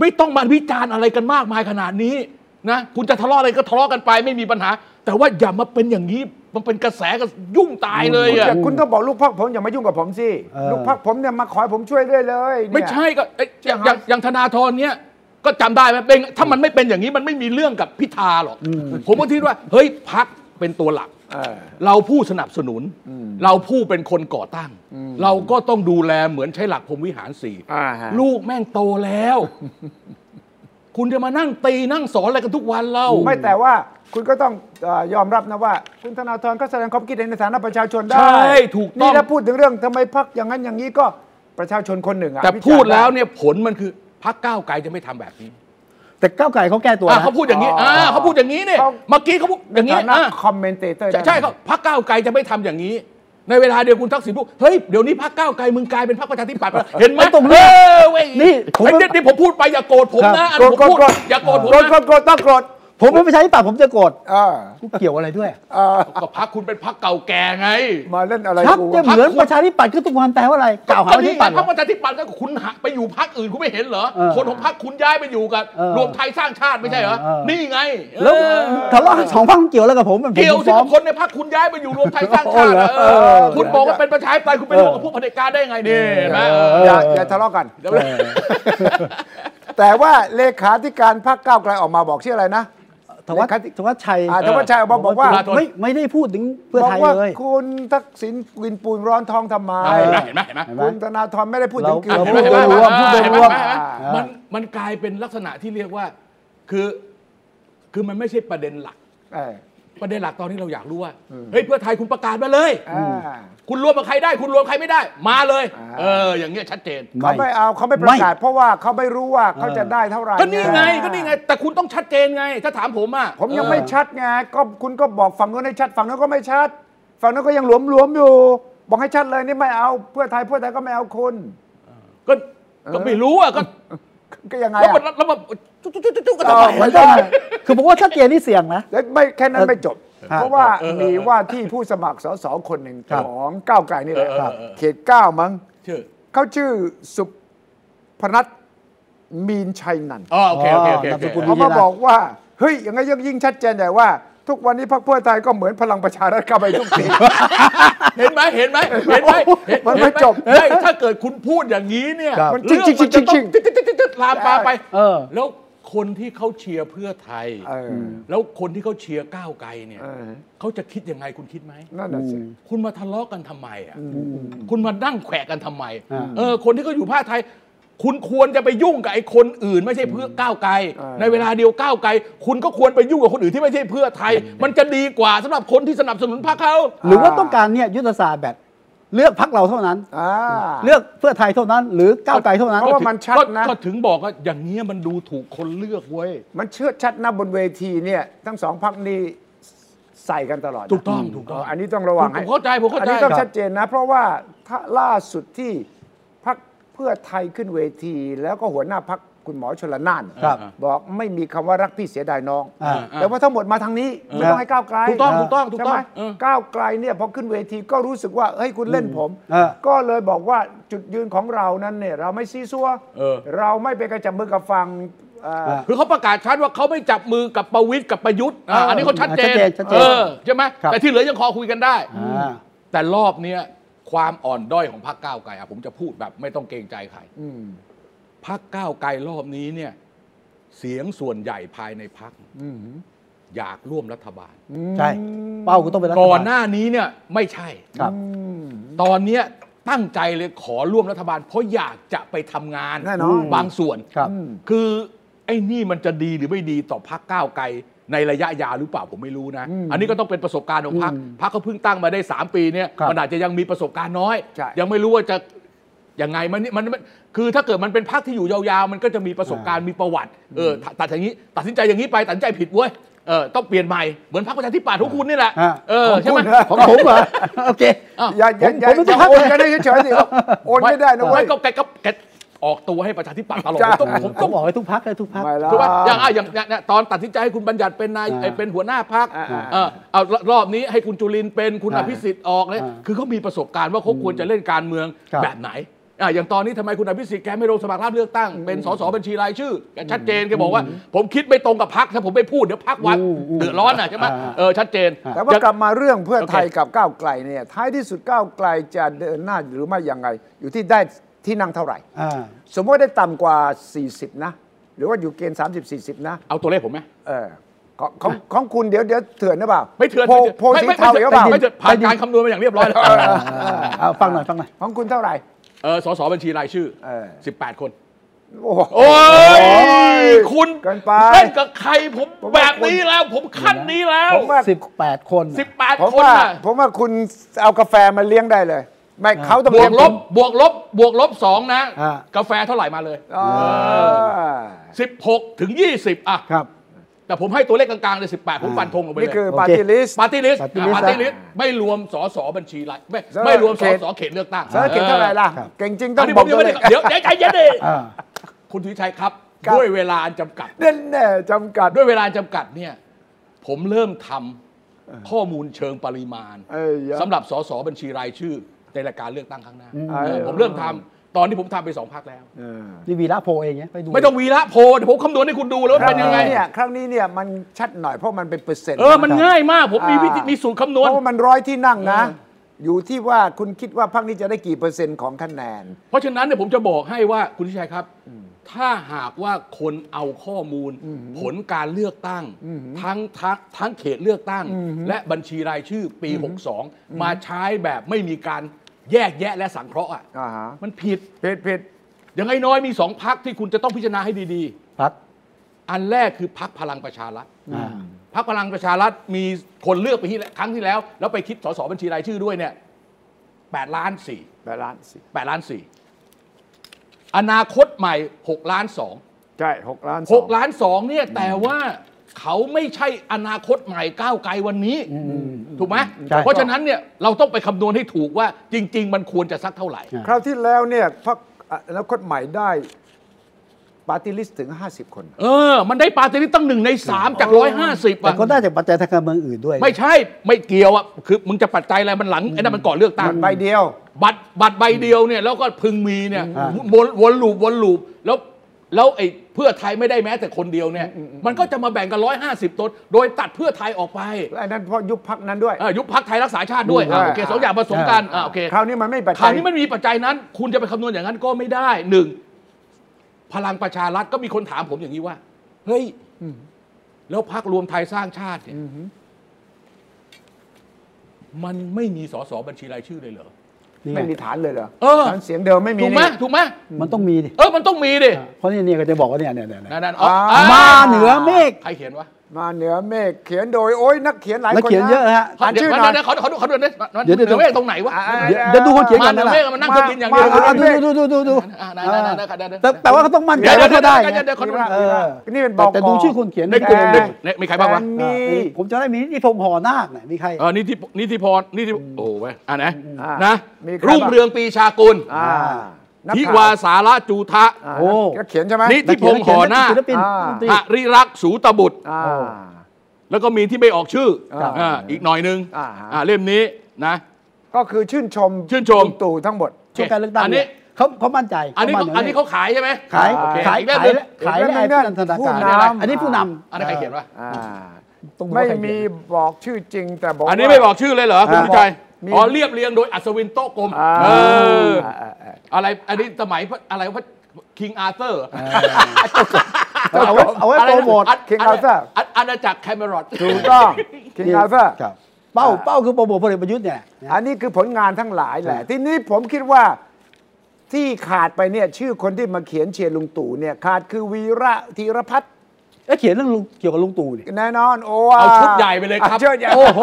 [SPEAKER 3] ไม่ต้องมาวิจารณ์อะไรกันมากมายขนาดนี้นะคุณจะทะเลาะอะไรก็ทะเลาะกันไปไม่มีปัญหา แต่ว่าอย่ามาเป็นอย่างนี้มันเป็นกระแสกันยุ่งตายเลย
[SPEAKER 4] คุณ
[SPEAKER 3] อะ
[SPEAKER 4] อย่าคุณต้องบอกลูกพักผมอย่ามายุ่งกับผมสิ
[SPEAKER 2] เออ
[SPEAKER 4] ลูกพักผมเนี่ยมาขอให้ผมช่วยเรื่อยเลยเนี่ย
[SPEAKER 3] ไม่ใช่ก็เอ้ยอย่างอ
[SPEAKER 4] ใช่ไหม
[SPEAKER 3] ย่างอย่างธนาธรเนี่ยก็จำได้ไหมเป็นถ้ามันไม่เป็นอย่างนี้มันไม่มีเรื่องกับพิธาหรอกผมก็คิดว่า เฮ้ยพักเป็นตัวหลัก
[SPEAKER 4] เออ
[SPEAKER 3] เราผู้สนับสนุน เราผู้เป็นคนก่อตั้ง เราก็ต้องดูแลเหมือนใช้หลักพรหมวิหารสี่
[SPEAKER 4] อ่าฮะ
[SPEAKER 3] ลูกแม่งโตแล้ว คุณจะมานั่งตีนั่งสอนอะไรกันทุกวันเล่า
[SPEAKER 4] ไม่แต่ว่าคุณก็ต้องเอ่อยอมรับนะว่า คุณธนาธรก็แสดงความคิดเห็นในฐานะประชาชนได้
[SPEAKER 3] ใช่ถูกต้อง
[SPEAKER 4] นี่ถ้าพูดถึงเรื่องทำไมพักอย่างนั้นอย่างนี้ก็ประชาชนคนหนึ่งอะ
[SPEAKER 3] แต่
[SPEAKER 4] จารณ์
[SPEAKER 3] พูดแล้วเนี่ยผลมันคือพักก้าวไกลจะไม่ทำแบบนี้
[SPEAKER 2] แต่ก้าวไก่เขาแก้ตัว
[SPEAKER 3] อ่ะ
[SPEAKER 2] นะ
[SPEAKER 3] เขาพูดอย่างนี้อ่าเขาพูดอย่างนี้เนี่ยเมื่อกี้เขาพูดอย่าง
[SPEAKER 4] ใน
[SPEAKER 3] นี้
[SPEAKER 4] ฐานะ
[SPEAKER 3] อ่ะ
[SPEAKER 4] คอมเมนเตเตอร์
[SPEAKER 3] ใช่ใช่ครับพรรคก้าวไกลจะไม่ทำอย่างนี้ ในเวลาเดียวคุณทักษิณพูดเฮ้ยเดี๋ยวนี้พรรคก้าวไกลมึงกลายเป็นพรรคประชาธิปัตย์ไปแล้วเห็นไหม
[SPEAKER 2] ไอ้ตรงนี้
[SPEAKER 3] เออเว้ย
[SPEAKER 2] นี่ผม
[SPEAKER 3] ไอ้นี่นี่ผมพูดไปอย่าโกรธผม
[SPEAKER 2] ครับ
[SPEAKER 3] นะอันนี้ผมพูด
[SPEAKER 4] โกรธ
[SPEAKER 3] อย่าโกรธผม
[SPEAKER 4] โกรธ
[SPEAKER 3] นะ
[SPEAKER 4] โกรธโกรธต้องโกรธ
[SPEAKER 2] ผมเป็นประชาธิปัตย์ผมจะโกรธ
[SPEAKER 4] เออ
[SPEAKER 2] กูเกี่ยวอะไรด้วย
[SPEAKER 4] เออ
[SPEAKER 3] ก็พรรคคุณเป็นพรรคเก่าแก่ไง
[SPEAKER 4] มาเล่นอะไร
[SPEAKER 2] ครับ
[SPEAKER 4] กู
[SPEAKER 2] จะเหมือนประชาธิปัตย์คือตุกความแปลว่าอะไรกล่าวหา
[SPEAKER 3] ก็
[SPEAKER 2] ประชาธิ
[SPEAKER 3] นี่ไง
[SPEAKER 2] ปัตย์เหร
[SPEAKER 3] พ
[SPEAKER 2] อ
[SPEAKER 3] รรคประชาธิปัตย์ก็คุณหาไปอยู่พรรคอื่นคุณไม่เห็นเหรอ
[SPEAKER 2] เออ
[SPEAKER 3] คนของพรรคคุณย้ายไปอยู่กับ
[SPEAKER 2] เออ
[SPEAKER 3] รวมไทยสร้างชาติไม่ใช่เหรอ
[SPEAKER 2] เออเออ
[SPEAKER 3] นี่ไงเออ
[SPEAKER 2] แล้วทะเลาะกันสองพักเกี่ยวอะไรกับผมมันผม
[SPEAKER 3] เกี่ยวสิ
[SPEAKER 2] ฟ้อง
[SPEAKER 3] กับคนในพรรคคุณย้ายไปอยู่รวมไทยสร้างชาติ
[SPEAKER 2] โอ้โหเหรอ
[SPEAKER 3] เออคุณบอกว่าเป็นประชาธิปัตย์คุณไปร่วมกับพวกเผด็จการได้ไงเนี่ยเห็นไหมเออ
[SPEAKER 4] อย่าอย่าทะเลาะกัน
[SPEAKER 3] เดี๋ยวนะ
[SPEAKER 4] แต่ว่าเลขาธิการพรรคก้าวไกลออกมาบอกชื่ออะไรนะ
[SPEAKER 2] ธวัช
[SPEAKER 4] เลขาธิ
[SPEAKER 2] ธวัชชัย
[SPEAKER 4] อ่าธวัชชัยออกมาบอกว่า
[SPEAKER 2] ไม่ไม่ได้พูดถึงเพื่อบ
[SPEAKER 4] อ
[SPEAKER 2] ไท
[SPEAKER 4] ก
[SPEAKER 2] ย
[SPEAKER 4] ว่า
[SPEAKER 2] เลย
[SPEAKER 4] คุณทักษิณกินปูนร้อนทองทำไม
[SPEAKER 3] เห็นไหมเห็นไหมเห็นไหม
[SPEAKER 2] เห็นไหม
[SPEAKER 4] คุณธนาธรไม่ได้พูดถึงกิน
[SPEAKER 2] เราพูดโดยร
[SPEAKER 4] ปูน
[SPEAKER 2] วมพูดโดยรวม
[SPEAKER 3] มันมันกลายเป็นลักษณะที่เรียกว่า คือ คือมันไม่ใช่ประเด็นหลัก
[SPEAKER 4] เออ
[SPEAKER 3] ประเด็นหลักตอนนี้เราอยากรู้ว่า เฮ้ยเพื่อไทยคุณประกาศมาเลย
[SPEAKER 4] อ่า
[SPEAKER 3] คุณรวมกับใครได้ คุณรวมใครไม่ได้ มาเลย เออ อย่างเงี้ยชัดเจน
[SPEAKER 4] เขาไม่เอาเขาไม่ประกาศ เพราะว่าเขาไม่รู้ว่าเขาจะได้เท่าไหร่
[SPEAKER 3] ก็นี่ไง ก็นี่ไง แต่คุณต้องชัดเจนไง ถ้าถามผมอ่ะ
[SPEAKER 4] ผมยังไม่ชัดไงก็คุณก็บอกฝั่งนู้นให้ชัด ฝั่งนู้นก็ไม่ชัด ฝั่งนู้นก็ยังหลวมๆอยู่ บอกให้ชัดเลยนี่ไม่เอาเพื่อไทยเพื่อไทยก็ไม่เอาคุณ
[SPEAKER 3] ก็ ก็ไม่รู้อ่ะ ก็
[SPEAKER 4] ก็ยังไง
[SPEAKER 3] แล้ว
[SPEAKER 4] อะ
[SPEAKER 3] มันแล้วมันจุ๊จุ๊จุ๊จุ๊ก็
[SPEAKER 4] เอ
[SPEAKER 3] ทำ
[SPEAKER 4] อ
[SPEAKER 3] ไม
[SPEAKER 4] ไม่ได้
[SPEAKER 2] คือผมว่าชัดเจนนี่เสี่ยงนะ
[SPEAKER 4] แล้วไม่แค่นั้นไม่จบ
[SPEAKER 2] ฮะ
[SPEAKER 4] เพราะว่า
[SPEAKER 3] เออเออ
[SPEAKER 4] มีว่าที่ผู้สมัครสสคนหนึ่ง
[SPEAKER 2] ครับ
[SPEAKER 4] ของก้าวไกลนี่แหละ
[SPEAKER 3] เออเออเออ
[SPEAKER 4] เขตเก้ามั้ง
[SPEAKER 3] ชื่อ
[SPEAKER 4] เขาชื่อสุพนัทมีนชัยนันท์
[SPEAKER 3] อ๋อโอเคโอเคโอเค
[SPEAKER 4] เขามาบอกว่า เฮ้ยอย่างไงยิ่งยิ่งชัดเจนใหญ่ว่า ทุกวันนี้พรรคเพื่อไทยก็เหมือนพลังประชารัฐเข้าไปทุกที
[SPEAKER 3] เห็นไหมเห็นไหมเห็นไหมเห็
[SPEAKER 4] มันไม่
[SPEAKER 3] เห็ห
[SPEAKER 4] จบ
[SPEAKER 3] เฮ้ยถ้าเกิดคุณพูดอย่างนี้เนี่ย
[SPEAKER 2] ครับ
[SPEAKER 4] มันจริงๆ
[SPEAKER 3] เอมันจะ
[SPEAKER 4] จริงๆ
[SPEAKER 3] ต้องติ๊ดติ๊ดติ๊ดติ๊ดลามปามไป
[SPEAKER 2] เออ
[SPEAKER 3] แล้วคนที่เขาเชียร์เพื่อไทย
[SPEAKER 4] เออ
[SPEAKER 3] แล้วคนที่เขาเชียร์ก้าวไกลเนี่ย
[SPEAKER 4] เออ
[SPEAKER 3] เขาจะคิดยังไงคุณคิดไหม
[SPEAKER 4] นั่นน่ะสิ
[SPEAKER 3] คุณมาทะเลาะกันทำไมอ่ะคุณมานั่งแขวะกันทำไม
[SPEAKER 2] อ่า
[SPEAKER 3] เออคนที่เขาอยู่ภาคไทย คุณควรจะไปยุ่งกับไอ้คนอื่นไม่ใช่เพื่อก้าวไกล ในเวลาเดียวก้าวไกล คุณก็ควรไปยุ่งกับคนอื่นที่ไม่ใช่เพื่อไทย มันจะดีกว่าสำหรับคนที่สนับสนุนพรรคเขา
[SPEAKER 2] หรือว่าต้องการเนี่ยยุทธศาสตร์แบบเลือกพักเราเท่านั้น
[SPEAKER 4] อ่า
[SPEAKER 2] เลือกเพื่อไทยเท่านั้น หรือก้าวไกลเท่านั้น
[SPEAKER 4] เพราะว่ามัน ชัดะ
[SPEAKER 3] ก็ก็ถึงบอกว่าอย่างเงี้ยมันดูถูกคนเลือกเว้ย
[SPEAKER 4] มันเชื่อชัดนะบนเวทีเนี่ย ทั้งสองพักนี้ใส่กันตลอดนะ
[SPEAKER 3] ถูกต้องถูกต้อง
[SPEAKER 4] เอันนี้ต้องระวัง
[SPEAKER 3] ผมผมเข้าใจผมเข้าใจ
[SPEAKER 4] อันนี้ต้อง
[SPEAKER 3] ครับ
[SPEAKER 4] ชัดเจนนะ เพราะว่าถ้าล่าสุดที่พักเพื่อไทยขึ้นเวที แล้วก็หัวหน้าพักคุณหมอชลน่าน
[SPEAKER 2] ครับ
[SPEAKER 4] บอกไม่มีคำว่ารักพี่เสียดายน้อง
[SPEAKER 2] อ่า
[SPEAKER 4] แต่ว่าทั้งหมดมาทางนี้ไม่ต้องให้ก้าวไกล
[SPEAKER 3] ถูกต้องถูกต้องถูกต้อง
[SPEAKER 4] ใช่ไหม
[SPEAKER 3] เออ
[SPEAKER 4] ก้าวไกลเนี่ยพอขึ้นเวทีก็รู้สึกว่าเฮ้ยคุณเล่นผม
[SPEAKER 2] เออ
[SPEAKER 4] ก็เลยบอกว่าจุดยืนของเรานั้นเนี่ยเราไม่ซีซัว
[SPEAKER 3] เออ
[SPEAKER 4] เราไม่ไปกระจับมือกับฝั่งเอ่อ
[SPEAKER 3] คือเขาประกาศชัดว่าเขาไม่จับมือกับประวิตยกับประยุทธ์อ่ะ
[SPEAKER 2] เอออั
[SPEAKER 3] อันนี้เขาชัดเจน
[SPEAKER 2] ชัดเจนชัดเจน
[SPEAKER 3] เออใช่ไหม
[SPEAKER 2] ครับ
[SPEAKER 3] แต่ที่เหลือยังคอคุยกันได้
[SPEAKER 2] อ่า
[SPEAKER 3] แต่รอบเนี้ยความอ่อนด้อยของพรรคก้าวไกลอ่ะผมจะพูดแบบไม่ต้องเกรงใจใครพรรคก้าวไกลรอบนี้เนี่ย เสียงส่วนใหญ่ภายในพรรคอยากร่วมรัฐบาล
[SPEAKER 2] ใช่ เป้ากูต้องเป็นรัฐบาล
[SPEAKER 3] ก่อนหน้านี้เนี่ยไม่ใช่
[SPEAKER 2] ครับ
[SPEAKER 3] ตอนเนี้ยตั้งใจเลยขอร่วมรัฐบาล เพราะอยากจะไปทำงาน
[SPEAKER 4] แน่นอน
[SPEAKER 3] บางส่วน
[SPEAKER 2] ครับ
[SPEAKER 3] คือไอ้นี่มันจะดีหรือไม่ดีต่อพักก้าวไกลในระยะยาวหรือเปล่าผมไม่รู้นะ อันนี้ก็ต้องเป็นประสบการณ์ของพักพักเขาเพิ่งตั้งมาได้ 3 ปีเนี่ย
[SPEAKER 2] ครับ
[SPEAKER 3] มันอาจจะยังมีประสบการณ์น้อย
[SPEAKER 4] ใช่
[SPEAKER 3] ยังไม่รู้ว่าจะยังไงมันมันมันคือถ้าเกิดมันเป็นพักที่อยู่ยาวๆ มันก็จะมีประสบการณ์มีประวัติเออตัดตัดอย่างนี้ ตัดสินใจอย่างนี้ไปตัดสินใจผิดเว้ยเออต้องเปลี่ยนใหม่เหมือนพรรคประชาธิปัตย์ของคุณนี่แหละ
[SPEAKER 2] อ่า
[SPEAKER 3] เออใช่ไหม
[SPEAKER 2] ของผมเหรอ โอเค
[SPEAKER 3] อ้าว
[SPEAKER 4] อย่าอย่าอย่า
[SPEAKER 2] ผมผมไม่ได้พัก
[SPEAKER 4] อย่าโอน
[SPEAKER 2] นะ
[SPEAKER 4] กันได้เฉยๆสิโอนไม่ได้นะเว้ย
[SPEAKER 3] ก็แกก็แกออกตัวให้ประชาธิปัตย์ตลอด
[SPEAKER 4] ใช่
[SPEAKER 3] ผมต้องผม
[SPEAKER 2] ต้
[SPEAKER 3] ต้
[SPEAKER 2] อ
[SPEAKER 3] อง ง
[SPEAKER 2] บอกให้ทุกพักเลยทุกพัก
[SPEAKER 4] ไม่ละ
[SPEAKER 3] ถูกป่ะอย่างอ่ะอย่างเนี่ยเนี่ยตอนตัดสินใจให้คุณบัญญัติเป็นนาย
[SPEAKER 2] อ่า
[SPEAKER 3] เอ่อเป็นหัวหน้าพัก
[SPEAKER 4] อ่า
[SPEAKER 3] เออเอารอบนี้ให้คุณจุลินทร์เป็นคุณ
[SPEAKER 2] อ่า
[SPEAKER 3] อภิสิทธิ์ออกเลย
[SPEAKER 2] อ่า
[SPEAKER 3] คือเขามีประสบการณ์ว่าเขาควรจะเล่นการเมือง
[SPEAKER 2] ครับ
[SPEAKER 3] แบบไหนอ่ะอย่างตอนนี้ทำไมคุณอภิสิทธิ์แกไม่ลงสมัครรับเลือกตั้งเป็นสสบัญชีรายชื่อแกชัดเจนแกบอกว่า ผมคิดไม่ตรงกับพักถ้าผมไม่พูดเดี๋ยวพักวัดเดือดร้อนน่ะใช่ไหมเออชัดเจน
[SPEAKER 4] แต่ว่ากลับมาเรื่องเพื่อไทยกับก้าวไกลเนี่ยท้ายที่สุดก้าวไกลจะเดินหน้าหรือไม่ยังไง อยู่ที่ได้ที่นั่งเท่าไหร่
[SPEAKER 2] อ่า
[SPEAKER 4] สมมติว่าได้ต่ำกว่า 40 นะ หรือว่าอยู่เกณฑ์ 30 40 นะ
[SPEAKER 3] เอาตัวเลขผมไหม
[SPEAKER 4] เออของของของคุณเดี๋ยวเดี๋ยวเถื่อนหรือเปล่า
[SPEAKER 3] ไม่เถื่อน
[SPEAKER 4] โพล
[SPEAKER 3] ไม่เถื่อนไม่ไม่
[SPEAKER 4] โพลสีเทาอีกหรือเปล่า
[SPEAKER 3] ไม่เถื่อนผ่านการคำนวณมาอย่างเรียบร้อยแล้ว
[SPEAKER 2] เอาฟังหน่อยฟังหน่อย
[SPEAKER 4] ของคุณเท่าไหร่
[SPEAKER 3] เออสสบัญชีรายชื่อ
[SPEAKER 4] เออ
[SPEAKER 3] สิบแปดคน
[SPEAKER 4] โอ้โห
[SPEAKER 3] โอ้ย
[SPEAKER 4] ย
[SPEAKER 3] คุณ
[SPEAKER 4] เกินไป
[SPEAKER 3] เล่นกับใครผม
[SPEAKER 4] ผม
[SPEAKER 3] แบ
[SPEAKER 4] ว่า
[SPEAKER 3] บ
[SPEAKER 4] คุณ
[SPEAKER 3] นี้แล้ว ผมขั้นนี้แล้ว
[SPEAKER 4] ผมว่า
[SPEAKER 2] สิบแปดคน
[SPEAKER 3] สิบแปด
[SPEAKER 4] ผม
[SPEAKER 3] คน
[SPEAKER 4] ว่า
[SPEAKER 3] น่ะ
[SPEAKER 4] ผมว่าคุณเอากาแฟมาเลี้ยงได้เลย ไม่เขาต้อง
[SPEAKER 3] บว
[SPEAKER 4] เลี้ย
[SPEAKER 3] ก
[SPEAKER 4] ง
[SPEAKER 3] ลบบวกลบบวกลบสองนะ
[SPEAKER 2] อ่าก
[SPEAKER 3] าแฟเท่าไหร่มาเลย
[SPEAKER 4] อ่า
[SPEAKER 3] 16 ถึง 20 อ่ะ
[SPEAKER 2] ครับ
[SPEAKER 3] แต่ผมให้ตัวเลขกลางๆเลย 18 ผมฟันธงลงไป
[SPEAKER 4] นี่
[SPEAKER 3] เล
[SPEAKER 4] คือย
[SPEAKER 2] โอเค
[SPEAKER 4] ปาร์ตี้ลิสต์
[SPEAKER 3] ปาร์ตี้ลิสต์
[SPEAKER 2] Party
[SPEAKER 3] ปา
[SPEAKER 2] list
[SPEAKER 3] ร์ตี้
[SPEAKER 2] นะ
[SPEAKER 3] ลิสต์ไม่รวมสสบัญชีรายไม่
[SPEAKER 4] สอ
[SPEAKER 3] ไม่รวมส
[SPEAKER 4] เขต
[SPEAKER 3] สเขตเลือกตั้ง
[SPEAKER 4] สถานเกตเท่าไหร่ล่ะ เก่งจริงต้
[SPEAKER 3] อั
[SPEAKER 4] อน ง
[SPEAKER 3] นี้
[SPEAKER 4] บ
[SPEAKER 3] ผ
[SPEAKER 4] อ
[SPEAKER 3] ม
[SPEAKER 4] ก
[SPEAKER 3] ยัง
[SPEAKER 4] เล
[SPEAKER 3] ไม่
[SPEAKER 4] ย
[SPEAKER 3] ได้เดี๋ยวเดี๋ยวใจเย็นดิ
[SPEAKER 2] อ่า
[SPEAKER 3] คุณทวีชัยครับ
[SPEAKER 4] ครับ
[SPEAKER 3] ด้วยเวลาอันจำกัด
[SPEAKER 4] แน่แน่ๆจำกัด
[SPEAKER 3] ด้วยเวลาจำกัดเนี่ย ผมเริ่มทำข้อมูลเชิงปริมาณ
[SPEAKER 4] เอ้ยเยอะ
[SPEAKER 3] สำหรับสสบัญชีรายชื่อในรายการเลือกตั้งครั้งหน้าเอ
[SPEAKER 4] เอ้ย
[SPEAKER 3] อผมเริ่มทำตอนที่ผมทำไปสองพักแล้ว
[SPEAKER 2] นี่วีระโพลเองเนี่ยไปดู
[SPEAKER 3] ไม่ต้องวีละโพลเดี๋ยวผมคำนวณให้คุณดูแล้ว
[SPEAKER 4] ค
[SPEAKER 3] ว่า
[SPEAKER 4] รั้
[SPEAKER 3] เป็
[SPEAKER 4] ง
[SPEAKER 3] นยัง
[SPEAKER 4] นี้
[SPEAKER 3] ไง
[SPEAKER 4] เนี่ยครั้งนี้เนี่ยมันชัดหน่อยเพราะมันเป็นเปอร์เซ็นต์
[SPEAKER 3] เออ มันง่ายมาก ผมมีวิธีมีสูตรคำนวณ
[SPEAKER 4] เพราะว่ามันร้อยที่นั่งนะ อยู่ที่ว่าคุณคิดว่าพรรคนี้จะได้กี่เปอร์เซ็นต์ของคะแนน
[SPEAKER 3] เพราะฉะนั้นเนี่ยผมจะบอกให้ว่าคุณชัยครับ ถ้าหากว่าคนเอาข้อมูลผลการเลือกตั้ง ทั้งทักทั้งเขตเลือกตั้ง และบัญชีรายชื่อปี 62 มาใช้แบบไม่มีการแยกแยะและสังเคราะห์อ่ะ
[SPEAKER 4] อ่าฮะ
[SPEAKER 3] มันผิด
[SPEAKER 4] ผิดผิด
[SPEAKER 3] อย่างน้อยๆมีสองพักที่คุณจะต้องพิจารณาให้ดี
[SPEAKER 2] พัก
[SPEAKER 3] ๆ อันแรกคือพักพลังประชารัฐพักพลังประชารัฐมีคนเลือกไปที่ครั้งที่แล้ว แล้วไปคิดสสบัญชีรายชื่อด้วยเนี่ยแปดล้านสี่
[SPEAKER 4] บาลานซ์สิ
[SPEAKER 3] 8ล้าน4อนาคตใหม่ 6 ล้าน2
[SPEAKER 4] ใช่หกล้านสอง
[SPEAKER 3] 6ล้าน2เนี่ยแต่ว่าเขาไม่ใช่อนาคตใหม่ก้าวไกลวันนี้ ถูกไหม
[SPEAKER 2] ใช่
[SPEAKER 3] เพราะฉะนั้นเนี่ยเราต้องไปคำนวณให้ถูกว่าจริง ๆ มันควรจะสักเท่าไหร่
[SPEAKER 4] คราวที่แล้วเนี่ยพรรคอนาคตใหม่ได้ปาร์ตี้ลิสต์ถึง 50 คน
[SPEAKER 3] เออ มันได้ปาร์ตี้ลิสต์ตั้งหนึ่งใน 3 จาก 150
[SPEAKER 2] แต่
[SPEAKER 3] อ่ะ
[SPEAKER 2] ก็ได้จากปัจจัยทางการเมืองอื่นด้วย
[SPEAKER 3] ไม่ใช่ไม่เกี่ยวอ่ะคือมึงจะปัจจัยอะไรมันหลังไอ้นั่นมันก่อนเลือกตั้ง
[SPEAKER 4] มันใบเดียว
[SPEAKER 3] บัตรบัตรใบเดียวเนี่ยแล้วก็พึงมีเนี่ย
[SPEAKER 2] อ่า
[SPEAKER 3] วนวนลูปวนลูปแล้วแล้วไอ้เพื่อไทยไม่ได้แม้แต่คนเดียวเนี่ยมันก็จะมาแบ่งกันร้อยห้าสิบต้นโดยตัดเพื่อไทยออกไป
[SPEAKER 4] ไอ้นั่นเพราะยุบพักนั้นด้วย
[SPEAKER 3] เอ่อยุบพักไทยรักษาชาติด้วยอ่ะโอเคสองอย่างผสมกันอ่ะโอเค
[SPEAKER 4] คราวนี้มันไม่ปัจ
[SPEAKER 3] คราว
[SPEAKER 4] จั
[SPEAKER 3] ย นี้มันมีปัจจัยนั้น คุณจะไปคำนวณอย่างนั้นก็ไม่ได้หนึ่งพลังประชารัฐก็มีคนถามผมอย่างนี้ว่าเฮ้ยแล้วพักรวมไทยสร้างชาติเนี่ยมันไม่มีสสบัญชีรายชื่อเลยเหรอ
[SPEAKER 2] นี่ไง
[SPEAKER 4] ไม่มีฐานเลยเหรอ
[SPEAKER 3] เออ
[SPEAKER 4] ฐานเสียงเดิมไม่มี
[SPEAKER 3] ถูกไหม
[SPEAKER 4] นี่
[SPEAKER 3] ถูกไหม
[SPEAKER 2] มันต้องมีดิ
[SPEAKER 3] เออมันต้องมีดิ
[SPEAKER 2] เพราะเนี่ยเนี่ยก็จะบอกว่าเนี่ยเนี่ยเนี่ยเนี่ย
[SPEAKER 3] นั่นนั่นอ๋อ
[SPEAKER 4] อ่า
[SPEAKER 3] อ่
[SPEAKER 2] มาเหนือเมฆ
[SPEAKER 3] ใครเขียนวะ
[SPEAKER 4] มาเหนือเมฆเขียนโดยโอ้ยนักเขียนหลาย
[SPEAKER 2] แล้ว
[SPEAKER 4] คน
[SPEAKER 2] เขียนเยอะฮะ
[SPEAKER 4] อ่านชื่อห
[SPEAKER 3] เดี๋ยว
[SPEAKER 4] น่อย
[SPEAKER 3] เดี๋ยวขอขอดูขอดูหน่อยมัน
[SPEAKER 2] เดี๋ยวเดี๋ยว
[SPEAKER 3] เหนือเมฆตรงไหนวะ
[SPEAKER 4] อ่าอ่า
[SPEAKER 2] เดี๋ยวเดี๋ยวดูเขาเขียน
[SPEAKER 3] มา
[SPEAKER 2] กัน
[SPEAKER 3] เห
[SPEAKER 2] นะ
[SPEAKER 3] นือ
[SPEAKER 2] ล่ะ
[SPEAKER 3] เมฆมันนั่งเครื่องบินอย่างเดียว
[SPEAKER 4] มา
[SPEAKER 2] อ่ะดูดูดูดูดู
[SPEAKER 3] อ่าได้ได้ได้ได้ได้ได้ได้
[SPEAKER 2] แต่แต่ว่าเขาต้องมั่นใจ
[SPEAKER 3] เดี๋ยว
[SPEAKER 2] ว่าเขา
[SPEAKER 3] เดี๋ยว
[SPEAKER 2] ได้ไง
[SPEAKER 3] เดี๋ยวเดี๋ยวขอดูหน่อย
[SPEAKER 2] เออ
[SPEAKER 4] นี่เป็นบอก
[SPEAKER 2] แต่ดูชื่อคนเขียน
[SPEAKER 3] ในกลุ่มเนี่ยมีใครบ้างวะ
[SPEAKER 4] มี
[SPEAKER 2] ผมจะได้มีนิติพงษ์หอนาคน่ะมีใคร
[SPEAKER 3] เออนิตินิติพรนิติโอ้เว้ยอ่ะนะ
[SPEAKER 4] อ่า
[SPEAKER 3] นะ
[SPEAKER 4] มีใค
[SPEAKER 3] รุ่ง
[SPEAKER 4] บ้า
[SPEAKER 3] เรืองปรีชากุล
[SPEAKER 4] อ่านัก
[SPEAKER 3] ทิ
[SPEAKER 4] ข่
[SPEAKER 3] วาสาระจูทะ
[SPEAKER 4] อ่า
[SPEAKER 2] โอ้
[SPEAKER 4] นักเขียนใช่ไหม
[SPEAKER 3] นิ ที่พงษ์หอนาค
[SPEAKER 2] ศิลปิน
[SPEAKER 4] อ่า
[SPEAKER 2] ดนตรี
[SPEAKER 3] หริรักษ์สูตบุตร
[SPEAKER 4] อ่า
[SPEAKER 3] แล้วก็มีที่ไม่ออกชื่อ
[SPEAKER 4] ครับ
[SPEAKER 3] อ่าอีกหน่อยหนึง
[SPEAKER 4] อ่า
[SPEAKER 3] อ่าเล่มนี้นะ
[SPEAKER 4] ก็คือชื่นชม
[SPEAKER 3] ชื่นชม
[SPEAKER 4] ลุงตู่ทั้งหมด
[SPEAKER 2] ช่วงการเลือกตั้ง
[SPEAKER 3] อันนี้
[SPEAKER 2] เนี่ยเขาเขามั่นใจ
[SPEAKER 3] อันนี้
[SPEAKER 2] ข
[SPEAKER 3] เขาอันนี้
[SPEAKER 2] มั่
[SPEAKER 3] เขาขายใช่ไหม
[SPEAKER 2] ขาย
[SPEAKER 4] อ่า
[SPEAKER 2] ขาย
[SPEAKER 3] โอเค
[SPEAKER 2] ขาย
[SPEAKER 3] อีกเรื่องหนึ่ง
[SPEAKER 2] ขาย
[SPEAKER 4] อีก
[SPEAKER 2] และ
[SPEAKER 4] เรื่องหนึ่ง
[SPEAKER 2] นันทนา
[SPEAKER 4] ผู้
[SPEAKER 2] การ
[SPEAKER 4] นำ
[SPEAKER 2] อันนี้ผู้นำ
[SPEAKER 3] อันนี้ใครเขียนวะ
[SPEAKER 4] อ่า
[SPEAKER 2] ตรงนู้น
[SPEAKER 4] ไม่
[SPEAKER 2] ใครเขี
[SPEAKER 4] มี
[SPEAKER 2] ยน
[SPEAKER 4] บอกชื่อจริงแต่บอก
[SPEAKER 3] อันนี้
[SPEAKER 4] ว่า
[SPEAKER 3] ไม่บอกชื่อเลยเหรอคุณ
[SPEAKER 4] อ่า
[SPEAKER 3] ผู้ชัย
[SPEAKER 4] มี
[SPEAKER 3] อ๋อเรียบเรียงโดยอัศวินโต๊ะกลม
[SPEAKER 4] อ่า
[SPEAKER 3] เออ
[SPEAKER 4] อ่าอ่าอ่า
[SPEAKER 3] อะไรอันนี้สมัยพระอะไรพระคิงอาเธอร์
[SPEAKER 2] เอาไว้เอาไว้โปรโมท
[SPEAKER 4] King Arthur
[SPEAKER 3] อาณาจักรแคเมรอน
[SPEAKER 4] ถูกต้องคิงอาเธอร์
[SPEAKER 2] ครับเป้าเป้าคือโปรโมทพลเอกประยุทธ์เนี่ยนะ
[SPEAKER 4] อันนี้คือผลงานทั้งหลายแห
[SPEAKER 2] ค
[SPEAKER 4] ละ
[SPEAKER 2] รับ
[SPEAKER 4] ทีนี้ผมคิดว่าที่ขาดไปเนี่ยชื่อคนที่มาเขียนเชียร์ลุงตู่เนี่ยขาดคือวีระธีรพัฒน์
[SPEAKER 2] เอ๊ะเขียนเรื่องลุงเกี่ยวกับลุงตู่นี่
[SPEAKER 4] แน่นอนโอ้
[SPEAKER 3] เอาชุดใหญ่ไปเลยครับ
[SPEAKER 4] อาชุดใหญ่
[SPEAKER 2] โอ้โห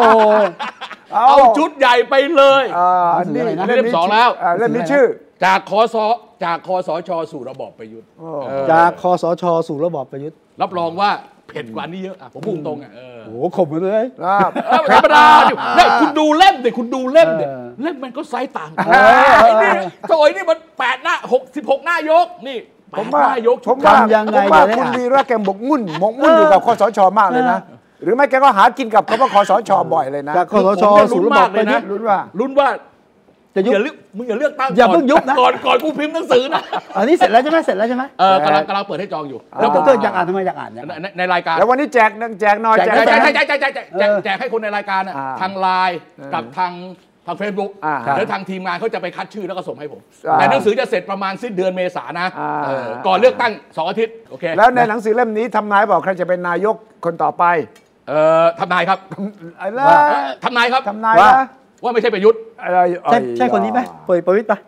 [SPEAKER 3] เอาชุดใหญ่ไปเลย
[SPEAKER 4] อ่า
[SPEAKER 2] หนังสืออะไรนะ
[SPEAKER 4] นี่
[SPEAKER 3] เล่มสองแล้ว
[SPEAKER 4] าเล่มนี้ชื่อ
[SPEAKER 3] จากคอสจากคอสชสู่ระบอบประยุทธ์
[SPEAKER 4] โอ้
[SPEAKER 3] เออ
[SPEAKER 2] จากคอสชสู่ระบอบประยุทธ์
[SPEAKER 3] รับรองว่าเผ็ดกว่านี้เยอะอ่ะผมพูดตรงอ่ะเออ
[SPEAKER 2] โอ้โหข่มกันเลย
[SPEAKER 4] อ่า
[SPEAKER 3] เออธรรมดาดิเนี่ยคุณดูเล่มดิคุณดูเล่มดิ
[SPEAKER 2] เออ
[SPEAKER 3] เล่มมันก็ไซส์ต่างกัน
[SPEAKER 2] เออ
[SPEAKER 3] ไอ้นี่โอยนี่มันแปดหน้าหกสิบหกหน้ายกนี่แป
[SPEAKER 4] ผ
[SPEAKER 3] ด
[SPEAKER 4] ม
[SPEAKER 3] ห
[SPEAKER 4] ว่า
[SPEAKER 3] น้ายก
[SPEAKER 4] ผมว่า
[SPEAKER 2] ทำยังไง
[SPEAKER 4] ผมว่า
[SPEAKER 2] เนี่ย
[SPEAKER 4] คุณวีระแกหมกมุ่นหมกมุ่นอยู่กับคอสชมากเลยนะ หรือไม่แกก็หากินกับคำว่าคอสชบ่อยเลยนะ
[SPEAKER 2] จากคอสช
[SPEAKER 3] ผมเนี่ย
[SPEAKER 2] สู่
[SPEAKER 3] ลุ้น
[SPEAKER 2] ระบอ
[SPEAKER 3] มา
[SPEAKER 2] บ
[SPEAKER 3] ก
[SPEAKER 2] ป
[SPEAKER 3] เล
[SPEAKER 2] ระยุ
[SPEAKER 3] ยนะ
[SPEAKER 2] ทธ์
[SPEAKER 4] ลุ้นว่า
[SPEAKER 3] ลุ้นว่า
[SPEAKER 2] จะยุบ
[SPEAKER 3] อย่าเลือกมึงอย่าเลือกตั้ง
[SPEAKER 2] อย่า
[SPEAKER 3] ก่
[SPEAKER 2] เพิ่งยุบนะ
[SPEAKER 3] ก่อนก่อนกูพิมพ์หนังสือนะ
[SPEAKER 2] อันนี้เสร็จแล้วใช่ไหมเสร็จแล้วใช่ไหม
[SPEAKER 3] เออกำลังกำลังเปิดให้จองอยู่
[SPEAKER 2] แล้
[SPEAKER 3] แล้ว ว
[SPEAKER 2] ผ
[SPEAKER 3] ผม ม
[SPEAKER 2] เกิดอยากอ่านทำไมอยากอ่านอยาก
[SPEAKER 3] ใน
[SPEAKER 2] อ่าน
[SPEAKER 3] ในในรายการ
[SPEAKER 4] แล้ววันนี้แจกหนึ่งแจกหน่อย
[SPEAKER 2] แจ
[SPEAKER 4] แจ
[SPEAKER 2] ก
[SPEAKER 4] ก
[SPEAKER 2] ห
[SPEAKER 3] แจ
[SPEAKER 2] น่อ
[SPEAKER 3] ก
[SPEAKER 2] ย
[SPEAKER 4] ห
[SPEAKER 3] ให้
[SPEAKER 4] นึ่ง
[SPEAKER 3] แจกแจกแจกแจกแจก
[SPEAKER 2] เออ
[SPEAKER 3] แจกให้คนในรายการน่ะ
[SPEAKER 4] อ่า
[SPEAKER 3] ทางไลน์กับทางทางเฟซบุ๊ก
[SPEAKER 4] อ่า
[SPEAKER 3] แล้วทางทีมงานเขาจะไปคัดชื่อแล้วก็ส่งให้ผม
[SPEAKER 4] อ่า
[SPEAKER 3] แต่หนังสือจะเสร็จประมาณสิ้นเดือนเมษานะ
[SPEAKER 4] อ่า
[SPEAKER 3] เออก่อนเลือกตั้งสองอาทิตย์โอเค
[SPEAKER 4] แล้วในหนังสือเล่มนี้ทำนายบอกใครจะเป็นนายกคนต่อไป
[SPEAKER 3] เอ่อทำนายครับ
[SPEAKER 4] อะไร
[SPEAKER 3] เอ่อทำนายครับ
[SPEAKER 4] ทำนาย
[SPEAKER 2] ว่า
[SPEAKER 4] นะ
[SPEAKER 3] ว่าไม่ใช่ประยุทธ์
[SPEAKER 4] อะไร
[SPEAKER 2] ใช่ใช่คนนี้ไหมเปิดประวิตรปะ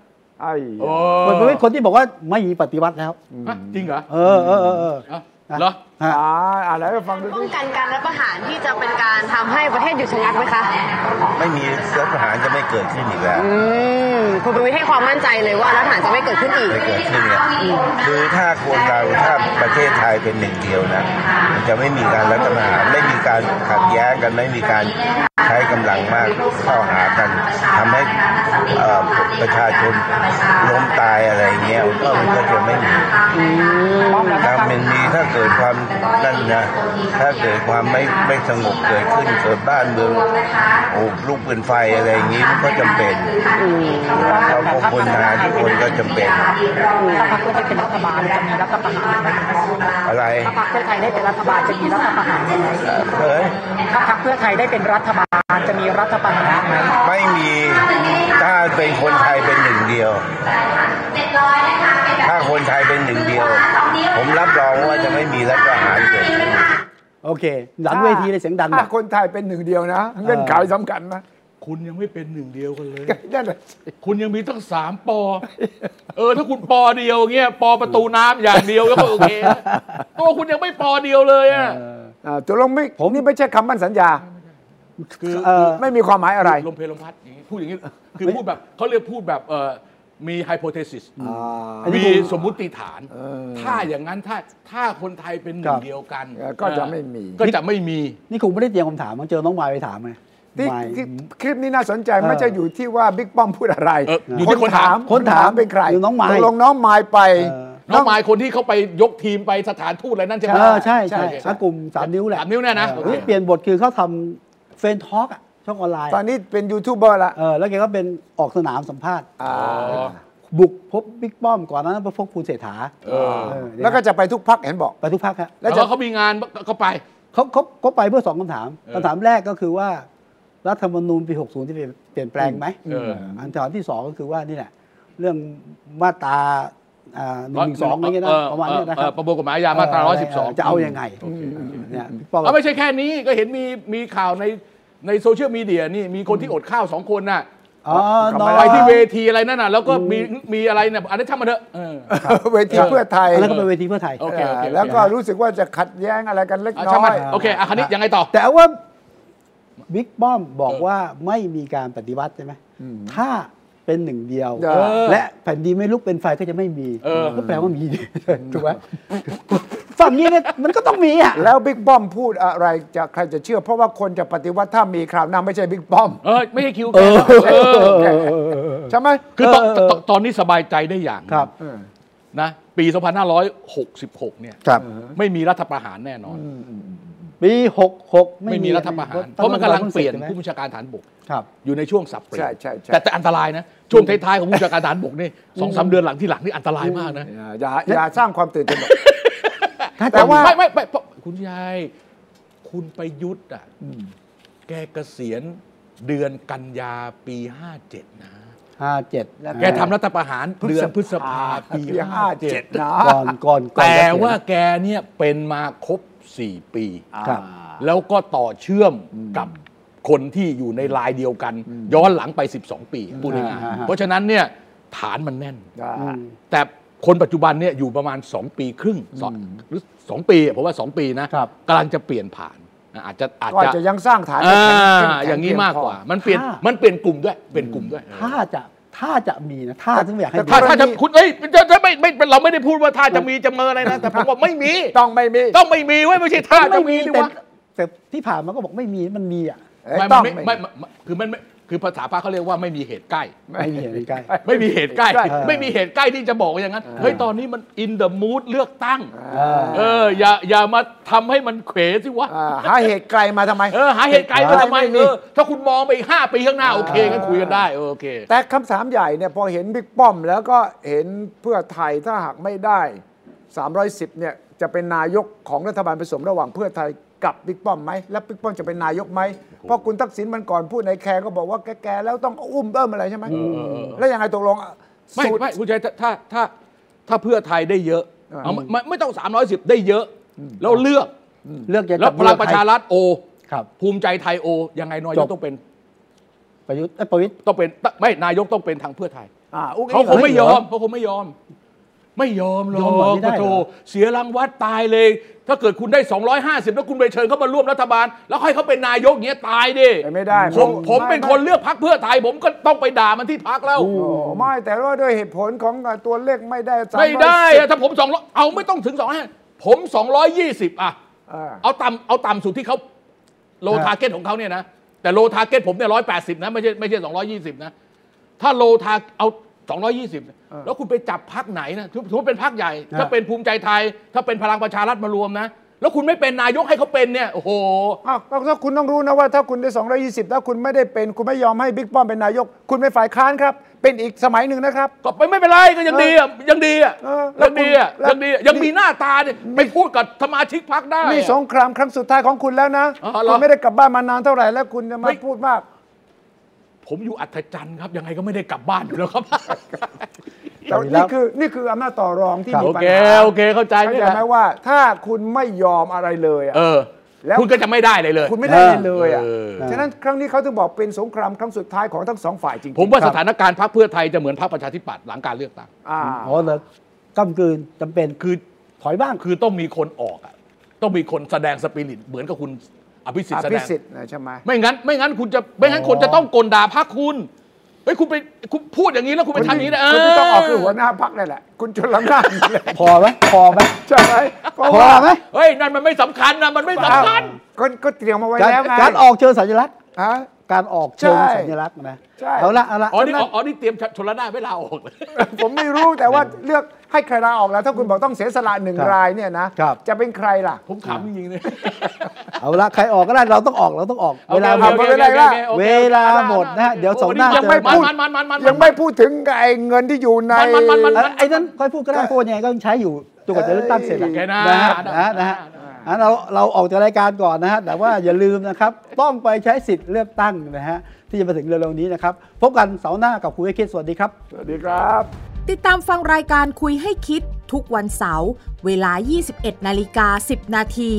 [SPEAKER 4] ไอ้
[SPEAKER 3] โอ้
[SPEAKER 2] เปิดประวิตรคนที่บอกว่าไม่มีปฏิวัติแล้ว
[SPEAKER 3] ฮะจริงเหรอ
[SPEAKER 2] เออเออเออเออ
[SPEAKER 3] เอ้าเหรอ
[SPEAKER 2] ฮะ
[SPEAKER 4] อ่าอะไรก็ฟังดู
[SPEAKER 9] ป้อ
[SPEAKER 4] สิ
[SPEAKER 9] งกันการรัฐประหารที่จะเป็นการทำให้ประเทศหยุดชะงักไหมคะ
[SPEAKER 10] ไม่มีรัฐประหารจะไม่เกิดขึ้นอีกแล้ว
[SPEAKER 9] อืม คุณประวิทย์ให้ความมั่นใจเลยว่ารัฐประหารจะไม่เกิดขึ้นอีก
[SPEAKER 10] ไม่เกิดขึ้นเนี่ยคือถ้าคนเราถ้าประเทศไทยเป็นหนึ่งเดียวนะมันจะไม่มีการรัฐประหารไม่มีการขัดแย้งกันไม่มีการใช้กำลังมากเข้าหากันทำให้เอ่อประชาชนล้มตายอะไรเงี้ยก็มันก็จะไม่มีถ้ามันมีถ้าเกิดความนั่นนะถ้าเกิดความไม่ไม่สงบเกิดขึ้นเกิดบ้านเมืองโอ้ลูกเป็นไฟอะไรอย่างนี้มันก็จำเป็นเราคงคนหาทุกคนก็จำเป็น
[SPEAKER 9] ถ้าพรรคเพื่อไทยเป็นรัฐบาลจะมีรัฐประหารไหม
[SPEAKER 10] อะไร
[SPEAKER 9] ถ้าพรรคเพื่อไทยได้เป็นรัฐบาลจะมีรัฐประหารไหม
[SPEAKER 10] เอ้ย
[SPEAKER 9] ถ้าพรรคเพื่อไทยได้เป็นรัฐบาลจะมีรัฐประหารไหม
[SPEAKER 10] ไม่มีถ้าเป็นคนไทยเป็นหนึ่งเดียว ถ้าคนไทยเป็นหนึ่งเดียว ผมรับรองว่าจะไม่มีรัฐประหารเกิดขึ้น
[SPEAKER 2] โอเค หลังเวทีเลยเสียงดัง
[SPEAKER 4] ถ้า
[SPEAKER 2] นะ
[SPEAKER 4] คนไทยเป็นหนึ่งเดียวนะเงื่อนไขสำคัญนะ
[SPEAKER 3] คุณยังไม่เป็นหนึ่งเดียวกันเลย
[SPEAKER 4] นั่นแหละสิ
[SPEAKER 3] คุณยังมีตั้งสามปอ เออ ถ้าคุณปอเดียวเงี้ยปอประตูน้ำอย่างเดียวก็โอเคนะตัวคุณยังไม่ปอเดียวเลยอ่ะ
[SPEAKER 4] อ่าตัวลงไม่ผมนี่ไม่ใช่คำมั่นสัญญา
[SPEAKER 3] คือ
[SPEAKER 2] เออ
[SPEAKER 4] ไม่มีความหมายอะไร
[SPEAKER 3] ลมเพลลมพัดอย่างงี้พูดอย่างนี้คือพูดแบบเขาเรียกพูดแบบเอ่อมีไฮโพเทซิส
[SPEAKER 2] อันนี้
[SPEAKER 3] มี
[SPEAKER 2] คือ
[SPEAKER 3] สมมุติฐาน ถ้าอย่างนั้นถ้าถ้าคนไทยเป็นห
[SPEAKER 2] ครั
[SPEAKER 3] นึ่ง
[SPEAKER 2] บ
[SPEAKER 3] เดียวกัน
[SPEAKER 4] เออก็จะไม่มี
[SPEAKER 3] ก็จะไม่มี
[SPEAKER 2] นี่คงไม่ได้เตรียมคำถามมันเจอน้องมายไปถามไง
[SPEAKER 4] ที่
[SPEAKER 2] มาย
[SPEAKER 4] ที่คลิปนี้น่าสนใจ
[SPEAKER 2] เออ
[SPEAKER 4] ไม่ใช่อยู่ที่ว่าบิ๊กป้อมพูดอะไร
[SPEAKER 3] เอออยู่ที่คนถาม
[SPEAKER 2] คนถาม
[SPEAKER 4] เป็นใคร
[SPEAKER 2] อยู่น้องมาย
[SPEAKER 4] ตกลงน้องมายไป
[SPEAKER 2] เออ
[SPEAKER 3] น้องหมายคนที่เขาไปยกทีมไปสถานทูตอะไรนั่นใช่ไหม
[SPEAKER 2] เออใช่
[SPEAKER 4] ใช่
[SPEAKER 2] ใช่
[SPEAKER 4] ใช่
[SPEAKER 2] ถ้ากลุ่มสามนิ้วแหละ
[SPEAKER 3] สามนิ้วเนี่ยนะ
[SPEAKER 2] ออ
[SPEAKER 3] โอเค
[SPEAKER 2] เฮ้ยเปลี่ยนบทคือเขาทำเฟนทอล์กช่องออนไลน์
[SPEAKER 4] ตอนนี้เป็นยูทูบเบอร์ละ
[SPEAKER 2] เออแล้วแกก็เป็นออกสนามสัมภาษณ์
[SPEAKER 4] อ่า
[SPEAKER 3] อ๋อ
[SPEAKER 2] บุกพบบิ๊กป้อมก่อนหนานั้นไปพบคุณเศรษฐา
[SPEAKER 3] เออ
[SPEAKER 2] เออ
[SPEAKER 4] แล้วก็จะไปทุกพักเห็นบอก
[SPEAKER 2] ไปทุกภาคครับ
[SPEAKER 3] แล้วเขามีงานก็ไป
[SPEAKER 2] เขาเขาเขาไปเพื่อสองคำถาม
[SPEAKER 3] เออ
[SPEAKER 2] คำถามแรกก็คือว่า รัฐธรรมนูญปี 60 ที่เปลี่ยนเปลี่ยนแปลงไหม
[SPEAKER 3] เออ
[SPEAKER 2] อันถามที่สองก็คือว่านี่แหละเรื่องมาตราอ่าหนึ่งสองอะไรเงี้ยนะประมาณเนี้ยนะค
[SPEAKER 3] เอ
[SPEAKER 2] รั
[SPEAKER 3] อบ ประมวลกฎหมายอาญามาตรา 112
[SPEAKER 2] จะเอายังไง
[SPEAKER 3] โอเคโอเค
[SPEAKER 2] เนี่ยพี่ป้อม
[SPEAKER 3] เอาไม่ใช่แค่นี้ก็เห็นมีมีข่าวในในโซเชียลมีเดียนี่มีคนที่อดข้าวสองคนน่ะ
[SPEAKER 2] อ๋อน้อง
[SPEAKER 3] ไปที่เวทีอะไรนั่นน่ะแล้วก็มีมีอะไรเนี่ยอันนี้ช่างมันเถอะเออ
[SPEAKER 4] เวทีเพื่อไทย
[SPEAKER 2] อันนั้นก็เป็นเวทีเพื่อไทย
[SPEAKER 3] โอเคโอเค
[SPEAKER 4] แล้วก็รู้สึกว่าจะขัดแย้งอะไรกันเล็ก
[SPEAKER 3] อ่ะ
[SPEAKER 4] น้
[SPEAKER 3] ช่างมั
[SPEAKER 4] อน ย
[SPEAKER 3] โอเคอ่ะคันนี้ยังไงต่อ
[SPEAKER 2] แต่เอาว่าบิ๊กป้อมบอกว่าไม่มีการปฏิวัติใช่ไหมถ้าเป็นหนึ่งเดียว
[SPEAKER 4] เอ
[SPEAKER 3] อ
[SPEAKER 2] และแผ่นดินไม่ลุกเป็นไฟก็จะไม่มี
[SPEAKER 3] เออ
[SPEAKER 2] ก็แปลว่า มี ถูกไหมฝั่งนี้เนี่ยมันก็ต้องมีอ่ะ
[SPEAKER 4] แล้วบิ๊กป้อมพูดอะไรจะใครจะเชื่อ เพราะว่าคนจะปฏิวัติถ้ามีคราวหน้าไม่ใช่บิ๊กป้อม
[SPEAKER 3] เออไม่ใช่คิวแก
[SPEAKER 2] เออ
[SPEAKER 3] เออ
[SPEAKER 4] ใช่ไหม
[SPEAKER 3] คือตอนตอนตอนนี้สบายใจได้อย่าง
[SPEAKER 2] ครับ
[SPEAKER 3] นะปี 2566 เนี่ย
[SPEAKER 2] ครับ
[SPEAKER 3] ไม่มีรัฐประหารแน่นอน
[SPEAKER 2] ปีหกหก
[SPEAKER 3] ไม่มีรัฐประหาร เพราะมันกำลังเปลี่ยนผู้บัญชาการฐานบก
[SPEAKER 2] ครับ
[SPEAKER 3] อยู่ในช่วงสับเปลี่ย
[SPEAKER 4] ใช่
[SPEAKER 3] น
[SPEAKER 4] ใช่ใช่
[SPEAKER 3] แต่แต่อันตรายนะ ช่วงท้ายๆของผู้บัญชาการฐานบกนี่สองสามเดือนหลังที่หลังนี่อันตรายมากนะ
[SPEAKER 4] อย่าอย่าสร้างความตื่นตระหนก
[SPEAKER 3] แต่ว่า
[SPEAKER 4] แต่ว่า
[SPEAKER 3] ไม่ไม่ไม่เพราะคุณยายคุณไประยุทธ์อ่ะแกเกษียณเดือนกันยาปี 57 นะ
[SPEAKER 2] ห้าเจ็ด
[SPEAKER 3] แกทำรัฐประหารเดือนพฤษภาปี
[SPEAKER 4] ห้าเจ็ด
[SPEAKER 3] 57
[SPEAKER 4] นะ
[SPEAKER 2] ก่อนก่อนก่อน
[SPEAKER 3] แต่
[SPEAKER 2] เกษียณ
[SPEAKER 3] ว่าแกเนี่ยเป็นมาครบ 4 ปี
[SPEAKER 2] ครับ
[SPEAKER 3] แล้วก็ต่อเชื่อมกับคนที่อยู่ในลายเดียวกัน ย้อนหลังไป 12 ปีพูดง่าย
[SPEAKER 2] อ่าฮะ
[SPEAKER 3] ๆเพราะฉะนั้นเนี่ยฐานมันแน่น
[SPEAKER 2] อืม
[SPEAKER 3] แต่คนปัจจุบันเนี่ยอยู่ประมาณ 2 ปีครึ่งสองหรือสองปีผมว่า 2 ปีนะครับ กำลังจะเปลี่ยนผ่านอ่ะอาจจะอาจ
[SPEAKER 4] ก็อาจ
[SPEAKER 3] จะ
[SPEAKER 4] จะยังสร้างฐาน
[SPEAKER 3] อ่า
[SPEAKER 4] ให้แข็งแข็งแข็ง
[SPEAKER 3] อย่างนี้มากกว่า
[SPEAKER 4] เพี
[SPEAKER 3] มั
[SPEAKER 4] ยงพ
[SPEAKER 3] นเปลี่ยน
[SPEAKER 2] ถ้า
[SPEAKER 3] มันเปลี่ยนกลุ่มด้วยเปลี่ยนกลุ่มด้วย
[SPEAKER 2] ถ้าจะถ้าจะมีนะถ้าซึ่งอยากให้
[SPEAKER 4] แต่
[SPEAKER 2] มี
[SPEAKER 3] ถ้าถ้าจะ
[SPEAKER 4] กรณี
[SPEAKER 3] คุณเอ้ยจะจะไม่ไม่เราไม่ได้พูดว่าถ้าจะมีจะเมออะไร นะ แต่ผมว่าไม่มี
[SPEAKER 4] อต้องไม่มี
[SPEAKER 3] ต้องไม่มีเว้ยไม่ใช่ถ้าจะ
[SPEAKER 2] ไม่
[SPEAKER 3] มี
[SPEAKER 2] มี
[SPEAKER 3] ดิ
[SPEAKER 2] แต่
[SPEAKER 3] วะ
[SPEAKER 2] แต่ที่ผ่านมาก็บอกไม่มีมันมีอ่ะ
[SPEAKER 4] เอ้ย
[SPEAKER 3] ไม่
[SPEAKER 4] ต้อง
[SPEAKER 3] ไม่ไม่ไม่ไม่คือมันไม่คือภาษาพระเขาเรียกว่าไม่มีเหตุใกล้
[SPEAKER 2] ไม่มีเหตุใกล้
[SPEAKER 3] ไม่มีเหตุใกล้
[SPEAKER 4] ใกล้
[SPEAKER 2] เออ
[SPEAKER 3] ไม่มีเหตุใกล้ที่จะบอกว่าอย่างนั้น เฮ้ย ตอนนี้มัน in the mood เลือกตั้ง
[SPEAKER 2] เออ
[SPEAKER 3] เออ อย่า อย่ามาทำให้มันเขวสิวะ
[SPEAKER 4] อ่าหาเหตุไกลมาทำไม
[SPEAKER 3] เออ หาเหตุใกล้มาทำไม
[SPEAKER 4] ไม่มี
[SPEAKER 3] เออ ถ้าคุณมองไปอีกห้าปีข้างหน้า โอเคกันคุยกันได้เออโอเค
[SPEAKER 4] แต่คำถามใหญ่เนี่ยพอเห็นบิ๊กป้อมแล้วก็เห็นเพื่อไทยถ้าหากไม่ได้ 310เนี่ยจะเป็นนายกของรัฐบาลผสมระหว่างเพื่อไทยกับบิ๊กป้อมไหมและบิ๊กป้อมจะเป็นนายกไหมเพราะคุณทักษิณมันก่อนพูดในแคร์ก็บอกว่าแกๆแล้วต้องอุ้มเอิ่มอะไรใช่ไหมแล้วยังไงตกลง
[SPEAKER 3] ไม่
[SPEAKER 4] สูตร
[SPEAKER 3] ไม่คุณชัยถ้าถ้าถ้าถ้าเพื่อไทยได้เยอะ
[SPEAKER 4] อ่า
[SPEAKER 3] เอาไม่ไม่ไม่ต้อง 310 ได้เยอะ แล้วเลือก
[SPEAKER 2] เลือกจะ
[SPEAKER 3] แล้วพลังประชารัฐโอ
[SPEAKER 2] ครับ
[SPEAKER 3] ภูมิใจไทยโอ ยังไงนาย
[SPEAKER 2] จ
[SPEAKER 3] ก
[SPEAKER 2] บ
[SPEAKER 3] ต้องเป็น
[SPEAKER 2] ประยุทธ์เอ้ยประวิตร
[SPEAKER 3] ต้องเป็น ไม่ นายกต้องเป็นทางเพื่อไทย
[SPEAKER 4] อ่าอุ้งอิ๊
[SPEAKER 3] เขาคงไม่ยอม
[SPEAKER 2] เหรอ
[SPEAKER 3] เขาคงไม่ยอม ไม่ยอมหร
[SPEAKER 2] ย
[SPEAKER 3] อ
[SPEAKER 2] อมหมด
[SPEAKER 3] ก
[SPEAKER 2] ไม่ได้
[SPEAKER 3] ปะโถ
[SPEAKER 2] เหรอ
[SPEAKER 3] เสียรางวัดตายเลย ถ้าเกิดคุณได้ 250 แล้วคุณไปเชิญเขามาร่วมรัฐบาล แล้วให้เขาเป็นนายกอย่างเงี้ยตายดิ
[SPEAKER 4] ไม่ได้
[SPEAKER 3] ผมผม
[SPEAKER 4] ไ
[SPEAKER 3] เป็นคนเลือกพักเพื่อไทย ผมก็ต้องไปด่ามันที่พักแล้ว
[SPEAKER 4] โอ้ไม่แต่ว่าด้วยเหตุผลของตัวเลขไม่ได้310
[SPEAKER 3] ไม่ได้อะถ้าผม200เอาไม่ต้องถึง200ผม 220อ่ะ
[SPEAKER 4] อ่า
[SPEAKER 3] เอาต่ำเอาต่ำสุดที่เขาโลทาเก็ตของเขาเนี่ยนะ แต่โลทาเก็ตผมเนี่ยร้อยแปดสิบนะไม่ใช่ไม่ใช่สองร้อยี่สิบนะ ถ้าโลทาเอาสองร้อยี่สิบ
[SPEAKER 4] เออ
[SPEAKER 3] แล้วคุณไปจับพักไหนนะถือถือว่าเป็นพักใหญ่
[SPEAKER 2] ฮะ
[SPEAKER 3] ถ้าเป็นภูมิใจไทย ถ้าเป็นพลังประชารัฐมารวมนะ แล้วคุณไม่เป็นนายกให้เขาเป็นเนี่ย โอ้โห
[SPEAKER 4] อ้าวก็ถ้าคุณต้องรู้นะว่าถ้าคุณได้ 220 แล้วคุณไม่ได้เป็น คุณไม่ยอมให้บิ๊กป้อมเป็นนายก คุณเป็นฝ่ายค้านครับ เป็นอีกสมัยหนึ่งนะครับ
[SPEAKER 3] ก็ไปไม่เป็นไรก็ยังดีอ่ะยังดีอ่ะ
[SPEAKER 4] เออแล้
[SPEAKER 3] ยั
[SPEAKER 4] ว
[SPEAKER 3] ง
[SPEAKER 4] คุณ
[SPEAKER 3] ดีอ่ะ
[SPEAKER 4] แล้ว
[SPEAKER 3] ยังดีอะยังมีหน้าตาเนี่ยไปพูดกับสมาชิกพักได้
[SPEAKER 4] นี่
[SPEAKER 3] อะ
[SPEAKER 4] สงครามครั้งสุดท้ายของคุณแล้วนะ
[SPEAKER 3] อ๋อเหรอ
[SPEAKER 4] คุณไม่ได้กลับบ้านมานานเท่าไหร่แล้วคุณจะมา
[SPEAKER 3] ไม่
[SPEAKER 4] พูดมาก
[SPEAKER 3] ผมอยู่อัศจรรย์ครับยังไงก็ไม่ได้กลับบ้านอยู่แล้วครับ
[SPEAKER 4] แต่
[SPEAKER 2] ดีแล้ว
[SPEAKER 4] นี่คือนี่คืออำนาจต่อรองที่
[SPEAKER 2] ครับ
[SPEAKER 4] มี
[SPEAKER 3] โอ
[SPEAKER 4] ปัญ
[SPEAKER 3] เค
[SPEAKER 4] หา
[SPEAKER 3] โอเคเข้าใจ
[SPEAKER 4] เข้า
[SPEAKER 3] เนี่ย
[SPEAKER 4] ใจไหมว่าถ้าคุณไม่ยอมอะไรเลยอะ
[SPEAKER 3] เออ
[SPEAKER 4] แล้ว
[SPEAKER 3] คุณก็จะไม่ได้เลยเลย
[SPEAKER 4] คุณไม่ได้เลยเลยอ่ะ
[SPEAKER 3] เออ
[SPEAKER 4] ฉะนั้นครั้งนี้เขาถึงบอกเป็นสงครามครั้งสุดท้ายของทั้งสองฝ่ายจริงๆ
[SPEAKER 3] ผมว่า
[SPEAKER 4] ค
[SPEAKER 3] ส
[SPEAKER 4] รับ
[SPEAKER 3] ถานการณ์พรรคเพื่อไทยจะเหมือนพรรคประชาธิปัตย์หลังการเลือกตั้ง
[SPEAKER 4] อ่า
[SPEAKER 2] อ๋อเลยกำกลืนจำเป็น
[SPEAKER 3] คือ
[SPEAKER 2] ถอยบ้าง
[SPEAKER 3] คือต้องมีคนออกอะต้องมีคนแสดงสปิริตเหมือนกับคุณอภิสิท
[SPEAKER 4] อ
[SPEAKER 3] ธิ์แสด
[SPEAKER 4] ภิ
[SPEAKER 3] ง
[SPEAKER 4] สิทธิ์นะใช่ไหม
[SPEAKER 3] ไม่งั้น ไม่งั้นคุณจะไม่งั้นคนจะต้องกลด่าพรรคคุณเฮ้ยคุณไปคุณพูดอย่างนี้แล้วคุณไปทำอย่างนี้นะ
[SPEAKER 4] คุณที่ต้องออกคือหัวหน้าพักนั่นแหละ คุณจุลนานท์นั่นแหละ
[SPEAKER 2] พอไหมพอไหม
[SPEAKER 4] ใช่ไหมเพราะ
[SPEAKER 2] พอ
[SPEAKER 4] ว่า
[SPEAKER 2] ไหม
[SPEAKER 3] เฮ้ยนั่นมันไม่สำคัญนะมันไม่สำคัญ
[SPEAKER 4] ก็ก็เตรียมมาไว้
[SPEAKER 2] การ
[SPEAKER 4] แล้วไง
[SPEAKER 2] การออกเชิงสัญลักษณ์
[SPEAKER 4] ฮะ
[SPEAKER 2] การออกเชิง
[SPEAKER 4] ใช่
[SPEAKER 2] สัญลักษณ์นะ
[SPEAKER 4] ใช่
[SPEAKER 2] เอาละเอาละ
[SPEAKER 3] อ๋อนี่อ๋ออ๋อนี่เตรียมชนละหน้านไม่ลาออกเลย
[SPEAKER 4] ผมไม่รู้แต่ว่าเลือกให้ใครลาออกแล้ว ถ้าคุณบอกต้องเสียสละหนึ่งรายเนี่ยนะ จะเป็นใครล่ะ
[SPEAKER 3] ผมขำจริงๆเลย
[SPEAKER 2] เอาละใครออกก็ได้เราต้องออกเราต้องออก
[SPEAKER 3] โอ
[SPEAKER 2] เว
[SPEAKER 3] ค
[SPEAKER 2] ลาหม
[SPEAKER 3] โอ
[SPEAKER 2] ด
[SPEAKER 3] ค
[SPEAKER 4] เวลาหมด
[SPEAKER 3] โอคโอค
[SPEAKER 2] เวลาหมดนะฮะเดี๋ยวสองหน้า
[SPEAKER 3] ยังไม่พูดมันมันมันมัน
[SPEAKER 4] ยังไม่พูดถึงไอ้เงินที่อยู่ใน
[SPEAKER 3] มันมันมัน
[SPEAKER 2] เอ่อไอ้นั้นค่อยพูดก็ได้เพราะว่ายังไงก็ต้องใช้อยู่จนกว่าจะเลือกตั้งเสร็จอะ
[SPEAKER 3] โอเคนะ
[SPEAKER 2] ฮะนะฮะนะฮะอ่ะเราเราออกจากรายการก่อนนะฮะแต่ว่าอย่าลืมนะครับ ต้องไปใช้สิทธิ์เลือกตั้งนะฮะที่จะมาถึงเร็วๆนี้นะครับ พบกันเสาร์หน้ากับคุณเอคิดสวัสดีครับ
[SPEAKER 4] สวัสดีครับ
[SPEAKER 1] ติดตามฟังรายการคุยให้คิดทุกวันเสาร์เวลา 21นาฬิกา10 นาที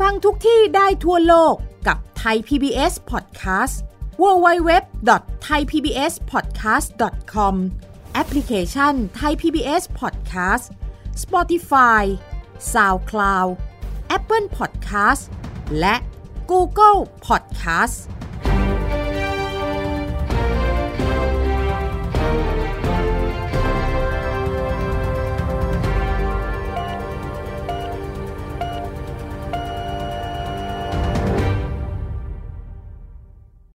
[SPEAKER 1] ฟังทุกที่ได้ทั่วโลกกับไทย PBS Podcast www.thaipbspodcast.com แอปพลิเคชัน Thai PBS Podcast Spotify SoundCloud Apple Podcast และ Google Podcast